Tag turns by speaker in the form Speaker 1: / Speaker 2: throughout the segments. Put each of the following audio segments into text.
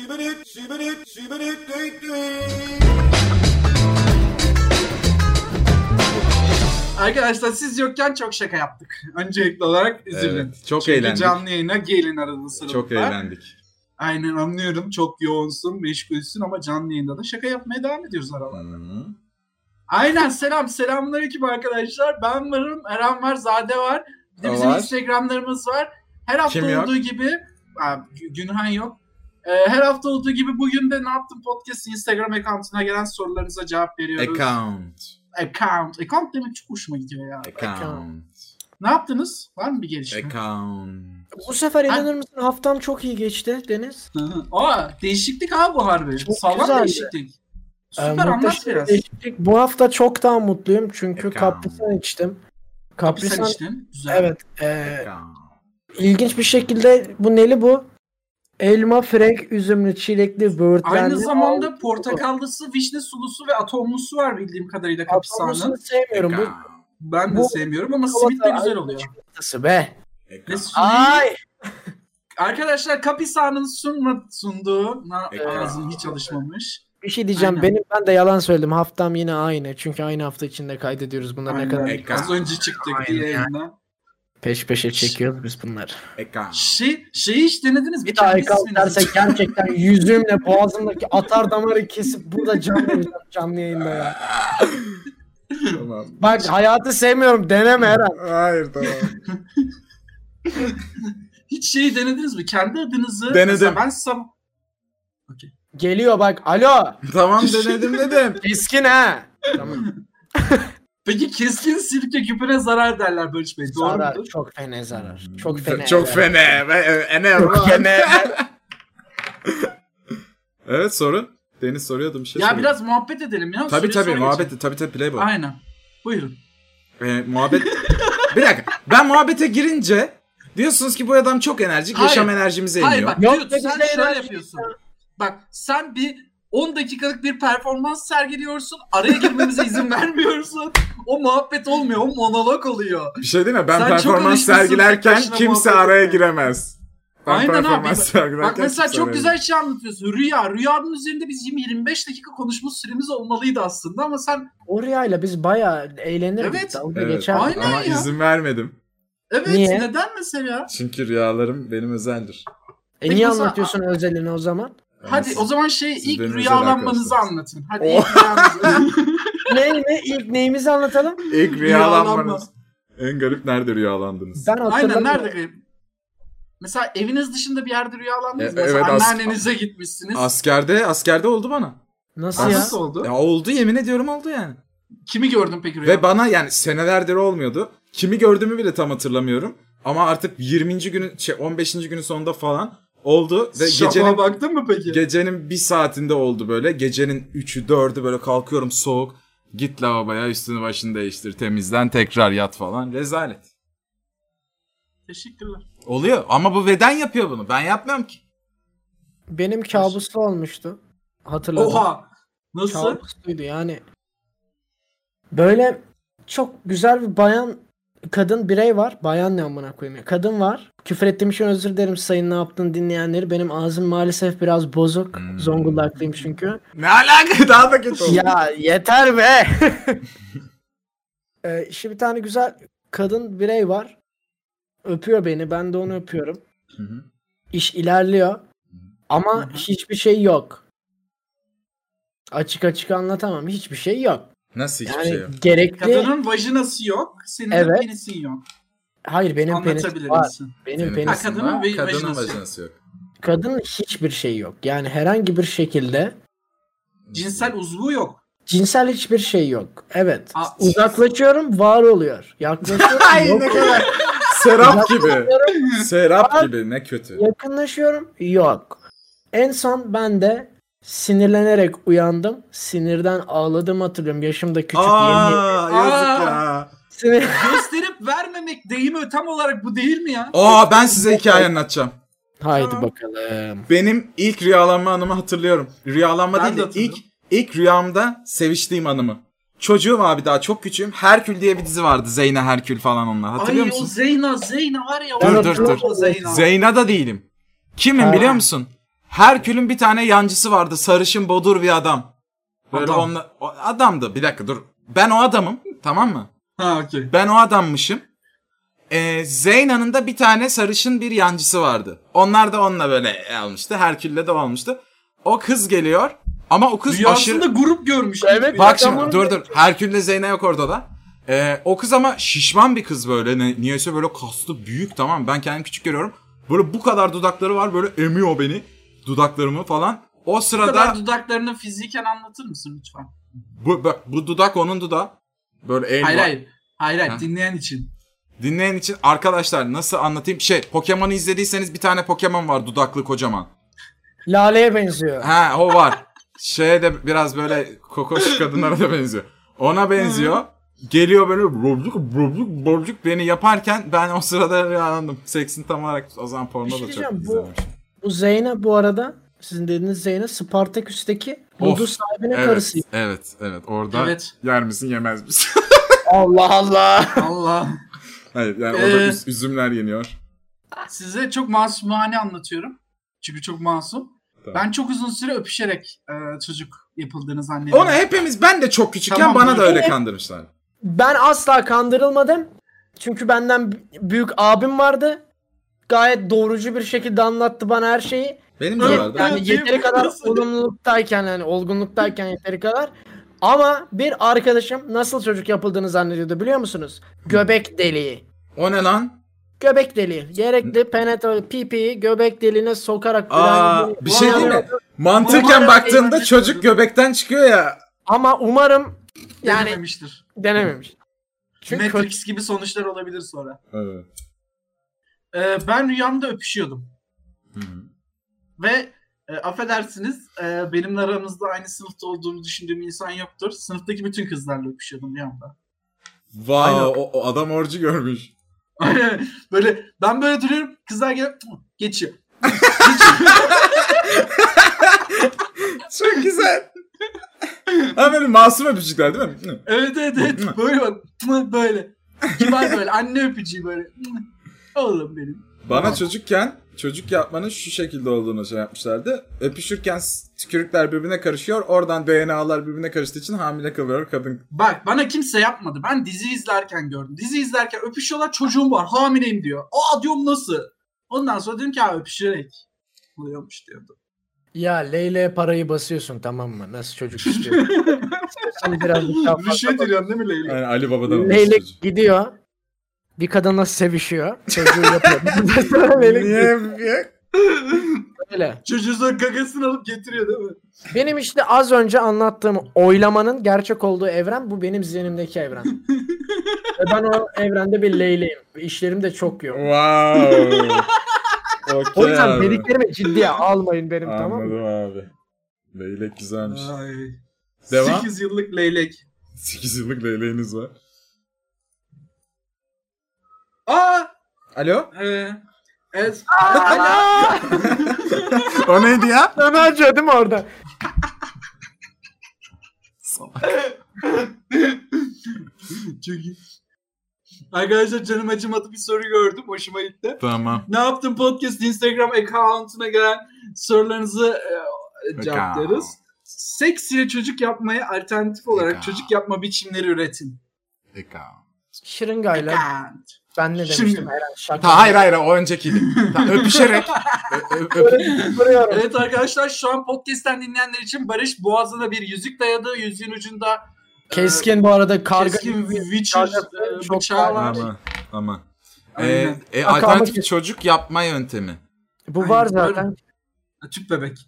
Speaker 1: Sibirit, sibirit, sibirit, düt
Speaker 2: Arkadaşlar siz yokken çok şaka yaptık. Öncelikli olarak üzülün.
Speaker 3: Evet, çok
Speaker 2: Çünkü
Speaker 3: eğlendik.
Speaker 2: canlı yayına gelin arada sırada.
Speaker 3: Çok eğlendik.
Speaker 2: Aynen anlıyorum. Çok yoğunsun, meşgulsün ama canlı yayında da şaka yapmaya devam ediyoruz aralar.
Speaker 3: Hı.
Speaker 2: Aynen selam. Selamünaleyküm arkadaşlar. Ben varım. Eren var. Zade var. Bir de bizim
Speaker 3: Var.
Speaker 2: Instagramlarımız var. Her hafta
Speaker 3: Kim yok?
Speaker 2: olduğu gibi Aa, Gü- Günhan yok. Ee, her hafta olduğu gibi bugün de ne yaptım podcast Instagram account'una gelen sorularınıza cevap veriyoruz.
Speaker 3: Account.
Speaker 2: account. Account demek çok hoşuma gidiyor ya.
Speaker 3: Account.
Speaker 2: Ne yaptınız? Var mı bir gelişme?
Speaker 3: Account.
Speaker 4: Bu sefer
Speaker 2: Ha.
Speaker 4: inanır mısın haftam çok iyi geçti Deniz.
Speaker 2: Hı hı. Aa değişiklik abi bu harbi.
Speaker 4: Çok
Speaker 2: Sağlam
Speaker 4: güzeldi.
Speaker 2: değişiklik. Süper
Speaker 4: Ee,
Speaker 2: anlat
Speaker 4: muhteşem
Speaker 2: biraz.
Speaker 4: değişiklik. Bu hafta çok daha mutluyum çünkü
Speaker 3: Ekran.
Speaker 4: kaprisan içtim.
Speaker 2: Bir sen
Speaker 4: Kaprisan
Speaker 2: içtin. Güzel.
Speaker 4: evet. e,
Speaker 3: Account.
Speaker 4: ilginç bir şekilde bu neli bu? Elma, frank, üzümlü, çilekli, böğürtlenli.
Speaker 2: Aynı zamanda portakallısı, vişne sulusu ve atomlusu var bildiğim kadarıyla kapisanın.
Speaker 4: Kaprisanı sevmiyorum. Bu
Speaker 3: Account.
Speaker 2: Ben de
Speaker 4: Bu-
Speaker 2: sevmiyorum ama simit de
Speaker 4: Çikolata,
Speaker 2: güzel
Speaker 4: ay,
Speaker 2: oluyor.
Speaker 4: Nasıl be?
Speaker 2: Ve
Speaker 3: Account.
Speaker 2: suni- Arkadaşlar Kapisan'ın sunma, sunduğu na,
Speaker 3: Ekran.
Speaker 2: ağzım hiç alışmamış.
Speaker 4: Bir şey diyeceğim.
Speaker 2: Aynen.
Speaker 4: Benim ben de yalan söyledim. Haftam yine aynı. Çünkü aynı hafta içinde kaydediyoruz bunları ne
Speaker 2: Aynen.
Speaker 4: kadar
Speaker 3: Ekran.
Speaker 2: Az önce çıktık
Speaker 4: Aynen
Speaker 2: diye
Speaker 4: ya.
Speaker 2: yayından.
Speaker 4: peş peşe çekiyoruz biz bunları.
Speaker 3: Account.
Speaker 2: Şey, şeyi hiç denediniz mi?
Speaker 4: Bir daha
Speaker 2: Kendi
Speaker 4: ekal
Speaker 2: isminizi-
Speaker 4: derse gerçekten yüzümle boğazımdaki atar damarı kesip burada canlı yayında- canlı yayında ya.
Speaker 3: Tamam.
Speaker 4: Bak hayatı sevmiyorum deneme Eren.
Speaker 3: Hayır tamam.
Speaker 2: Hiç şeyi denediniz mi? Kendi adınızı.
Speaker 3: Denedim.
Speaker 2: Mesela Ben Sam-
Speaker 4: Geliyor bak alo
Speaker 3: tamam denedim dedim.
Speaker 4: keskin ha. Tamam.
Speaker 2: Peki keskin sirke küpüne zarar derler Barış Bey. Doğru
Speaker 4: zarar,
Speaker 2: mudur?
Speaker 4: çok fena zarar. Çok fena.
Speaker 3: Çok
Speaker 4: zarar.
Speaker 3: fene. Ve- e, Ene.
Speaker 4: Çok fena.
Speaker 3: Evet soru. Deniz soruyordu bir şey
Speaker 2: Ya
Speaker 3: soruyordu.
Speaker 2: biraz muhabbet edelim ya.
Speaker 3: Tabii
Speaker 2: Soruyu
Speaker 3: tabii
Speaker 2: sorayım.
Speaker 3: muhabbet tabii tabii playboy.
Speaker 2: Aynen. Buyurun.
Speaker 3: Ee, muhabbet. bir dakika. Ben muhabbete girince diyorsunuz ki bu adam çok enerjik,
Speaker 2: Hayır.
Speaker 3: yaşam enerjimizi
Speaker 2: Hayır
Speaker 3: emiyor.
Speaker 2: bak
Speaker 4: Yok, şey
Speaker 2: diyor,
Speaker 4: biz
Speaker 2: sen
Speaker 4: de
Speaker 2: şöyle
Speaker 4: enerji-
Speaker 2: yapıyorsun. Bak sen bir 10 dakikalık bir performans sergiliyorsun. Araya girmemize izin vermiyorsun. O muhabbet olmuyor. O monolog oluyor.
Speaker 3: Bir şey değil mi? Ben
Speaker 2: Sen çok
Speaker 3: performans
Speaker 2: alışmışsın tek
Speaker 3: sergilerken
Speaker 2: başına
Speaker 3: kimse
Speaker 2: muhabbet
Speaker 3: araya
Speaker 2: etmeye.
Speaker 3: giremez. Ben
Speaker 2: Aynen abi.
Speaker 3: performans sergilerken
Speaker 2: Bak mesela
Speaker 3: kimse
Speaker 2: çok
Speaker 3: araya
Speaker 2: güzel şey anlatıyorsun. Rüya. Rüyanın üzerinde biz 20-25 dakika konuşma süremiz olmalıydı aslında ama sen
Speaker 4: Oraya'yla biz bayağı eğlenirdik.
Speaker 2: Evet.
Speaker 4: Dalga
Speaker 3: giremez. Evet.
Speaker 4: geçerdik.
Speaker 2: Aynen
Speaker 3: Ama
Speaker 2: ya.
Speaker 3: izin vermedim.
Speaker 2: evet
Speaker 4: Niye?
Speaker 2: neden mesela?
Speaker 3: Çünkü rüyalarım benim özeldir.
Speaker 4: E
Speaker 2: Peki
Speaker 4: niye
Speaker 2: o zaman-
Speaker 4: anlatıyorsun özelini o zaman?
Speaker 2: Hadi
Speaker 3: Yalnız-
Speaker 2: o zaman şey
Speaker 3: siz
Speaker 2: ilk
Speaker 3: benim özel
Speaker 2: rüyalanmanızı
Speaker 3: arkadaşlarım.
Speaker 2: anlatın. Hadi
Speaker 3: Oh.
Speaker 2: ilk rüyanızı.
Speaker 4: ne ne ilk neyimizi anlatalım?
Speaker 3: İlk
Speaker 2: Rüyalanma.
Speaker 3: rüyalanmanız. En garip nerede rüyalandınız?
Speaker 4: Ben hatırlamıyorum.
Speaker 2: Aynen nerede kayıp? Mesela eviniz dışında bir yerde rüyalandınız.
Speaker 3: E-
Speaker 2: Mesela
Speaker 3: evet, as-
Speaker 2: anneannenize gitmişsiniz.
Speaker 3: Askerde, askerde oldu bana.
Speaker 4: Nasıl
Speaker 2: Aa,
Speaker 4: ya?
Speaker 2: Nasıl oldu?
Speaker 3: Ya oldu yemin ediyorum oldu yani.
Speaker 2: Kimi gördün peki
Speaker 3: Ve
Speaker 2: rüyada?
Speaker 3: bana yani senelerdir olmuyordu. Kimi gördüğümü bile tam hatırlamıyorum. Ama artık 20. günün şey 15. günün sonunda falan oldu ve
Speaker 2: Şafağa
Speaker 3: gecenin
Speaker 2: baktın mı peki?
Speaker 3: gecenin bir saatinde oldu böyle. Gecenin 3'ü 4'ü böyle kalkıyorum soğuk. Git lavaboya üstünü başını değiştir temizlen tekrar yat falan rezalet.
Speaker 2: Teşekkürler.
Speaker 3: Oluyor ama bu veden yapıyor bunu ben yapmıyorum ki.
Speaker 4: Benim kabuslu olmuştu. Hatırladım.
Speaker 2: Oha! Nasıl?
Speaker 4: Kabusluydu yani. Böyle çok güzel bir bayan kadın birey var. Bayan ne amına koyayım ya. Kadın var. Küfür ettiğim için özür dilerim sayın ne yaptın dinleyenleri. Benim ağzım maalesef biraz bozuk.
Speaker 3: Hmm.
Speaker 4: Zonguldaklıyım çünkü.
Speaker 3: Ne alaka daha da kötü oldu.
Speaker 4: ya yeter be. ee, işte bir tane güzel kadın birey var. Öpüyor beni. Ben de onu öpüyorum.
Speaker 3: Hı hı.
Speaker 4: İş ilerliyor. Ama
Speaker 2: Hı hı.
Speaker 4: hiçbir şey yok. Açık açık anlatamam. Hiçbir şey yok.
Speaker 3: Nasıl hiçbir
Speaker 4: Yani
Speaker 3: şey yok.
Speaker 4: gerekli.
Speaker 2: Kadının vajinası yok, senin de
Speaker 4: Evet.
Speaker 2: penisin yok.
Speaker 4: Hayır benim
Speaker 2: Anlatabilir
Speaker 4: penisim var.
Speaker 2: misin?
Speaker 4: Benim
Speaker 3: Senin
Speaker 2: Ha,
Speaker 4: penisim.
Speaker 2: kadının
Speaker 3: var,
Speaker 2: ve-
Speaker 3: kadının
Speaker 2: vajinası yok.
Speaker 3: vajinası yok.
Speaker 4: Kadın hiçbir şey yok. Yani herhangi bir şekilde
Speaker 2: Cinsel uzvu yok.
Speaker 4: cinsel hiçbir şey yok. Evet.
Speaker 2: Aa,
Speaker 4: Uzaklaşıyorum var oluyor. Yaklaşıyorum
Speaker 3: Ay
Speaker 4: yok.
Speaker 3: ne kadar. Serap gibi. Serap gibi ne kötü.
Speaker 4: Yakınlaşıyorum yok. En son ben de sinirlenerek uyandım. Sinirden ağladım hatırlıyorum. Yaşım da küçük. Yeni...
Speaker 3: Aa yazık
Speaker 2: Aa.
Speaker 3: ya.
Speaker 4: Sinir...
Speaker 2: Gösterip vermemek deyimi tam olarak bu değil mi ya?
Speaker 3: Aa ben size hikaye anlatacağım.
Speaker 4: Haydi
Speaker 2: Tamam.
Speaker 4: bakalım.
Speaker 3: Benim ilk rüyalanma anımı hatırlıyorum. Rüyalanma
Speaker 2: Ben de
Speaker 3: değil de ilk
Speaker 2: hatırlıyorum.
Speaker 3: ilk rüyamda seviştiğim anımı. Çocuğum abi daha çok küçüğüm. Herkül diye bir dizi vardı. Zeyna Herkül falan onlar. Hatırlıyor
Speaker 2: Ay o
Speaker 3: musun?
Speaker 2: Zeyna, Zeyna var ya.
Speaker 3: Dur,
Speaker 2: o-
Speaker 3: dur, dur.
Speaker 2: o Zeyna.
Speaker 3: Zeyna da değilim. Kimim
Speaker 4: Ha.
Speaker 3: biliyor musun? Herkül'ün bir tane yancısı vardı. Sarışın bodur bir adam. Böyle
Speaker 2: Adam.
Speaker 3: onunla- o adamdı. Bir dakika dur. Ben o adamım. Tamam mı?
Speaker 2: Ha okey.
Speaker 3: Ben o adammışım. Ee, Zeyna'nın da bir tane sarışın bir yancısı vardı. Onlar da onunla böyle almıştı. Herkül'le de o almıştı. O kız geliyor ama o kız aşırı...
Speaker 2: Rüyasında grup görmüş.
Speaker 4: Evet.
Speaker 3: Bak şimdi
Speaker 4: Adamın-
Speaker 3: dur dur. Herkül'le Zeyna yok orada da. Ee, o kız ama şişman bir kız böyle. Ne, niyeyse böyle kaslı büyük tamam mı? Ben kendimi küçük görüyorum. Böyle bu kadar dudakları var böyle emiyor beni. Dudaklarımı falan. O
Speaker 2: Bu
Speaker 3: sırada
Speaker 2: kadar dudaklarını fiziken anlatır mısın lütfen?
Speaker 3: bu, bak, bu dudak onun dudağı. Böyle el
Speaker 2: Hayır
Speaker 3: var.
Speaker 2: hayır. Hayır hayır
Speaker 3: Ha.
Speaker 2: dinleyen için.
Speaker 3: Dinleyen için arkadaşlar nasıl anlatayım? Şey Pokemon'u izlediyseniz bir tane Pokemon var dudaklı kocaman.
Speaker 4: Lale'ye benziyor.
Speaker 3: Ha o var. Şeye de biraz böyle kokoş kadınlara da benziyor. Ona benziyor. Geliyor böyle bobluk bobluk bobluk beni yaparken ben o sırada rüyalandım. Seksin tam olarak o zaman porno
Speaker 4: Bir
Speaker 3: da
Speaker 4: şey
Speaker 3: çok
Speaker 4: diyeceğim, bu-
Speaker 3: izlememişim.
Speaker 4: Bu Zeyna bu arada sizin dediğiniz Zeyna Spartaküs'teki Ludus sahibine
Speaker 3: Evet,
Speaker 4: karısı.
Speaker 3: evet, evet. Orada
Speaker 2: Evet.
Speaker 3: yer misin yemez misin?
Speaker 4: Allah Allah.
Speaker 2: Allah.
Speaker 3: Hayır yani orada
Speaker 2: Ee,
Speaker 3: üz- üzümler yeniyor.
Speaker 2: Size çok masumane anlatıyorum. Çünkü çok masum.
Speaker 3: Tamam.
Speaker 2: Ben çok uzun süre öpüşerek e, çocuk yapıldığını zannediyorum.
Speaker 3: Onu hepimiz ben de çok küçükken
Speaker 2: Tamam,
Speaker 3: bana da
Speaker 2: buyurun.
Speaker 3: öyle kandırmışlar.
Speaker 4: Ben asla kandırılmadım. Çünkü benden b- büyük abim vardı. Gayet doğrucu bir şekilde anlattı bana her şeyi.
Speaker 3: Benim de
Speaker 2: Evet,
Speaker 3: vardı.
Speaker 4: Yani
Speaker 2: Evet,
Speaker 4: Hani yeteri
Speaker 2: evet.
Speaker 4: kadar olumluluktayken yani olgunluktayken yeteri kadar. Ama bir arkadaşım nasıl çocuk yapıldığını zannediyordu biliyor musunuz? Göbek deliği.
Speaker 3: O ne lan?
Speaker 4: Göbek deliği. Gerekli penetre pipiyi göbek deliğine sokarak
Speaker 3: Aa,
Speaker 4: falan-
Speaker 3: bir şey değil mi? Mantıken
Speaker 2: Umarım
Speaker 3: baktığında
Speaker 2: eğlenceli
Speaker 3: çocuk
Speaker 2: olur.
Speaker 3: göbekten çıkıyor ya.
Speaker 4: Ama umarım yani
Speaker 2: Denememiştir.
Speaker 4: denememiş. Çünkü kötü-
Speaker 2: Matrix gibi sonuçlar olabilir sonra.
Speaker 3: Evet.
Speaker 2: E, ben rüyamda öpüşüyordum.
Speaker 3: Hı hı.
Speaker 2: Ve e, affedersiniz e, benimle aramızda aynı sınıfta olduğumu düşündüğüm insan yoktur. Sınıftaki bütün kızlarla öpüşüyordum rüyamda.
Speaker 3: Vay
Speaker 4: Aynen.
Speaker 3: o, o adam orcu görmüş.
Speaker 2: böyle ben böyle duruyorum kızlar gelip geçiyor.
Speaker 3: Çok güzel. ha böyle masum öpücükler değil mi? Hı.
Speaker 2: Evet evet evet böyle bak böyle. Kibar böyle anne öpücüğü böyle. Oğlum benim.
Speaker 3: Bana
Speaker 2: Tamam.
Speaker 3: çocukken çocuk yapmanın şu şekilde olduğunu şey yapmışlardı. Öpüşürken s- tükürükler birbirine karışıyor. Oradan DNA'lar birbirine karıştığı için hamile kalıyor kadın.
Speaker 2: Bak bana kimse yapmadı. Ben dizi izlerken gördüm. Dizi izlerken öpüşüyorlar çocuğum var hamileyim diyor. Aa diyorum nasıl? Ondan sonra dedim ki ha öpüşerek oluyormuş diyordu.
Speaker 4: Ya Leyla'ya parayı basıyorsun tamam mı? Nasıl çocuk istiyor? Sen birazcık daha
Speaker 2: Bir şey
Speaker 4: fazla bak.
Speaker 2: diyorsun değil mi Leyla?
Speaker 3: Yani Ali Baba'dan olmuş
Speaker 4: Leyla
Speaker 3: çocuk.
Speaker 4: gidiyor. Bir kadınla sevişiyor. Çocuğu yapıyor. Bundan sonra Leyla gidiyor.
Speaker 3: yapıyor?
Speaker 4: Öyle.
Speaker 2: Çocuğu sonra gagasını alıp getiriyor değil mi?
Speaker 4: Benim işte az önce anlattığım oylamanın gerçek olduğu evren bu benim zihnimdeki evren. Ve ben o evrende bir Leyla'yım. Ve İşlerim de çok yoğun.
Speaker 3: Wow. Okey
Speaker 4: O yüzden
Speaker 3: abi.
Speaker 4: dediklerimi ciddiye almayın benim tamam mı?
Speaker 3: Anladım abi. Leylek güzelmiş.
Speaker 2: Ay.
Speaker 3: Devam.
Speaker 2: 8 yıllık leylek.
Speaker 3: 8 yıllık leyleğiniz var.
Speaker 2: Aa!
Speaker 3: Alo?
Speaker 2: Ee, evet.
Speaker 4: Alo!
Speaker 3: O neydi ya?
Speaker 4: Sana acıyor değil mi orada?
Speaker 2: Çok iyi. Arkadaşlar canım acımadı bir soru gördüm. Hoşuma gitti.
Speaker 3: Tamam.
Speaker 2: Ne yaptın podcast Instagram account'una gelen sorularınızı e, cevaplarız. Seks ile çocuk yapmaya alternatif olarak
Speaker 3: Account.
Speaker 2: çocuk yapma biçimleri üretin.
Speaker 4: Şırıngayla
Speaker 2: Account.
Speaker 4: ben ne demiştim
Speaker 2: Şırınga.
Speaker 4: Eren şaka.
Speaker 3: Ta, hayır hayır o öncekiydi. Ta, öpüşerek. Ö- ö- öp-
Speaker 4: Vuruyorum.
Speaker 2: Evet arkadaşlar şu an podcast'ten dinleyenler için Barış boğazına bir yüzük dayadı. Yüzüğün ucunda
Speaker 4: Keskin bu arada karga
Speaker 2: keskin
Speaker 4: gibi.
Speaker 2: Witcher
Speaker 4: Karga-
Speaker 2: e,
Speaker 4: çok
Speaker 2: bıçağı var.
Speaker 3: Aman aman. Ee,
Speaker 2: Aynen.
Speaker 3: e,
Speaker 4: Aklıma
Speaker 3: alternatif
Speaker 4: geldi.
Speaker 3: çocuk yapma yöntemi.
Speaker 4: Bu var
Speaker 2: Aynen,
Speaker 4: zaten.
Speaker 2: Tüp bebek.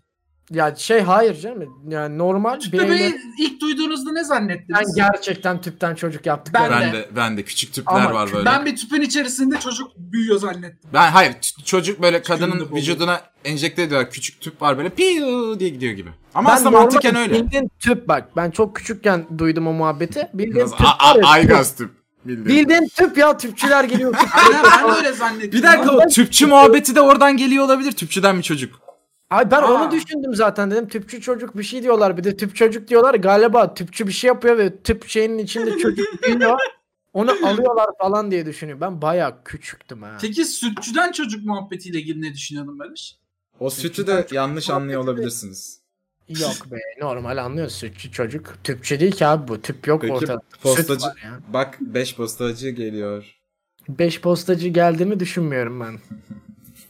Speaker 4: Ya şey hayır canım. Yani normal
Speaker 2: Tüp
Speaker 4: bireyler-
Speaker 2: bebeği ilk duyduğunuzda ne
Speaker 4: Ben
Speaker 2: zannettiniz?
Speaker 4: gerçekten tüpten çocuk yaptık.
Speaker 2: Ben
Speaker 4: ya.
Speaker 3: Ben
Speaker 2: de.
Speaker 3: de ben de küçük tüpler
Speaker 4: Ama
Speaker 3: var böyle. Ben,
Speaker 2: Ben bir tüpün içerisinde çocuk büyüyor zannettim.
Speaker 3: hayır ç- çocuk böyle
Speaker 2: Tüpün de
Speaker 3: kadının
Speaker 2: oluyor.
Speaker 3: vücuduna enjekte ediyorlar. Küçük tüp var böyle piu diye gidiyor gibi. Ama
Speaker 4: Ben
Speaker 3: aslında
Speaker 4: normal
Speaker 3: mantıken öyle.
Speaker 4: Bildiğin tüp bak. Ben çok küçükken duydum o muhabbeti. Bildiğin
Speaker 3: Biraz
Speaker 4: tüp
Speaker 3: a- a-
Speaker 4: var ya, tüp.
Speaker 3: aygaz tüp. Bildiğin.
Speaker 4: Bildiğin tüp ya tüpçüler geliyor.
Speaker 2: Aynen ben de öyle zannettim.
Speaker 3: Bir dakika o tüpçü muhabbeti de oradan geliyor olabilir. Tüpçüden bir çocuk.
Speaker 4: Ay ben
Speaker 2: Aa.
Speaker 4: onu düşündüm zaten dedim tüpçü çocuk bir şey diyorlar bir de tüp çocuk diyorlar galiba tüpçü bir şey yapıyor ve tüp şeyinin içinde çocuk büyüyor. Onu alıyorlar falan diye düşünüyorum. Ben bayağı küçüktüm ha.
Speaker 2: Peki sütçüden çocuk muhabbetiyle ilgili ne düşünüyordun Barış?
Speaker 3: O sütü de yanlış anlıyor olabilirsiniz.
Speaker 4: Yok be normal anlıyorsun sütçü çocuk. Tüpçü değil ki abi bu. Tüp yok
Speaker 3: Peki,
Speaker 4: ortada. Süt
Speaker 3: postacı-
Speaker 4: var ya.
Speaker 3: Bak 5 postacı geliyor.
Speaker 4: Beş postacı geldiğini düşünmüyorum ben.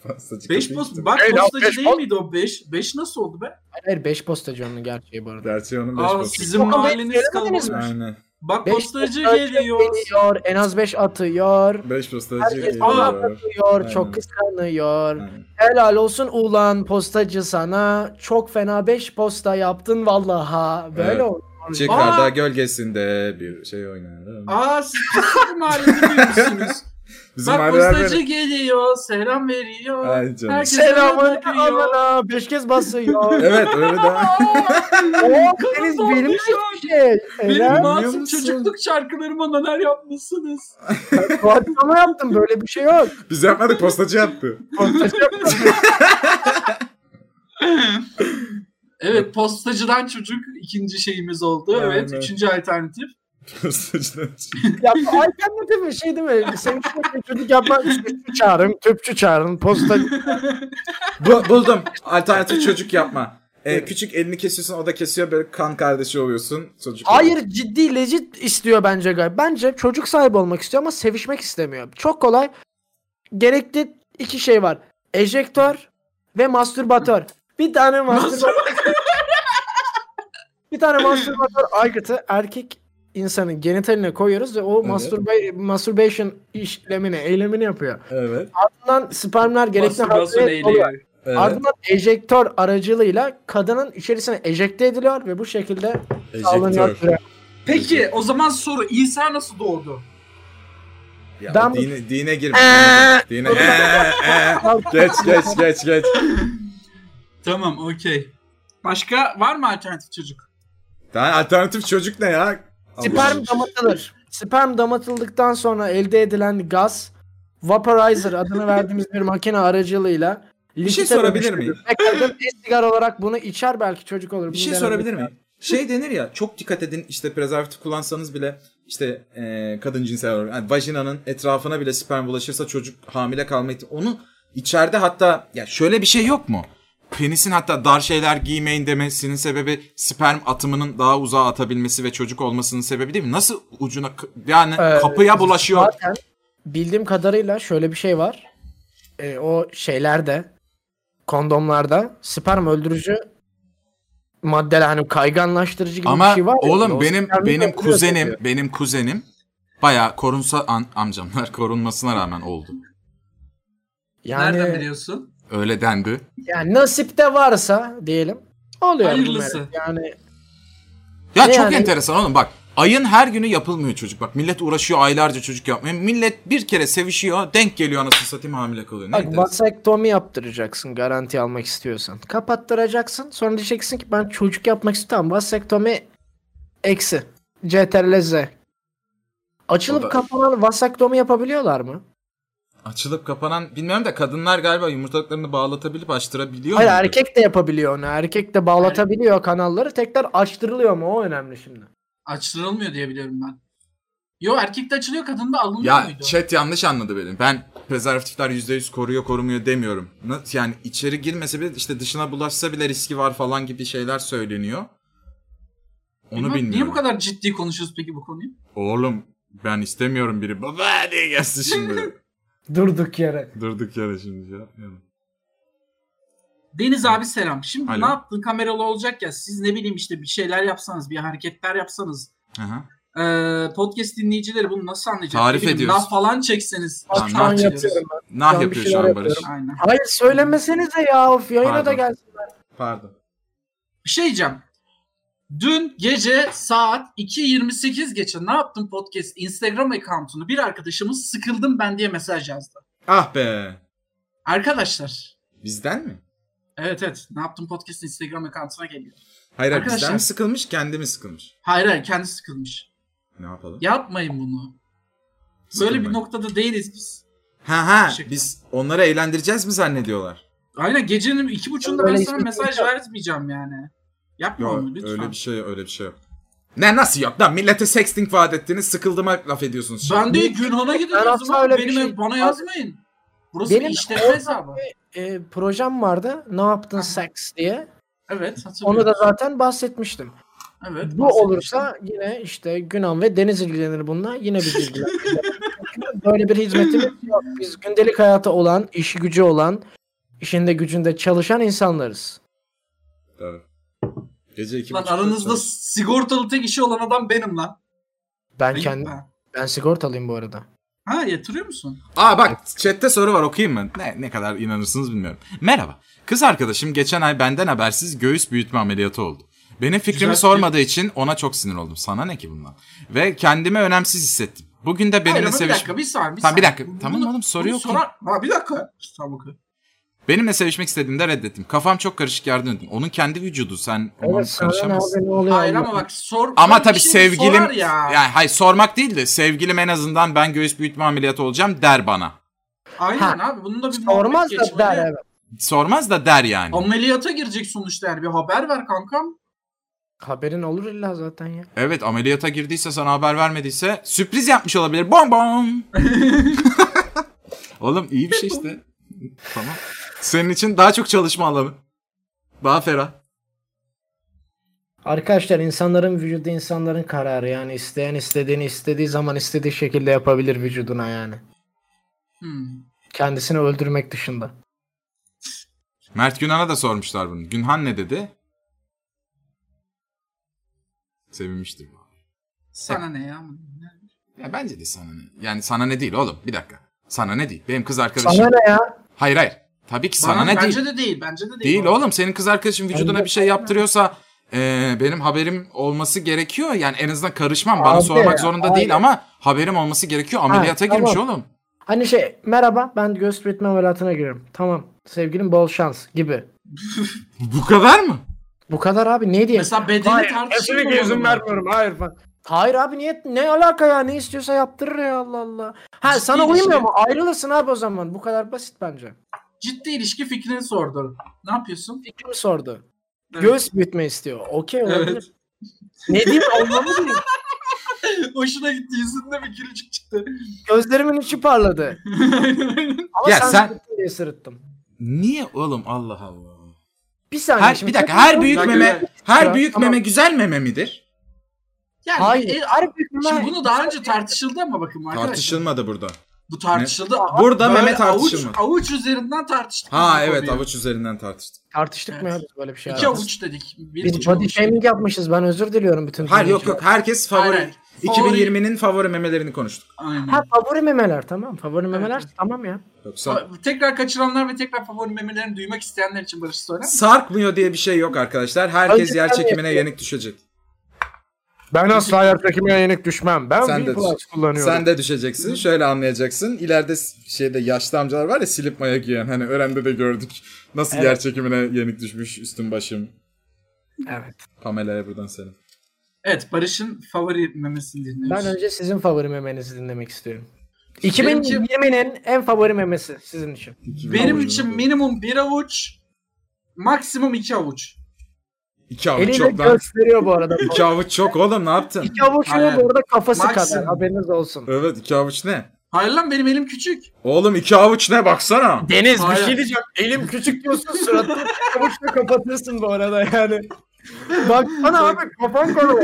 Speaker 3: Postacı
Speaker 2: 5
Speaker 3: kapıyı
Speaker 2: post
Speaker 3: kilitlemiş.
Speaker 2: bak
Speaker 4: Hey lan,
Speaker 2: postacı
Speaker 4: beş
Speaker 2: değil
Speaker 4: post-
Speaker 2: miydi o 5? 5 nasıl oldu be?
Speaker 4: Hayır beş postacı onun gerçeği bu arada.
Speaker 3: Gerçi onun 5
Speaker 2: Aa
Speaker 3: postacı.
Speaker 2: sizin
Speaker 4: Ama ben
Speaker 2: mahalleniz
Speaker 4: söylemediniz
Speaker 2: kalabalık.
Speaker 3: Aynen.
Speaker 2: Bak
Speaker 4: Beş
Speaker 2: postacı
Speaker 4: postacı
Speaker 2: geliyor.
Speaker 4: geliyor, En az beş atıyor.
Speaker 3: 5 postacı
Speaker 4: Herkes
Speaker 3: geliyor.
Speaker 4: anlatıyor.
Speaker 3: Aynen.
Speaker 4: Çok kıskanıyor.
Speaker 3: Aynen.
Speaker 4: Helal olsun ulan postacı sana. Çok fena 5 posta yaptın vallaha. Böyle
Speaker 3: Evet.
Speaker 4: oldu.
Speaker 3: Çıkar da
Speaker 2: Aa!
Speaker 3: gölgesinde bir şey oynarım.
Speaker 2: Aa siz sizin mahallede büyümüşsünüz.
Speaker 3: Bizim
Speaker 2: Bak
Speaker 3: aileler böyle-
Speaker 2: postacı geliyor, selam veriyor.
Speaker 3: Ay canım.
Speaker 2: Herkes
Speaker 4: Selamın
Speaker 2: Selamın
Speaker 4: amına. Beş kez basıyor.
Speaker 3: Evet öyle de.
Speaker 4: Oo Deniz
Speaker 2: Kızım
Speaker 4: bilmiş
Speaker 2: olmuş
Speaker 4: bir şey.
Speaker 2: Benim
Speaker 4: Helal.
Speaker 3: ma-
Speaker 2: masum
Speaker 3: musun?
Speaker 2: çocukluk şarkılarıma neler yapmışsınız.
Speaker 4: Kuatlama yaptım böyle bir şey yok.
Speaker 3: Biz yapmadık postacı yaptı.
Speaker 2: evet postacıdan çocuk ikinci şeyimiz oldu. Evet
Speaker 3: Aynen.
Speaker 2: üçüncü alternatif.
Speaker 3: Postacıdan çıktı.
Speaker 4: Ya bu alternatif bir şey değil mi? Senin çok çocuk yapmak Tüpçü çağırın, tüpçü çağırın, postacı.
Speaker 3: Bu, buldum. Alternatif çocuk yapma. Ee, küçük elini kesiyorsun o da kesiyor böyle kan kardeşi oluyorsun çocuk.
Speaker 4: Hayır ciddi legit istiyor bence galiba. Bence çocuk sahibi olmak istiyor ama sevişmek istemiyor. Çok kolay. Gerekli iki şey var. Ejektör ve mastürbatör. Bir tane mastürbatör. bir tane mastürbatör aygıtı erkek insanın genitaline koyuyoruz ve o
Speaker 3: Evet.
Speaker 4: masturba- masturbation işlemini, eylemini yapıyor.
Speaker 3: Evet.
Speaker 4: Ardından spermler gerekli
Speaker 2: Mastürbasyon
Speaker 4: hazırlayıp
Speaker 2: eğiliyor.
Speaker 4: oluyor.
Speaker 3: evet.
Speaker 4: Ardından ejektör aracılığıyla kadının içerisine ejekte ediliyor ve bu şekilde alınıyor.
Speaker 3: Ejektör.
Speaker 2: Peki o zaman soru İsa nasıl doğdu?
Speaker 3: Ya,
Speaker 4: Ben-
Speaker 3: dine, dine girme.
Speaker 4: Eee.
Speaker 3: dine. Eee, eee. geç geç geç geç.
Speaker 2: Tamam okey. Başka var mı alternatif çocuk?
Speaker 3: Daha alternatif çocuk ne ya?
Speaker 4: Sperm damatılır. Sperm damatıldıktan sonra elde edilen gaz vaporizer adını verdiğimiz bir makine aracılığıyla
Speaker 3: Bir şey sorabilir miyim?
Speaker 4: Kadın e-sigar olarak bunu içer belki çocuk olur.
Speaker 3: Bir şey sorabilir miyim? Şey denir ya çok dikkat edin işte prezervatif kullansanız bile işte e, kadın cinsel olarak yani vajinanın etrafına bile sperm bulaşırsa çocuk hamile kalma ihtim- Onu içeride hatta ya şöyle bir şey yok mu? Penisin hatta dar şeyler giymeyin demesinin sebebi sperm atımının daha uzağa atabilmesi ve çocuk olmasının sebebi değil mi? Nasıl ucuna k- yani
Speaker 4: Ee,
Speaker 3: kapıya bulaşıyor.
Speaker 4: Zaten bildiğim kadarıyla şöyle bir şey var. Ee, o şeylerde kondomlarda sperm öldürücü maddeler hani kayganlaştırıcı gibi
Speaker 3: Ama
Speaker 4: bir şey var. ya,
Speaker 3: oğlum
Speaker 4: o
Speaker 3: benim
Speaker 4: spermi
Speaker 3: benim
Speaker 4: öldürüyor
Speaker 3: kuzenim
Speaker 4: tabii.
Speaker 3: benim kuzenim bayağı korunsa an, amcamlar korunmasına rağmen oldu.
Speaker 4: Yani,
Speaker 2: Nereden biliyorsun?
Speaker 3: Öyle dendi.
Speaker 4: yani nasipte varsa diyelim oluyor.
Speaker 2: Hayırlısı.
Speaker 4: bunlar. Yani
Speaker 3: Ya
Speaker 4: Ne
Speaker 3: çok
Speaker 4: yani?
Speaker 3: enteresan oğlum bak. Ayın her günü yapılmıyor çocuk. Bak millet uğraşıyor aylarca çocuk yapmaya. Millet bir kere sevişiyor. Denk geliyor anasını satayım hamile kalıyor. Ne
Speaker 4: Bak
Speaker 3: enteresan.
Speaker 4: vasektomi yaptıracaksın garanti almak istiyorsan. Kapattıracaksın. Sonra diyeceksin ki ben çocuk yapmak istiyorum. Vasektomi eksi. CTRLZ.
Speaker 3: O da-
Speaker 4: Açılıp kapanan vasektomi yapabiliyorlar mı?
Speaker 3: Açılıp kapanan bilmiyorum da kadınlar galiba yumurtalıklarını bağlatabilip açtırabiliyor.
Speaker 4: Hayır
Speaker 3: muydu?
Speaker 4: erkek de yapabiliyor onu. Erkek de bağlatabiliyor kanalları. Tekrar açtırılıyor mu? O önemli şimdi.
Speaker 2: Açtırılmıyor diye biliyorum ben. Yo erkekte açılıyor kadında alınıyor
Speaker 3: Ya şey,
Speaker 2: muydu?
Speaker 3: chat yanlış anladı beni. Ben prezervatifler %100 koruyor korumuyor demiyorum. Na- Yani içeri girmese bile işte dışına bulaşsa bile riski var falan gibi şeyler söyleniyor. Onu
Speaker 2: Bilmem,
Speaker 3: bilmiyorum.
Speaker 2: Niye bu kadar ciddi konuşuyoruz peki bu konuyu?
Speaker 3: Oğlum ben istemiyorum biri baba diye gelsin şimdi.
Speaker 4: Durduk yere.
Speaker 3: Durduk yere şimdi şey ya. Yani.
Speaker 2: Deniz abi selam. Şimdi
Speaker 3: Alo.
Speaker 2: ne yaptın kameralı olacak ya siz ne bileyim işte bir şeyler yapsanız bir hareketler yapsanız
Speaker 3: Aha.
Speaker 2: ee, podcast dinleyicileri bunu nasıl anlayacak?
Speaker 3: Tarif
Speaker 2: Ne bileyim,
Speaker 3: ediyoruz.
Speaker 2: Laf falan çekseniz.
Speaker 3: Tamam,
Speaker 2: Laf
Speaker 4: Şu
Speaker 3: ne
Speaker 4: an
Speaker 2: falan
Speaker 3: yapacağız?
Speaker 2: çekseniz.
Speaker 4: yapıyorum ben.
Speaker 3: Nah
Speaker 4: Şu an bir
Speaker 3: yapıyor şu
Speaker 4: şeyler
Speaker 3: an Barış.
Speaker 4: yapıyorum.
Speaker 2: Aynen.
Speaker 4: Hayır söylemesenize ya. Of yayına da
Speaker 3: Pardon.
Speaker 4: gelsin.
Speaker 3: Pardon.
Speaker 2: Bir şey diyeceğim. Dün gece saat 2.28 geçe ne yaptın podcast Instagram account'unu bir arkadaşımız sıkıldım ben diye mesaj yazdı.
Speaker 3: Ah be.
Speaker 2: Arkadaşlar
Speaker 3: Bizden mi?
Speaker 2: evet evet ne yaptın podcast Instagram account'una geliyor.
Speaker 3: Hayır hayır,
Speaker 2: Arkadaşlar.
Speaker 3: bizden mi sıkılmış kendi mi sıkılmış?
Speaker 2: Hayır hayır kendi sıkılmış.
Speaker 3: Ne yapalım?
Speaker 2: Yapmayın bunu. Böyle
Speaker 3: Sıkılmayın.
Speaker 2: bir noktada değiliz biz.
Speaker 3: Ha ha
Speaker 2: Teşekkür
Speaker 3: biz onları eğlendireceğiz mi zannediyorlar?
Speaker 2: Aynen gecenin iki buçuğunda
Speaker 4: Öyle
Speaker 2: ben sana
Speaker 4: hiçbir
Speaker 2: mesaj
Speaker 4: şey yok.
Speaker 2: vermeyeceğim yani. Yapma
Speaker 3: Yok
Speaker 2: onu lütfen.
Speaker 3: öyle bir şey öyle bir şey yok. Ne nasıl yok lan millete sexting vaat ettiniz sıkıldığıma laf ediyorsunuz. şimdi.
Speaker 2: Ben de Günhan'a gidin
Speaker 4: Ben
Speaker 2: o
Speaker 4: asla
Speaker 2: zaman
Speaker 4: öyle bir
Speaker 2: benim
Speaker 4: şey-
Speaker 2: bana yazmayın. Burası
Speaker 4: Benim-
Speaker 2: bir işletme hesabı.
Speaker 4: E, projem vardı. Ne yaptın seks diye.
Speaker 2: Evet hatırlıyorum.
Speaker 4: Onu da zaten bahsetmiştim.
Speaker 2: evet,
Speaker 4: Bu
Speaker 2: bahsetmiştim.
Speaker 4: olursa yine işte Günan ve Deniz ilgilenir bununla. Yine biz ilgileniriz. Çünkü Böyle bir hizmetimiz yok. Biz gündelik hayata olan, işi gücü olan, işinde gücünde çalışan insanlarız.
Speaker 3: Tabii. Gece iki
Speaker 2: Lan
Speaker 3: buçukta-
Speaker 2: aranızda sigortalı tek işi olan adam benim lan.
Speaker 4: Ben
Speaker 2: Değil
Speaker 4: kendi
Speaker 2: mi?
Speaker 4: ben sigortalıyım bu arada.
Speaker 2: Ha yatırıyor musun?
Speaker 3: Aa bak chatte soru var okuyayım mı? Ne, ne kadar inanırsınız bilmiyorum. Merhaba. Kız arkadaşım geçen ay benden habersiz göğüs büyütme ameliyatı oldu. Benim fikrimi
Speaker 2: Güzel fikir.
Speaker 3: sormadığı için ona çok sinir oldum. Sana ne ki bundan? Ve kendimi önemsiz hissettim. Bugün de
Speaker 2: Hayır
Speaker 3: benimle
Speaker 2: ama bir dakika
Speaker 3: sevişmek...
Speaker 2: bir saniye.
Speaker 3: Tamam, bir
Speaker 2: saniye.
Speaker 3: dakika. Tamam oğlum, soru
Speaker 2: bunu
Speaker 3: yok ki.
Speaker 2: sorar- Ha, bir dakika. Tamam okey.
Speaker 3: Benimle sevişmek istediğimde reddettim. Kafam çok karışık yere döndüm. Onun kendi vücudu sen ona
Speaker 4: Evet sana ne
Speaker 3: karışamazsın.
Speaker 4: abi ne oluyor?
Speaker 2: Hayır
Speaker 4: Allah-
Speaker 2: ama bak sor.
Speaker 3: Ama
Speaker 2: böyle bir
Speaker 3: tabii
Speaker 2: şey
Speaker 3: sevgilim
Speaker 2: sorar Ya.
Speaker 3: yani hayır sormak değil de sevgilim en azından ben göğüs büyütme ameliyatı olacağım der bana.
Speaker 2: Aynen abi bunun da bir
Speaker 4: Sormaz
Speaker 2: muhabbet
Speaker 4: da der
Speaker 2: geçmeli.
Speaker 4: evet.
Speaker 3: Sormaz da der yani.
Speaker 2: Ameliyata girecek sonuçta yani bir haber ver kankam.
Speaker 4: Haberin olur illa zaten ya.
Speaker 3: Evet ameliyata girdiyse sana haber vermediyse sürpriz yapmış olabilir. Bom bom. Oğlum iyi bir şey işte. tamam. Senin için daha çok çalışma alanı. Daha ferah.
Speaker 4: Arkadaşlar insanların vücudu insanların kararı yani isteyen istediğini istediği zaman istediği şekilde yapabilir vücuduna yani.
Speaker 2: Hmm.
Speaker 4: Kendisini öldürmek dışında.
Speaker 3: Mert Günhan'a da sormuşlar bunu. Günhan ne dedi? Sevinmiştir.
Speaker 2: Sana ne ya?
Speaker 3: Ya bence de sana ne? Yani sana ne değil oğlum. Bir dakika. Sana ne değil? Benim kız arkadaşım.
Speaker 4: Sana ne ya?
Speaker 3: Hayır hayır. Tabii ki sana
Speaker 2: Bana-
Speaker 3: ne değil.
Speaker 2: Bence de değil. Bence de değil.
Speaker 3: Değil
Speaker 2: bu arada.
Speaker 3: oğlum senin kız arkadaşın vücuduna
Speaker 4: Bence-
Speaker 3: bir şey yaptırıyorsa eee, benim haberim olması gerekiyor. Yani en azından karışmam bana
Speaker 4: Abi,
Speaker 3: sormak zorunda
Speaker 4: abi.
Speaker 3: değil ama haberim olması gerekiyor. Ameliyata
Speaker 4: Ha,
Speaker 3: girmiş
Speaker 4: tamam.
Speaker 3: oğlum.
Speaker 4: Hani şey merhaba ben göğüs büyütme ameliyatına giriyorum. Tamam sevgilim bol şans gibi.
Speaker 3: Bu kadar mı?
Speaker 4: Bu kadar abi ne diye?
Speaker 2: Mesela bedeni
Speaker 4: Hayır,
Speaker 2: tartışılır.
Speaker 4: kesinlikle izin vermiyorum. Hayır falan. Hayır abi niye ne alaka ya ne istiyorsa yaptırır ya Allah Allah. Ha
Speaker 2: Ciddi
Speaker 4: sana
Speaker 2: ilişki.
Speaker 4: uymuyor mu? Ayrılırsın abi o zaman. Bu kadar basit bence.
Speaker 2: Ciddi ilişki fikrini sordu. Ne yapıyorsun?
Speaker 4: Fikrimi sordu.
Speaker 2: Evet.
Speaker 4: Göğüs büyütme istiyor. Okey olabilir.
Speaker 2: Evet.
Speaker 4: Ne diyeyim anlamı değil.
Speaker 2: Hoşuna gitti. Yüzünde bir gülücük çıktı.
Speaker 4: Gözlerimin içi parladı. Ama
Speaker 3: Ya
Speaker 4: sen,
Speaker 3: sen-
Speaker 4: sen diye sırıttım.
Speaker 3: Niye oğlum Allah Allah.
Speaker 4: Bir saniye
Speaker 3: Her,
Speaker 4: şimdi.
Speaker 3: bir dakika her büyük
Speaker 2: Dakika,
Speaker 3: meme
Speaker 2: dakika.
Speaker 3: her
Speaker 4: Ya,
Speaker 3: büyük
Speaker 4: tamam.
Speaker 3: meme güzel meme midir?
Speaker 2: yani,
Speaker 4: Hayır.
Speaker 2: e,
Speaker 4: Her büyük
Speaker 2: Şimdi bunu daha önce tartışıldı ama bakın arkadaşlar.
Speaker 3: Tartışılmadı burada.
Speaker 2: Bu tartışıldı.
Speaker 3: Burada
Speaker 2: Böyle
Speaker 3: meme
Speaker 2: avuç,
Speaker 3: tartışılmadı.
Speaker 2: avuç üzerinden tartıştık.
Speaker 3: Ha
Speaker 2: bu
Speaker 3: evet
Speaker 2: konuyu.
Speaker 3: avuç üzerinden tartıştık.
Speaker 4: tartıştık mı ya biz böyle bir şey?
Speaker 2: İki
Speaker 4: abi?
Speaker 2: avuç dedik. Bir
Speaker 4: Biz
Speaker 2: buçuk
Speaker 4: body
Speaker 2: avuç.
Speaker 4: shaming yapmışız. Ben özür diliyorum bütün
Speaker 3: Hayır yok
Speaker 4: dinleyiciler.
Speaker 3: yok herkes favori
Speaker 2: Aynen. Favori-
Speaker 3: 2020'nin favori memelerini konuştuk.
Speaker 2: Aynen.
Speaker 4: Ha favori memeler tamam. Favori memeler tamam ya.
Speaker 3: Yoksa
Speaker 2: Tekrar kaçıranlar ve tekrar favori memelerini duymak isteyenler için Barış söyler misin?
Speaker 3: sarkmıyor diye bir şey yok arkadaşlar. Herkes
Speaker 4: Önce
Speaker 3: yer
Speaker 4: sen
Speaker 3: çekimine
Speaker 4: yap.
Speaker 3: yenik düşecek.
Speaker 4: Ben asla yer çekimine yenik düşmem. Ben
Speaker 3: Sen de
Speaker 4: V-Plus
Speaker 3: düş- Sen de düşeceksin. Şöyle anlayacaksın. İleride s- şeyde yaşlı amcalar var ya silip maya giyen. Hani öğrende de gördük. Nasıl
Speaker 4: Evet.
Speaker 3: yer çekimine yenik düşmüş üstüm başım.
Speaker 4: Evet.
Speaker 3: Pamela'ya buradan selam.
Speaker 2: Evet Barış'ın favori memesini dinliyoruz.
Speaker 4: Ben önce sizin favori memenizi dinlemek istiyorum.
Speaker 2: Benimki-
Speaker 4: 2020'nin en favori memesi sizin için.
Speaker 2: Benim için minimum bir avuç, maksimum iki avuç.
Speaker 3: iki avuç
Speaker 4: Eliyle
Speaker 3: çok lan.
Speaker 4: gösteriyor bu arada.
Speaker 3: İki avuç çok oğlum ne yaptın?
Speaker 4: İki avuç yok
Speaker 2: Aynen.
Speaker 4: bu arada kafası
Speaker 2: Maksimum.
Speaker 4: kadar haberiniz olsun.
Speaker 3: Evet iki avuç ne?
Speaker 2: Hayır lan benim elim küçük.
Speaker 3: Oğlum iki avuç ne baksana.
Speaker 4: Deniz şey
Speaker 2: Aynen.
Speaker 4: diyeceğim. Elim küçük diyorsun suratını iki avuçla kapatırsın bu arada yani. Baksana abi kafan konu.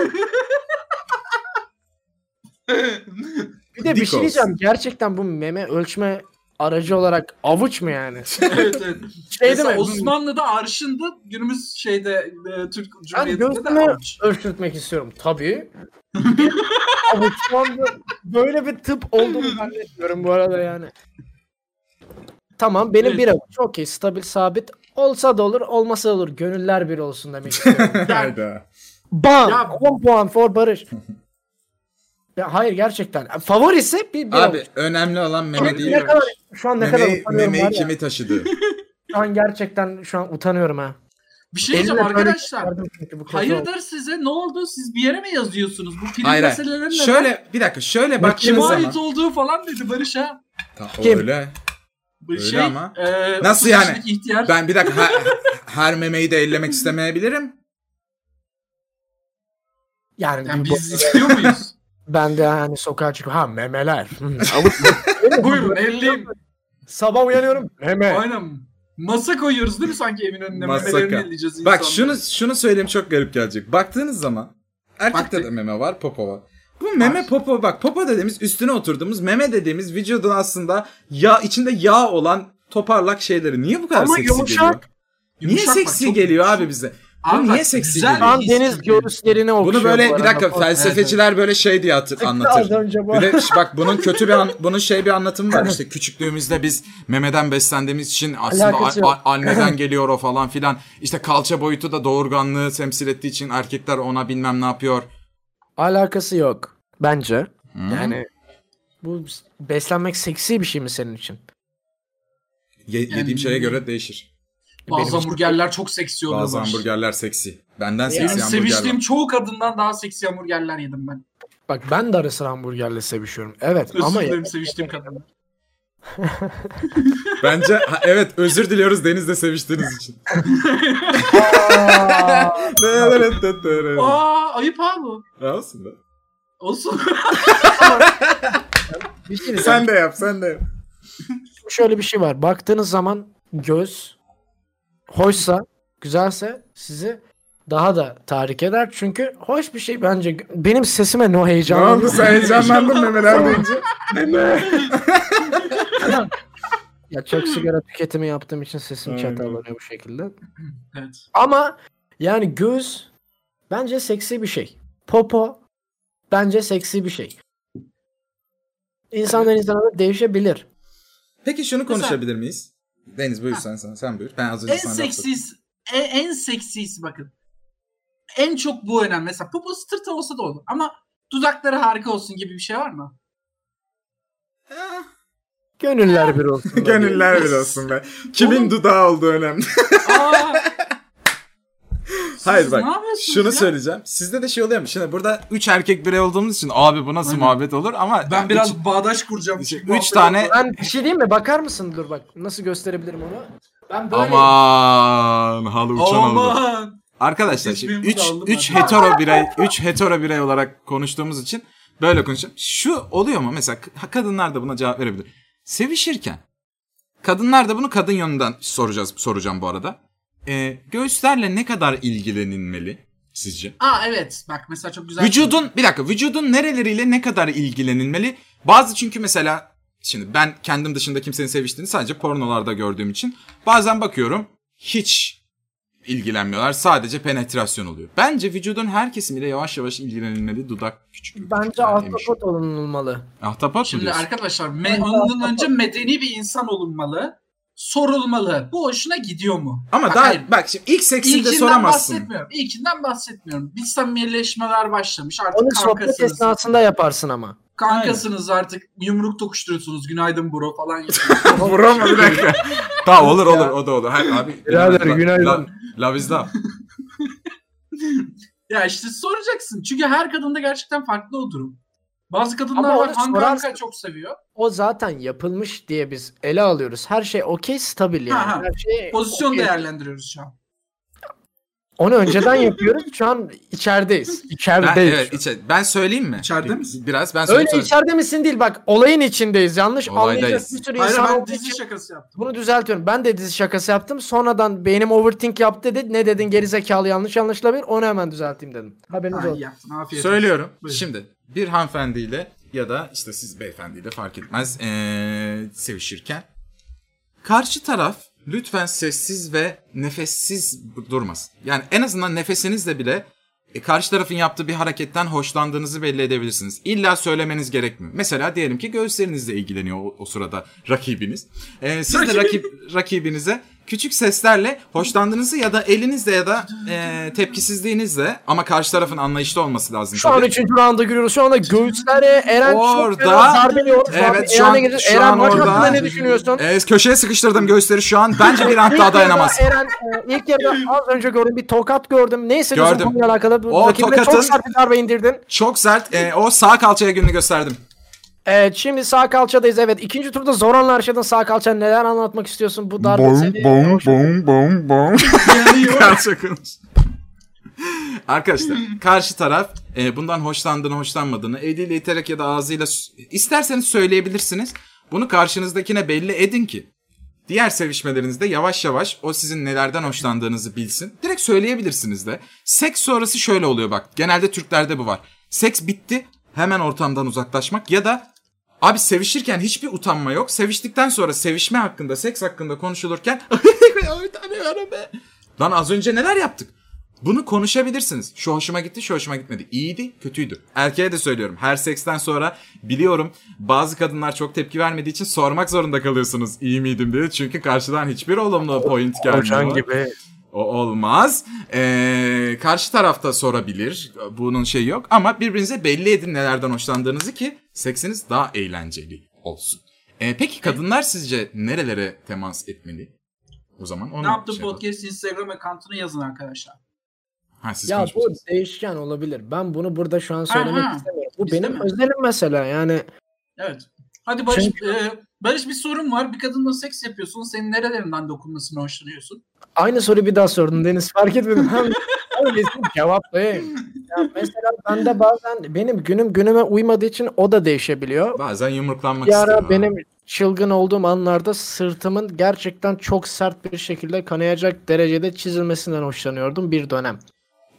Speaker 4: Bir de bir
Speaker 3: Dik
Speaker 4: şey
Speaker 3: olsun.
Speaker 4: diyeceğim. Gerçekten bu meme ölçme aracı olarak avuç mu yani?
Speaker 2: evet evet.
Speaker 4: Şey değil
Speaker 2: Mesela
Speaker 4: mi?
Speaker 2: Osmanlı'da arşındı. Günümüz şeyde e, Türk
Speaker 4: Ben
Speaker 2: Cumhuriyeti'nde de
Speaker 4: göğsümü
Speaker 2: avuç.
Speaker 4: ölçtürtmek istiyorum tabii. Ama şu anda böyle bir tıp olduğunu zannetmiyorum bu arada yani. Tamam benim bir avuç okey stabil sabit olsa da olur olmasa da olur gönüller bir olsun demek istiyorum.
Speaker 3: Hayda.
Speaker 4: Bam!
Speaker 2: Ya-
Speaker 4: 10 puan for Barış. Ya hayır gerçekten. Favorisi bir, bir
Speaker 3: Abi
Speaker 4: avuç.
Speaker 3: önemli olan meme değil.
Speaker 4: Ne kadar, şu an ne kadar
Speaker 3: Memeyi,
Speaker 4: utanıyorum
Speaker 3: memeyi
Speaker 4: var ya.
Speaker 3: kimi taşıdı?
Speaker 4: Şu an gerçekten şu an utanıyorum ha.
Speaker 2: Bir şey diyeceğim
Speaker 4: Elimle böyle
Speaker 2: arkadaşlar.
Speaker 4: çıkardım çünkü bu kötü oldu.
Speaker 2: Hayırdır size ne oldu? Siz bir yere mi yazıyorsunuz? Bu prim
Speaker 3: Hayır
Speaker 2: meseleleri
Speaker 3: hayır.
Speaker 2: neden?
Speaker 3: Şöyle bir dakika şöyle baktığınız
Speaker 2: Kime
Speaker 3: zaman.
Speaker 2: ait olduğu falan dedi Barış ha.
Speaker 3: Ta-
Speaker 4: Kim?
Speaker 3: Öyle.
Speaker 2: Bu
Speaker 3: Öyle
Speaker 2: şey,
Speaker 3: ama.
Speaker 2: e, 30
Speaker 3: Nasıl yani?
Speaker 2: kişilik Ihtiyar.
Speaker 3: Ben bir dakika her, her memeyi de ellemek istemeyebilirim.
Speaker 4: Yani,
Speaker 2: Yani
Speaker 4: bir-
Speaker 2: biz istiyor muyuz?
Speaker 4: ben de hani sokağa çıkıp ha memeler.
Speaker 2: Buyurun elleyin.
Speaker 4: Sabah uyanıyorum. Meme.
Speaker 2: Aynen. Masa koyuyoruz değil mi sanki evin önüne?
Speaker 3: Masaka.
Speaker 2: Memelerini elleyeceğiz insanların.
Speaker 3: Bak şunu şunu söyleyeyim çok garip gelecek. Baktığınız zaman erkekte
Speaker 2: Baktık.
Speaker 3: de meme var, popo var. Bu meme popo bak popo dediğimiz üstüne oturduğumuz meme dediğimiz vücudun aslında yağ içinde yağ olan toparlak şeyleri niye bu kadar
Speaker 4: Ama
Speaker 3: seksi
Speaker 4: yumuşak.
Speaker 3: geliyor? Niye
Speaker 2: Yumuşak bak,
Speaker 3: seksi
Speaker 2: çok
Speaker 3: geliyor
Speaker 2: yumuşak.
Speaker 3: abi bize?
Speaker 2: Abi
Speaker 3: Bu
Speaker 2: bak,
Speaker 3: niye seksi
Speaker 2: güzel
Speaker 4: Şu
Speaker 3: geliyor?
Speaker 4: an deniz göğüslerine okşuyor.
Speaker 2: şey
Speaker 3: Bunu böyle
Speaker 4: bu
Speaker 3: bir
Speaker 4: arada.
Speaker 3: dakika felsefeciler böyle şey diye atı-
Speaker 4: Çıktı
Speaker 3: anlatır.
Speaker 4: Az önce bu.
Speaker 3: Bir de ş- bak bunun kötü bir an, bunun şey bir anlatımı var işte küçüklüğümüzde biz memeden beslendiğimiz için aslında
Speaker 4: Alakası
Speaker 3: a-
Speaker 4: yok.
Speaker 3: a- anneden geliyor o falan filan. İşte kalça boyutu da doğurganlığı temsil ettiği için erkekler ona bilmem ne yapıyor.
Speaker 4: Alakası yok. Bence.
Speaker 3: Hmm.
Speaker 4: Yani bu beslenmek seksi bir şey mi senin için?
Speaker 3: Ye- yediğim
Speaker 2: Yani-
Speaker 3: şeye göre değişir.
Speaker 2: Bazı
Speaker 4: Benim-
Speaker 2: hamburgerler çok seksi oluyor.
Speaker 3: Bazı
Speaker 2: Barış.
Speaker 3: hamburgerler seksi.
Speaker 2: Benim
Speaker 3: Benden seksi hamburger
Speaker 2: seviştiğim
Speaker 3: var.
Speaker 2: çoğu kadından daha seksi hamburgerler yedim ben.
Speaker 4: Bak ben de ara sıra hamburgerle sevişiyorum. Evet
Speaker 2: Özür
Speaker 4: ama
Speaker 2: dilerim seviştiğim kadınlar.
Speaker 3: Bence ha, evet özür diliyoruz Deniz'le seviştiğiniz için.
Speaker 2: Aa ayıp abi.
Speaker 3: Ne olsun be?
Speaker 2: Olsun.
Speaker 4: bir şey diyeceğim.
Speaker 3: Sen de yap sen de yap.
Speaker 4: şöyle bir şey var. Baktığınız zaman göz hoşsa, güzelse sizi daha da tahrik eder. Çünkü hoş bir şey bence. Benim sesime no
Speaker 3: Ne
Speaker 4: heyecan.
Speaker 3: oldu sen heyecanlandın memeler deyince?
Speaker 4: Ya çok sigara tüketimi yaptığım için sesim
Speaker 3: Aynen.
Speaker 4: çatallanıyor bu şekilde.
Speaker 2: evet.
Speaker 4: Ama yani göz bence seksi bir şey. Popo bence seksi bir şey. İnsandan insana da değişebilir.
Speaker 3: Peki şunu
Speaker 2: Mesela-
Speaker 3: konuşabilir miyiz? Deniz buyur sen, sen, sen buyur. Ben az önce
Speaker 2: En
Speaker 3: sana laf
Speaker 2: seksisi, en, en seksisi bakın. En çok bu önemli. Mesela poposu tırtıl olsa da olur. Ama dudakları harika olsun gibi bir şey var mı?
Speaker 4: Gönüller bir olsun.
Speaker 3: sordum. Gönüller bir olsun be. Kimin
Speaker 2: Oğlum-
Speaker 3: dudağı olduğu önemli.
Speaker 2: Aa,
Speaker 3: Hayır
Speaker 2: siz
Speaker 3: bak,
Speaker 2: ne yapıyorsunuz
Speaker 3: Şunu
Speaker 2: ya?
Speaker 3: söyleyeceğim. Sizde de şey oluyor mu? Şimdi burada 3 erkek birey olduğumuz için abi bu nasıl
Speaker 2: Aynen.
Speaker 3: muhabbet olur ama
Speaker 2: Ben
Speaker 3: üç,
Speaker 2: biraz bağdaş kuracağım.
Speaker 3: üç-
Speaker 2: Çünkü
Speaker 3: üç
Speaker 2: muhabbet
Speaker 3: tane
Speaker 4: Ben bir şey diyeyim mi? Bakar mısın? Dur bak. Nasıl gösterebilirim onu? Ben böyle
Speaker 3: aman halı uçan oldu.
Speaker 2: Aman.
Speaker 3: Arkadaşlar
Speaker 2: Seçmeyi
Speaker 3: şimdi
Speaker 2: bunu da
Speaker 3: 3
Speaker 2: aldım
Speaker 3: 3
Speaker 2: ben.
Speaker 3: hetero birey 3 hetero birey olarak konuştuğumuz için böyle konuşalım. Şu oluyor mu mesela k- kadınlar da buna cevap verebilir. Sevişirken kadınlar da bunu kadın yönünden soracağız soracağım bu arada. Ee, göğüslerle ne kadar ilgilenilmeli sizce?
Speaker 2: Aa evet. Bak mesela çok güzel.
Speaker 3: Vücudun bir dakika vücudun nereleriyle ne kadar ilgilenilmeli? Bazı çünkü mesela şimdi ben kendim dışında kimsenin seviştiğini sadece pornolarda gördüğüm için bazen bakıyorum hiç ilgilenmiyorlar. Sadece penetrasyon oluyor. Bence vücudun her kesimiyle yavaş yavaş ilgilenilmeli. Dudak küçük.
Speaker 4: bence
Speaker 3: küçükler, emiş.
Speaker 4: ahtapot olunulmalı.
Speaker 3: Ahtapot mu
Speaker 2: Şimdi
Speaker 3: diyorsun?
Speaker 2: arkadaşlar me- ondan önce medeni bir insan olunmalı. Sorulmalı. Bu hoşuna gidiyor mu?
Speaker 3: Ama
Speaker 2: Bak,
Speaker 3: daha
Speaker 2: hayır.
Speaker 3: bak şimdi ilk seksinde
Speaker 2: İlkinden
Speaker 3: soramazsın.
Speaker 2: bahsetmiyorum. İlkinden bahsetmiyorum. Bir samimileşmeler başlamış. Artık
Speaker 4: Onu sohbet
Speaker 2: kankasınız.
Speaker 4: esnasında yaparsın ama.
Speaker 2: Kankasınız artık. Yumruk tokuşturuyorsunuz. Günaydın bro falan. yapıyorsunuz.
Speaker 3: Bro mu bir dakika? tamam olur olur o da olur. Hayır abi.
Speaker 4: Birader,
Speaker 3: La-
Speaker 4: günaydın.
Speaker 3: la- Love is love.
Speaker 2: ya işte soracaksın. Çünkü her kadında gerçekten farklı o durum. Bazı kadınlar
Speaker 4: Ama
Speaker 2: var
Speaker 4: onu
Speaker 2: hangi
Speaker 4: sorarsın.
Speaker 2: hangi çok seviyor.
Speaker 4: O zaten yapılmış diye biz ele alıyoruz. Her şey okey stabil yani.
Speaker 2: Ha, ha.
Speaker 4: Her şey
Speaker 2: Pozisyon
Speaker 4: okey.
Speaker 2: değerlendiriyoruz şu an.
Speaker 4: Onu önceden yapıyoruz. Şu an içerideyiz.
Speaker 3: Ben,
Speaker 4: İçerideyiz.
Speaker 3: evet, içe- ben söyleyeyim mi?
Speaker 2: İçeride
Speaker 3: Bir-
Speaker 2: misin?
Speaker 3: Biraz ben
Speaker 4: Öyle
Speaker 3: söyleyeyim.
Speaker 4: içeride misin değil bak olayın içindeyiz. Yanlış
Speaker 3: Olaydayız.
Speaker 4: anlayacağız bir sürü
Speaker 2: Hayır
Speaker 4: insan
Speaker 2: ben
Speaker 4: olduğu
Speaker 2: dizi
Speaker 4: için-
Speaker 2: şakası yaptım.
Speaker 4: Bunu düzeltiyorum. Ben de dizi şakası yaptım. Sonradan beynim overthink yaptı dedi. Ne dedin gerizekalı yanlış anlaşılabilir. Onu hemen düzelteyim dedim. Haberiniz
Speaker 2: Ha, iyi
Speaker 4: olsun.
Speaker 2: yaptın afiyet olsun.
Speaker 3: Söylüyorum.
Speaker 2: Buyurun.
Speaker 3: Şimdi bir hanımefendiyle ya da işte siz beyefendiyle fark etmez ee, sevişirken karşı taraf lütfen sessiz ve nefessiz durmasın. Yani en azından nefesinizle bile e, karşı tarafın yaptığı bir hareketten hoşlandığınızı belli edebilirsiniz. İlla söylemeniz gerekmiyor. Mesela diyelim ki göğüslerinizle ilgileniyor o, o sırada rakibiniz. E, siz de rakip, rakibinize küçük seslerle hoşlandığınızı ya da elinizle ya da e, tepkisizliğinizle ama karşı tarafın anlayışlı olması lazım.
Speaker 4: Şu an
Speaker 3: tabii.
Speaker 4: 3. rounda giriyoruz. Şu anda göğüslere Eren çok
Speaker 3: Orada-
Speaker 4: fena darbe yiyor.
Speaker 3: Evet,
Speaker 4: Darbe-
Speaker 3: şu
Speaker 4: Eren'e
Speaker 3: an-
Speaker 4: girdi.
Speaker 3: şu
Speaker 4: Eren
Speaker 3: an
Speaker 4: maç
Speaker 3: orada-
Speaker 4: hakkında ne düşünüyorsun?
Speaker 3: E, köşeye sıkıştırdım göğüsleri şu an. Bence bir ant
Speaker 4: İlk
Speaker 3: daha
Speaker 4: yarıda
Speaker 3: dayanamaz.
Speaker 4: Eren e, ilk yarıda az önce gördüm bir tokat gördüm. Neyse bizim
Speaker 3: Gördüm.
Speaker 4: konuyla alakalı bu
Speaker 3: O
Speaker 4: rakibine
Speaker 3: tokatın-
Speaker 4: çok sert bir darbe indirdin.
Speaker 3: Çok sert. E, o sağ kalçaya gününü gösterdim.
Speaker 4: Evet şimdi sağ kalçadayız. Evet ikinci turda zor anlar yaşadın sağ kalça. Neler anlatmak istiyorsun bu darbe seni?
Speaker 3: bom bom bom.
Speaker 2: Yanıyor.
Speaker 3: Kalça konuş. Arkadaşlar karşı taraf e, bundan hoşlandığını hoşlanmadığını eliyle iterek ya da ağzıyla s- isterseniz söyleyebilirsiniz. Bunu karşınızdakine belli edin ki diğer sevişmelerinizde yavaş yavaş o sizin nelerden hoşlandığınızı bilsin. Direkt söyleyebilirsiniz de. Seks sonrası şöyle oluyor bak. Genelde Türklerde bu var. Seks bitti hemen ortamdan uzaklaşmak ya da abi sevişirken hiçbir utanma yok. Seviştikten sonra sevişme hakkında seks hakkında konuşulurken "Ay, utanıyorum be. Lan az önce neler yaptık? Bunu konuşabilirsiniz. Şu hoşuma gitti, şu hoşuma gitmedi. İyiydi, kötüydü. Erkeğe de söylüyorum. Her seksten sonra biliyorum bazı kadınlar çok tepki vermediği için sormak zorunda kalıyorsunuz. İyi miydim diye. Çünkü karşıdan hiçbir olumlu point
Speaker 5: Hocam
Speaker 3: gelmiyor.
Speaker 5: gibi.
Speaker 3: O olmaz. Ee, karşı tarafta sorabilir. Bunun şeyi yok. Ama birbirinize belli edin nelerden hoşlandığınızı ki seksiniz daha eğlenceli olsun. Ee, peki kadınlar sizce nerelere temas etmeli? O zaman onu
Speaker 2: Ne yaptın
Speaker 3: şey yapalım.
Speaker 2: podcast Instagram account'unu yazın arkadaşlar.
Speaker 3: Ha, siz
Speaker 4: Ya bu
Speaker 3: konuşmuşsunuz.
Speaker 4: değişken olabilir. Ben bunu burada şu an söylemek
Speaker 2: Aha.
Speaker 4: istemiyorum. Bu benim
Speaker 2: İstemiyorum.
Speaker 4: özelim mesela. Yani
Speaker 2: Evet. Hadi Barış,
Speaker 4: Çünkü-
Speaker 2: e, Barış bir sorun var. Bir kadınla seks yapıyorsun. Senin nerelerinden dokunmasını hoşlanıyorsun?
Speaker 4: aynı soruyu bir daha sordun Deniz. Fark etmedim. Hem hem resim cevaplayayım. Ya mesela ben de bazen benim günüm günüme uymadığı için o da değişebiliyor.
Speaker 3: Bazen yumruklanmak
Speaker 4: Bir ara
Speaker 3: istiyorum.
Speaker 4: benim çılgın olduğum anlarda sırtımın gerçekten çok sert bir şekilde kanayacak derecede çizilmesinden hoşlanıyordum bir dönem.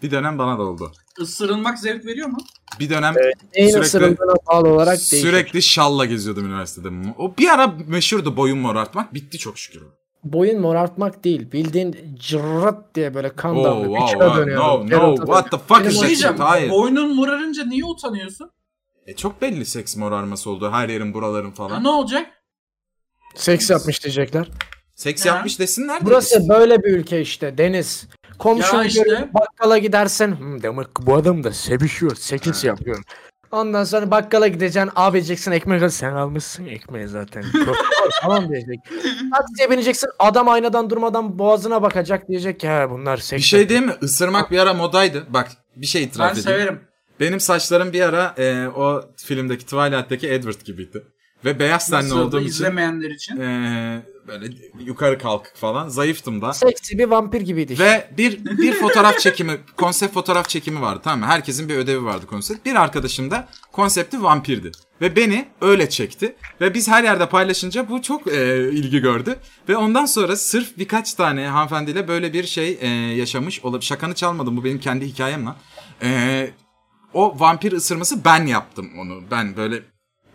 Speaker 3: Bir dönem bana da oldu.
Speaker 2: Isırılmak zevk veriyor mu?
Speaker 3: Bir dönem
Speaker 4: Neyin
Speaker 3: Sürekli-
Speaker 4: ısırıldığına bağlı olarak değişir.
Speaker 3: sürekli şalla geziyordum üniversitede. O bir ara meşhurdu boyun morartmak. Bitti çok şükür.
Speaker 4: Boyun morartmak değil. Bildiğin cırrat diye böyle kan
Speaker 3: Oh,
Speaker 4: damlıyor.
Speaker 3: wow,
Speaker 4: Üçüne
Speaker 3: wow.
Speaker 4: şey dönüyor.
Speaker 3: No,
Speaker 4: Ferhat'a
Speaker 3: no.
Speaker 4: dönüyor.
Speaker 3: What the fuck
Speaker 4: Benim
Speaker 3: is
Speaker 2: Bir
Speaker 4: Saçma,
Speaker 2: şey
Speaker 3: that
Speaker 2: diyeceğim.
Speaker 3: shit? Hayır.
Speaker 2: Boynun morarınca niye utanıyorsun?
Speaker 3: E, çok belli seks morarması oldu. Her yerin buraların
Speaker 2: Ha,
Speaker 3: falan.
Speaker 2: ne olacak?
Speaker 4: Seks yapmış diyecekler.
Speaker 3: Seks
Speaker 2: Ya.
Speaker 3: yapmış desinler de.
Speaker 4: Burası böyle bir ülke işte Deniz. Komşunu
Speaker 2: Ya işte.
Speaker 4: görüp bakkala gidersen "Hmm, demek ki bu adam da sevişiyor,
Speaker 3: Evet.
Speaker 4: seks yapıyor. Ondan sonra bakkala gideceksin, abi diyeceksin ekmek al. Sen almışsın ekmeği zaten. Profesör falan diyecek. Taksiye bineceksin, adam aynadan durmadan boğazına bakacak diyecek ki "He, bunlar seks.
Speaker 3: Bir şey
Speaker 4: yapıyor."
Speaker 3: değil mi? Isırmak bir ara modaydı. Bak bir şey
Speaker 2: Ben
Speaker 3: itiraf edeyim.
Speaker 2: severim.
Speaker 3: Benim saçlarım bir ara e, o filmdeki Twilight'teki Edward gibiydi. Ve beyaz tenli
Speaker 2: Nasıl
Speaker 3: olduğum için
Speaker 2: izlemeyenler için.
Speaker 3: e, böyle yukarı kalkık falan. Zayıftım da.
Speaker 4: Seksi bir vampir gibiydi işte.
Speaker 3: Ve bir bir fotoğraf çekimi, konsept fotoğraf çekimi vardı tamam mı? Herkesin bir ödevi vardı konsept. Bir arkadaşım da konsepti vampirdi. Ve beni öyle çekti. Ve biz her yerde paylaşınca bu çok e, ilgi gördü. Ve ondan sonra sırf birkaç tane hanımefendiyle böyle bir şey e, yaşamış olabilir. Şakanı çalmadım bu benim kendi hikayem lan. E, o vampir ısırması ben yaptım onu. Ben böyle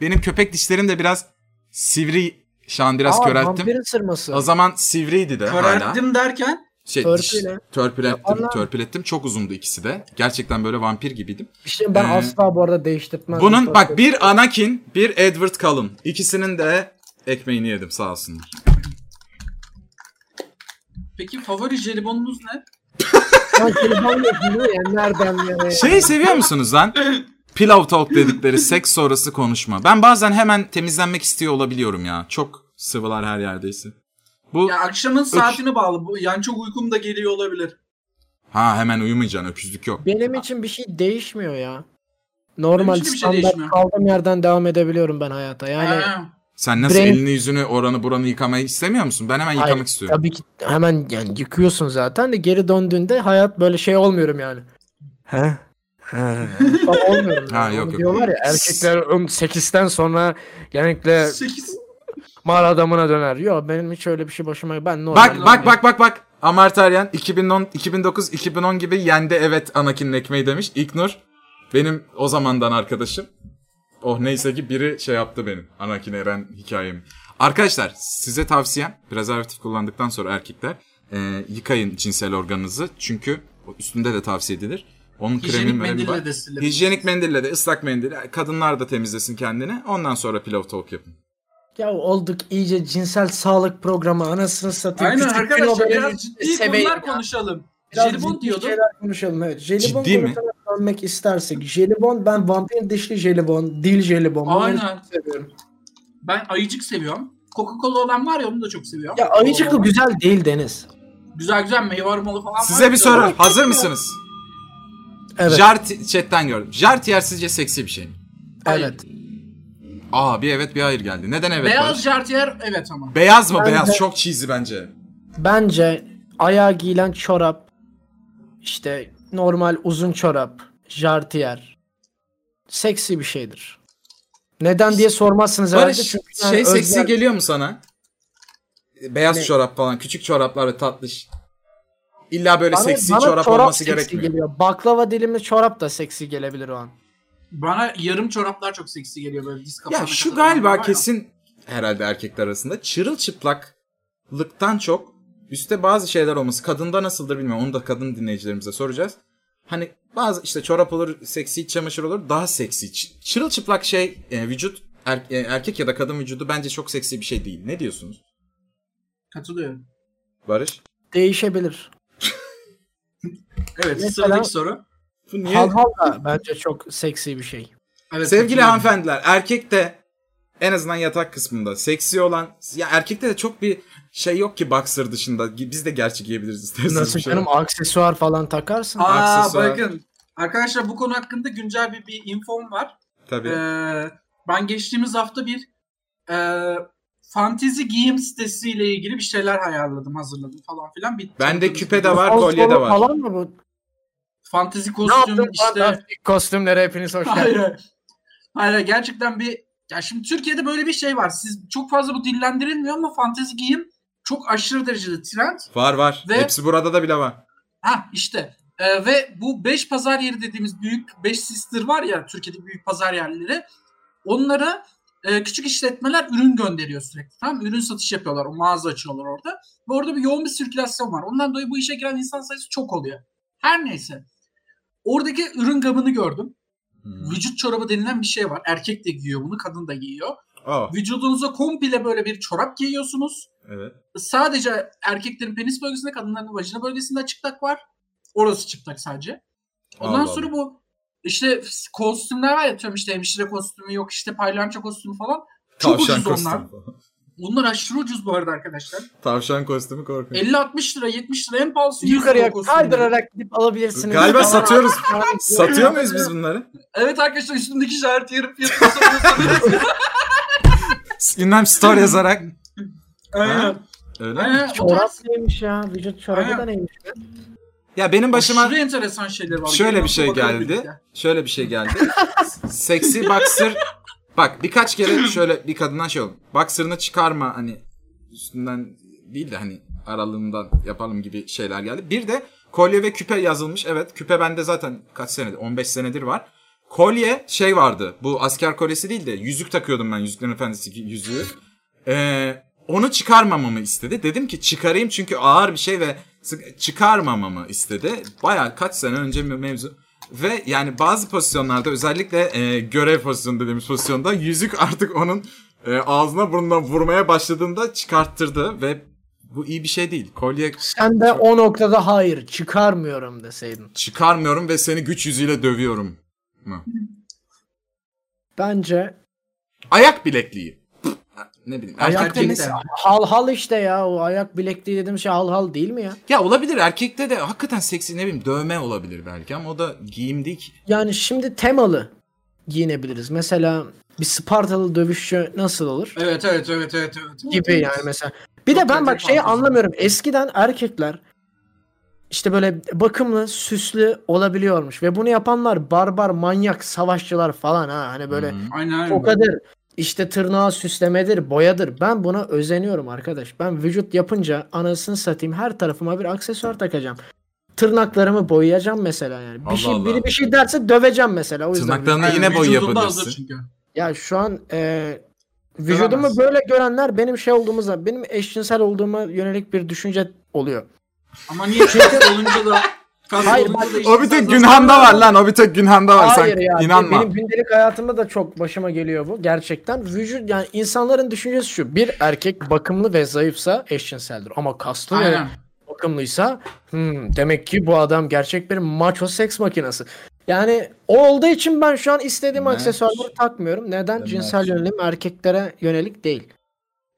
Speaker 3: benim köpek dişlerim de biraz sivri şu an biraz
Speaker 4: Aa,
Speaker 3: körelttim.
Speaker 4: Vampir ısırması.
Speaker 3: O zaman sivriydi de hala.
Speaker 2: Körelttim derken
Speaker 3: Şey,
Speaker 4: Törpüyle.
Speaker 3: diş- törpülettim,
Speaker 4: Yaparlar.
Speaker 3: törpülettim. Çok uzundu ikisi de. Gerçekten böyle vampir gibiydim.
Speaker 4: İşte ben
Speaker 3: Ee,
Speaker 4: asla bu arada değiştirmem.
Speaker 3: Bunun bak bir Anakin, bir Edward Cullen. İkisinin de ekmeğini yedim sağ olsunlar.
Speaker 2: peki favori jelibonunuz ne?
Speaker 4: Ben telefon yapıyorum ya nereden nereye?
Speaker 3: Şeyi Şey seviyor musunuz lan? Pillow talk dedikleri seks sonrası konuşma. Ben bazen hemen temizlenmek istiyor olabiliyorum ya. Çok sıvılar her yerdeyse. Bu
Speaker 2: Ya akşamın saatine bağlı. Bu- Yani çok uykum da geliyor olabilir.
Speaker 3: ha hemen uyumayacaksın öküzlük yok.
Speaker 4: Benim için bir şey değişmiyor ya. Normal
Speaker 2: Benim için bir şey
Speaker 4: standart
Speaker 2: değişmiyor.
Speaker 4: kaldığım yerden devam edebiliyorum ben hayata. Yani
Speaker 2: Ha.
Speaker 3: Sen nasıl
Speaker 4: Brain-
Speaker 3: elini yüzünü oranı buranı yıkamayı istemiyor musun? Ben hemen
Speaker 4: Hayır,
Speaker 3: yıkamak istiyorum.
Speaker 4: tabii ki hemen yani yıkıyorsun zaten de geri döndüğünde hayat böyle şey olmuyorum yani. He? Falan olmuyorum.
Speaker 3: Ha,
Speaker 4: yani.
Speaker 3: yok,
Speaker 4: Onu
Speaker 3: yok.
Speaker 4: Diyorlar ya erkekler 8'ten sonra genellikle
Speaker 2: Sekiz.
Speaker 4: mal adamına döner. Yok benim hiç öyle bir şey başıma ben normal.
Speaker 3: Bak bak bak bak bak. Amartaryan 2010 2009 2010 gibi yendi evet Anakin'in ekmeği demiş. İknur benim o zamandan arkadaşım. Oh neyse ki biri şey yaptı benim. Anakin Eren hikayemi. Arkadaşlar size tavsiyem prezervatif kullandıktan sonra erkekler e, yıkayın cinsel organınızı. Çünkü o üstünde de tavsiye edilir. Onun kremi
Speaker 2: Hijyenik
Speaker 3: mremi var.
Speaker 2: mendille de silelim.
Speaker 3: Hijyenik mendille de ıslak mendille kadınlar da temizlesin kendini. Ondan sonra pillow talk yapın.
Speaker 4: Ya olduk iyice cinsel sağlık programı anasını satayım.
Speaker 2: Aynen
Speaker 4: Küçük bir
Speaker 2: arkadaşlar
Speaker 4: haberin
Speaker 2: biraz
Speaker 4: içinde
Speaker 2: ciddi
Speaker 4: e, seveyim
Speaker 2: konular
Speaker 4: ya.
Speaker 2: konuşalım.
Speaker 4: Biraz
Speaker 2: Jelibon
Speaker 4: ciddi
Speaker 2: diyordun.
Speaker 4: şeyler konuşalım evet. Jelibon
Speaker 3: Ciddi mi?
Speaker 4: konusuna dönmek istersek. Jelibon ben vampir dişli jelibon, dil jelibon. bunları
Speaker 2: Aynen.
Speaker 4: çok seviyorum.
Speaker 2: Ben ayıcık seviyorum. Coca-Cola olan var ya onu da çok seviyorum.
Speaker 4: Ya ayıcıklı
Speaker 2: Olan-
Speaker 4: güzel değil Deniz.
Speaker 2: Güzel güzel meyve aromalı falan var.
Speaker 3: Size bir
Speaker 2: Güzel.
Speaker 3: soru. Hazır mısınız?
Speaker 4: Evet.
Speaker 3: Jart chatten gördüm. Jartiyer sizce seksi bir şey mi?
Speaker 4: evet.
Speaker 3: Aa bir evet bir hayır geldi. Neden evet
Speaker 2: Beyaz
Speaker 3: Barış?
Speaker 2: jartiyer evet ama.
Speaker 3: Beyaz mı
Speaker 4: Ben
Speaker 3: beyaz?
Speaker 4: de-
Speaker 3: Çok cheesy bence.
Speaker 4: Bence ayağa giyilen çorap işte normal uzun çorap, jartiyer seksi bir şeydir. Neden diye sormazsınız herhalde.
Speaker 3: Barış
Speaker 4: çünkü yani
Speaker 3: şey
Speaker 4: özler-
Speaker 3: seksi geliyor mu sana? E, Beyaz
Speaker 4: Ne?
Speaker 3: çorap falan. Küçük çoraplar ve tatlış. İlla böyle
Speaker 4: Bana-
Speaker 3: seksi
Speaker 4: bana
Speaker 3: çorap, olması
Speaker 4: seksi
Speaker 3: gerekmiyor.
Speaker 4: Geliyor. Baklava dilimli çorap da seksi gelebilir o an.
Speaker 2: Bana yarım çoraplar çok seksi geliyor böyle diz
Speaker 3: Ya
Speaker 2: kapağına
Speaker 3: şu
Speaker 2: kadar olan var
Speaker 3: galiba
Speaker 2: ya.
Speaker 3: kesin herhalde erkekler arasında çırılçıplaklıktan çok üstte bazı şeyler olması. Kadında nasıldır bilmiyorum. Onu da kadın dinleyicilerimize soracağız. Hani bazı işte çorap olur, seksi iç çamaşır olur. Daha seksi. Ç- Çırılçıplak şey e, vücut er- e, erkek ya da kadın vücudu bence çok seksi bir şey değil. Ne diyorsunuz?
Speaker 2: Katılıyorum.
Speaker 3: Barış?
Speaker 4: Değişebilir.
Speaker 2: Evet
Speaker 4: Mesela-
Speaker 2: sıradaki soru.
Speaker 3: Bu niye?
Speaker 4: Hal hal da bence çok seksi bir şey.
Speaker 2: Evet,
Speaker 3: Sevgili
Speaker 2: katılıyorum.
Speaker 3: hanımefendiler erkek de en azından yatak kısmında seksi olan ya erkekte de çok bir şey yok ki boxer dışında. Biz de gerçek giyebiliriz isterseniz.
Speaker 4: Nasıl
Speaker 3: bir şey.
Speaker 4: canım aksesuar falan takarsın.
Speaker 2: Aa
Speaker 3: Aksesuar.
Speaker 2: bakın. Arkadaşlar bu konu hakkında güncel bir, bir infom var.
Speaker 3: Tabii.
Speaker 2: Ee, ben geçtiğimiz hafta bir e, fantezi giyim sitesiyle ilgili bir şeyler ayarladım, hazırladım falan filan. Bitti.
Speaker 3: Bende küpe de
Speaker 4: Bu
Speaker 3: var,
Speaker 4: fal
Speaker 3: kolye de
Speaker 4: solu
Speaker 3: var.
Speaker 4: Falan mı bu?
Speaker 2: Fantezi
Speaker 4: Ne
Speaker 2: kostüm
Speaker 4: yaptın işte...
Speaker 2: işte.
Speaker 4: kostümlere hepiniz hoş
Speaker 2: Hayır.
Speaker 4: geldiniz.
Speaker 2: hayır. Hayır hayır, gerçekten bir ya şimdi Türkiye'de böyle bir şey var. Siz çok fazla bu dillendirilmiyor ama fantezi giyim çok aşırı derecede trend.
Speaker 3: Var var.
Speaker 2: Ve-
Speaker 3: Hepsi burada da bile var.
Speaker 2: Ha işte. Ee, ve bu 5 pazar yeri dediğimiz büyük 5 sister var ya Türkiye'deki büyük pazar yerleri. Onlara e, küçük işletmeler ürün gönderiyor sürekli. Tamam mı? Ürün satış yapıyorlar. O mağaza açıyorlar orada. Ve orada bir yoğun bir sirkülasyon var. Ondan dolayı bu işe giren insan sayısı çok oluyor. Her neyse. Oradaki ürün gamını gördüm.
Speaker 3: Hmm.
Speaker 2: Vücut çorabı denilen bir şey var. Erkek de giyiyor bunu, kadın da giyiyor.
Speaker 3: Oh,
Speaker 2: Vücudunuza komple böyle bir çorap giyiyorsunuz
Speaker 3: evet.
Speaker 2: sadece erkeklerin penis bölgesinde kadınların vajina bölgesinde çıplak var. Orası çıplak sadece. Ondan
Speaker 3: Allah
Speaker 2: sonra
Speaker 3: Allah.
Speaker 2: bu işte kostümler var ya atıyorum işte hemşire kostümü yok işte palyanço kostümü falan. Çok
Speaker 3: Tavşan
Speaker 2: ucuz onlar.
Speaker 3: kostümü.
Speaker 2: Bunlar aşırı ucuz bu arada arkadaşlar.
Speaker 3: Tavşan kostümü korkunç.
Speaker 2: 50-60 lira 70 lira en pahalısı 100 lira
Speaker 4: Yukarıya
Speaker 2: kostümleri.
Speaker 4: kaydırarak gidip alabilirsiniz.
Speaker 3: Galiba
Speaker 4: Ama-
Speaker 3: satıyoruz.
Speaker 4: Yani-
Speaker 3: Satıyor muyuz biz bunları?
Speaker 2: Evet arkadaşlar üstümdeki işareti yarıp yarıp basabiliyorsunuz.
Speaker 3: Bilmem story yazarak.
Speaker 2: Aynen.
Speaker 3: Öyle mi?
Speaker 2: Aynen. O
Speaker 4: Çorap
Speaker 2: tarz-
Speaker 4: neymiş ya? Vücut çorabı da
Speaker 2: Aynen.
Speaker 4: neymiş?
Speaker 3: Ya benim başıma
Speaker 2: Aşırı enteresan şeyler var.
Speaker 3: şöyle
Speaker 2: Gelin
Speaker 3: bir şey
Speaker 2: bakalım
Speaker 3: geldi.
Speaker 2: birlikte.
Speaker 3: Şöyle bir şey geldi. Seksi boxer. Bak birkaç kere şöyle bir kadından şey oldu. Boxer'ını çıkarma hani üstünden değil de hani aralığından yapalım gibi şeyler geldi. Bir de kolye ve küpe yazılmış. Evet küpe bende zaten kaç senedir 15 senedir var. Kolye şey vardı. Bu asker kolyesi değil de yüzük takıyordum ben Yüzüklerin Efendisi gibi yüzüğü. Ee, onu çıkarmamamı istedi. Dedim ki çıkarayım çünkü ağır bir şey ve sık- çıkarmamamı istedi. Baya kaç sene önce bir mevzu. Ve yani bazı pozisyonlarda özellikle e, görev pozisyonu dediğimiz pozisyonda yüzük artık onun e, ağzına burnuna vurmaya başladığında çıkarttırdı ve bu iyi bir şey değil. Kolye
Speaker 4: Sen de o noktada hayır çıkarmıyorum deseydin.
Speaker 3: çıkarmıyorum ve seni güç yüzüyle dövüyorum. Mı?
Speaker 4: Bence
Speaker 3: Ayak bilekliği. Pff, ne bileyim.
Speaker 4: ayak
Speaker 3: erkekte ne-
Speaker 4: bilekliği. Hal hal işte ya o ayak bilekliği dediğim şey hal hal değil mi ya?
Speaker 3: Ya olabilir erkekte de hakikaten seksi ne bileyim dövme olabilir belki ama o da giyim değil ki.
Speaker 4: Yani şimdi temalı giyinebiliriz. Mesela bir Spartalı dövüşçü nasıl olur?
Speaker 2: Evet evet evet evet. evet.
Speaker 4: gibi yani mesela. Bir
Speaker 2: Çok
Speaker 4: de ben
Speaker 2: acayip
Speaker 4: bak şeyi
Speaker 2: fantezi.
Speaker 4: anlamıyorum. Eskiden erkekler işte böyle bakımlı, süslü olabiliyormuş ve bunu yapanlar barbar, manyak, savaşçılar falan ha hani böyle
Speaker 3: Hı.
Speaker 2: Aynen aynen.
Speaker 4: tokadır, işte tırnağı süslemedir, boyadır. Ben buna özeniyorum arkadaş. Ben vücut yapınca anasını satayım her tarafıma bir aksesuar takacağım. Tırnaklarımı boyayacağım mesela yani. Bir
Speaker 3: Allah
Speaker 4: şey
Speaker 3: Allah.
Speaker 4: biri bir şey derse döveceğim mesela. O yüzden
Speaker 3: Tırnaklarını
Speaker 2: Aynen,
Speaker 3: yine boy
Speaker 2: vücudunda hazır
Speaker 3: yapabilirsin.
Speaker 2: çünkü.
Speaker 4: ya şu an e, vücudumu
Speaker 2: Göremez.
Speaker 4: böyle görenler benim şey olduğumuzda benim eşcinsel olduğuma yönelik bir düşünce oluyor.
Speaker 2: Ama niye kaslı olunca da kaslı
Speaker 4: Hayır,
Speaker 2: olunca da işte
Speaker 3: O bir tek
Speaker 2: sen-
Speaker 3: Günhan'da var lan. O bir tek Günhan'da var.
Speaker 4: Hayır
Speaker 3: Sen
Speaker 4: ya be-
Speaker 3: inanma.
Speaker 4: benim gündelik hayatımda da çok başıma geliyor bu gerçekten. Vücut yani insanların düşüncesi şu. Bir erkek bakımlı ve zayıfsa eşcinseldir ama kaslı ve
Speaker 2: Aynen.
Speaker 4: bakımlıysa hmm, demek ki bu adam gerçek bir macho seks makinesi. Yani o olduğu için ben şu an istediğim
Speaker 3: Mert.
Speaker 4: aksesuarları takmıyorum. Neden?
Speaker 3: Mert.
Speaker 4: Cinsel yönelim erkeklere yönelik değil.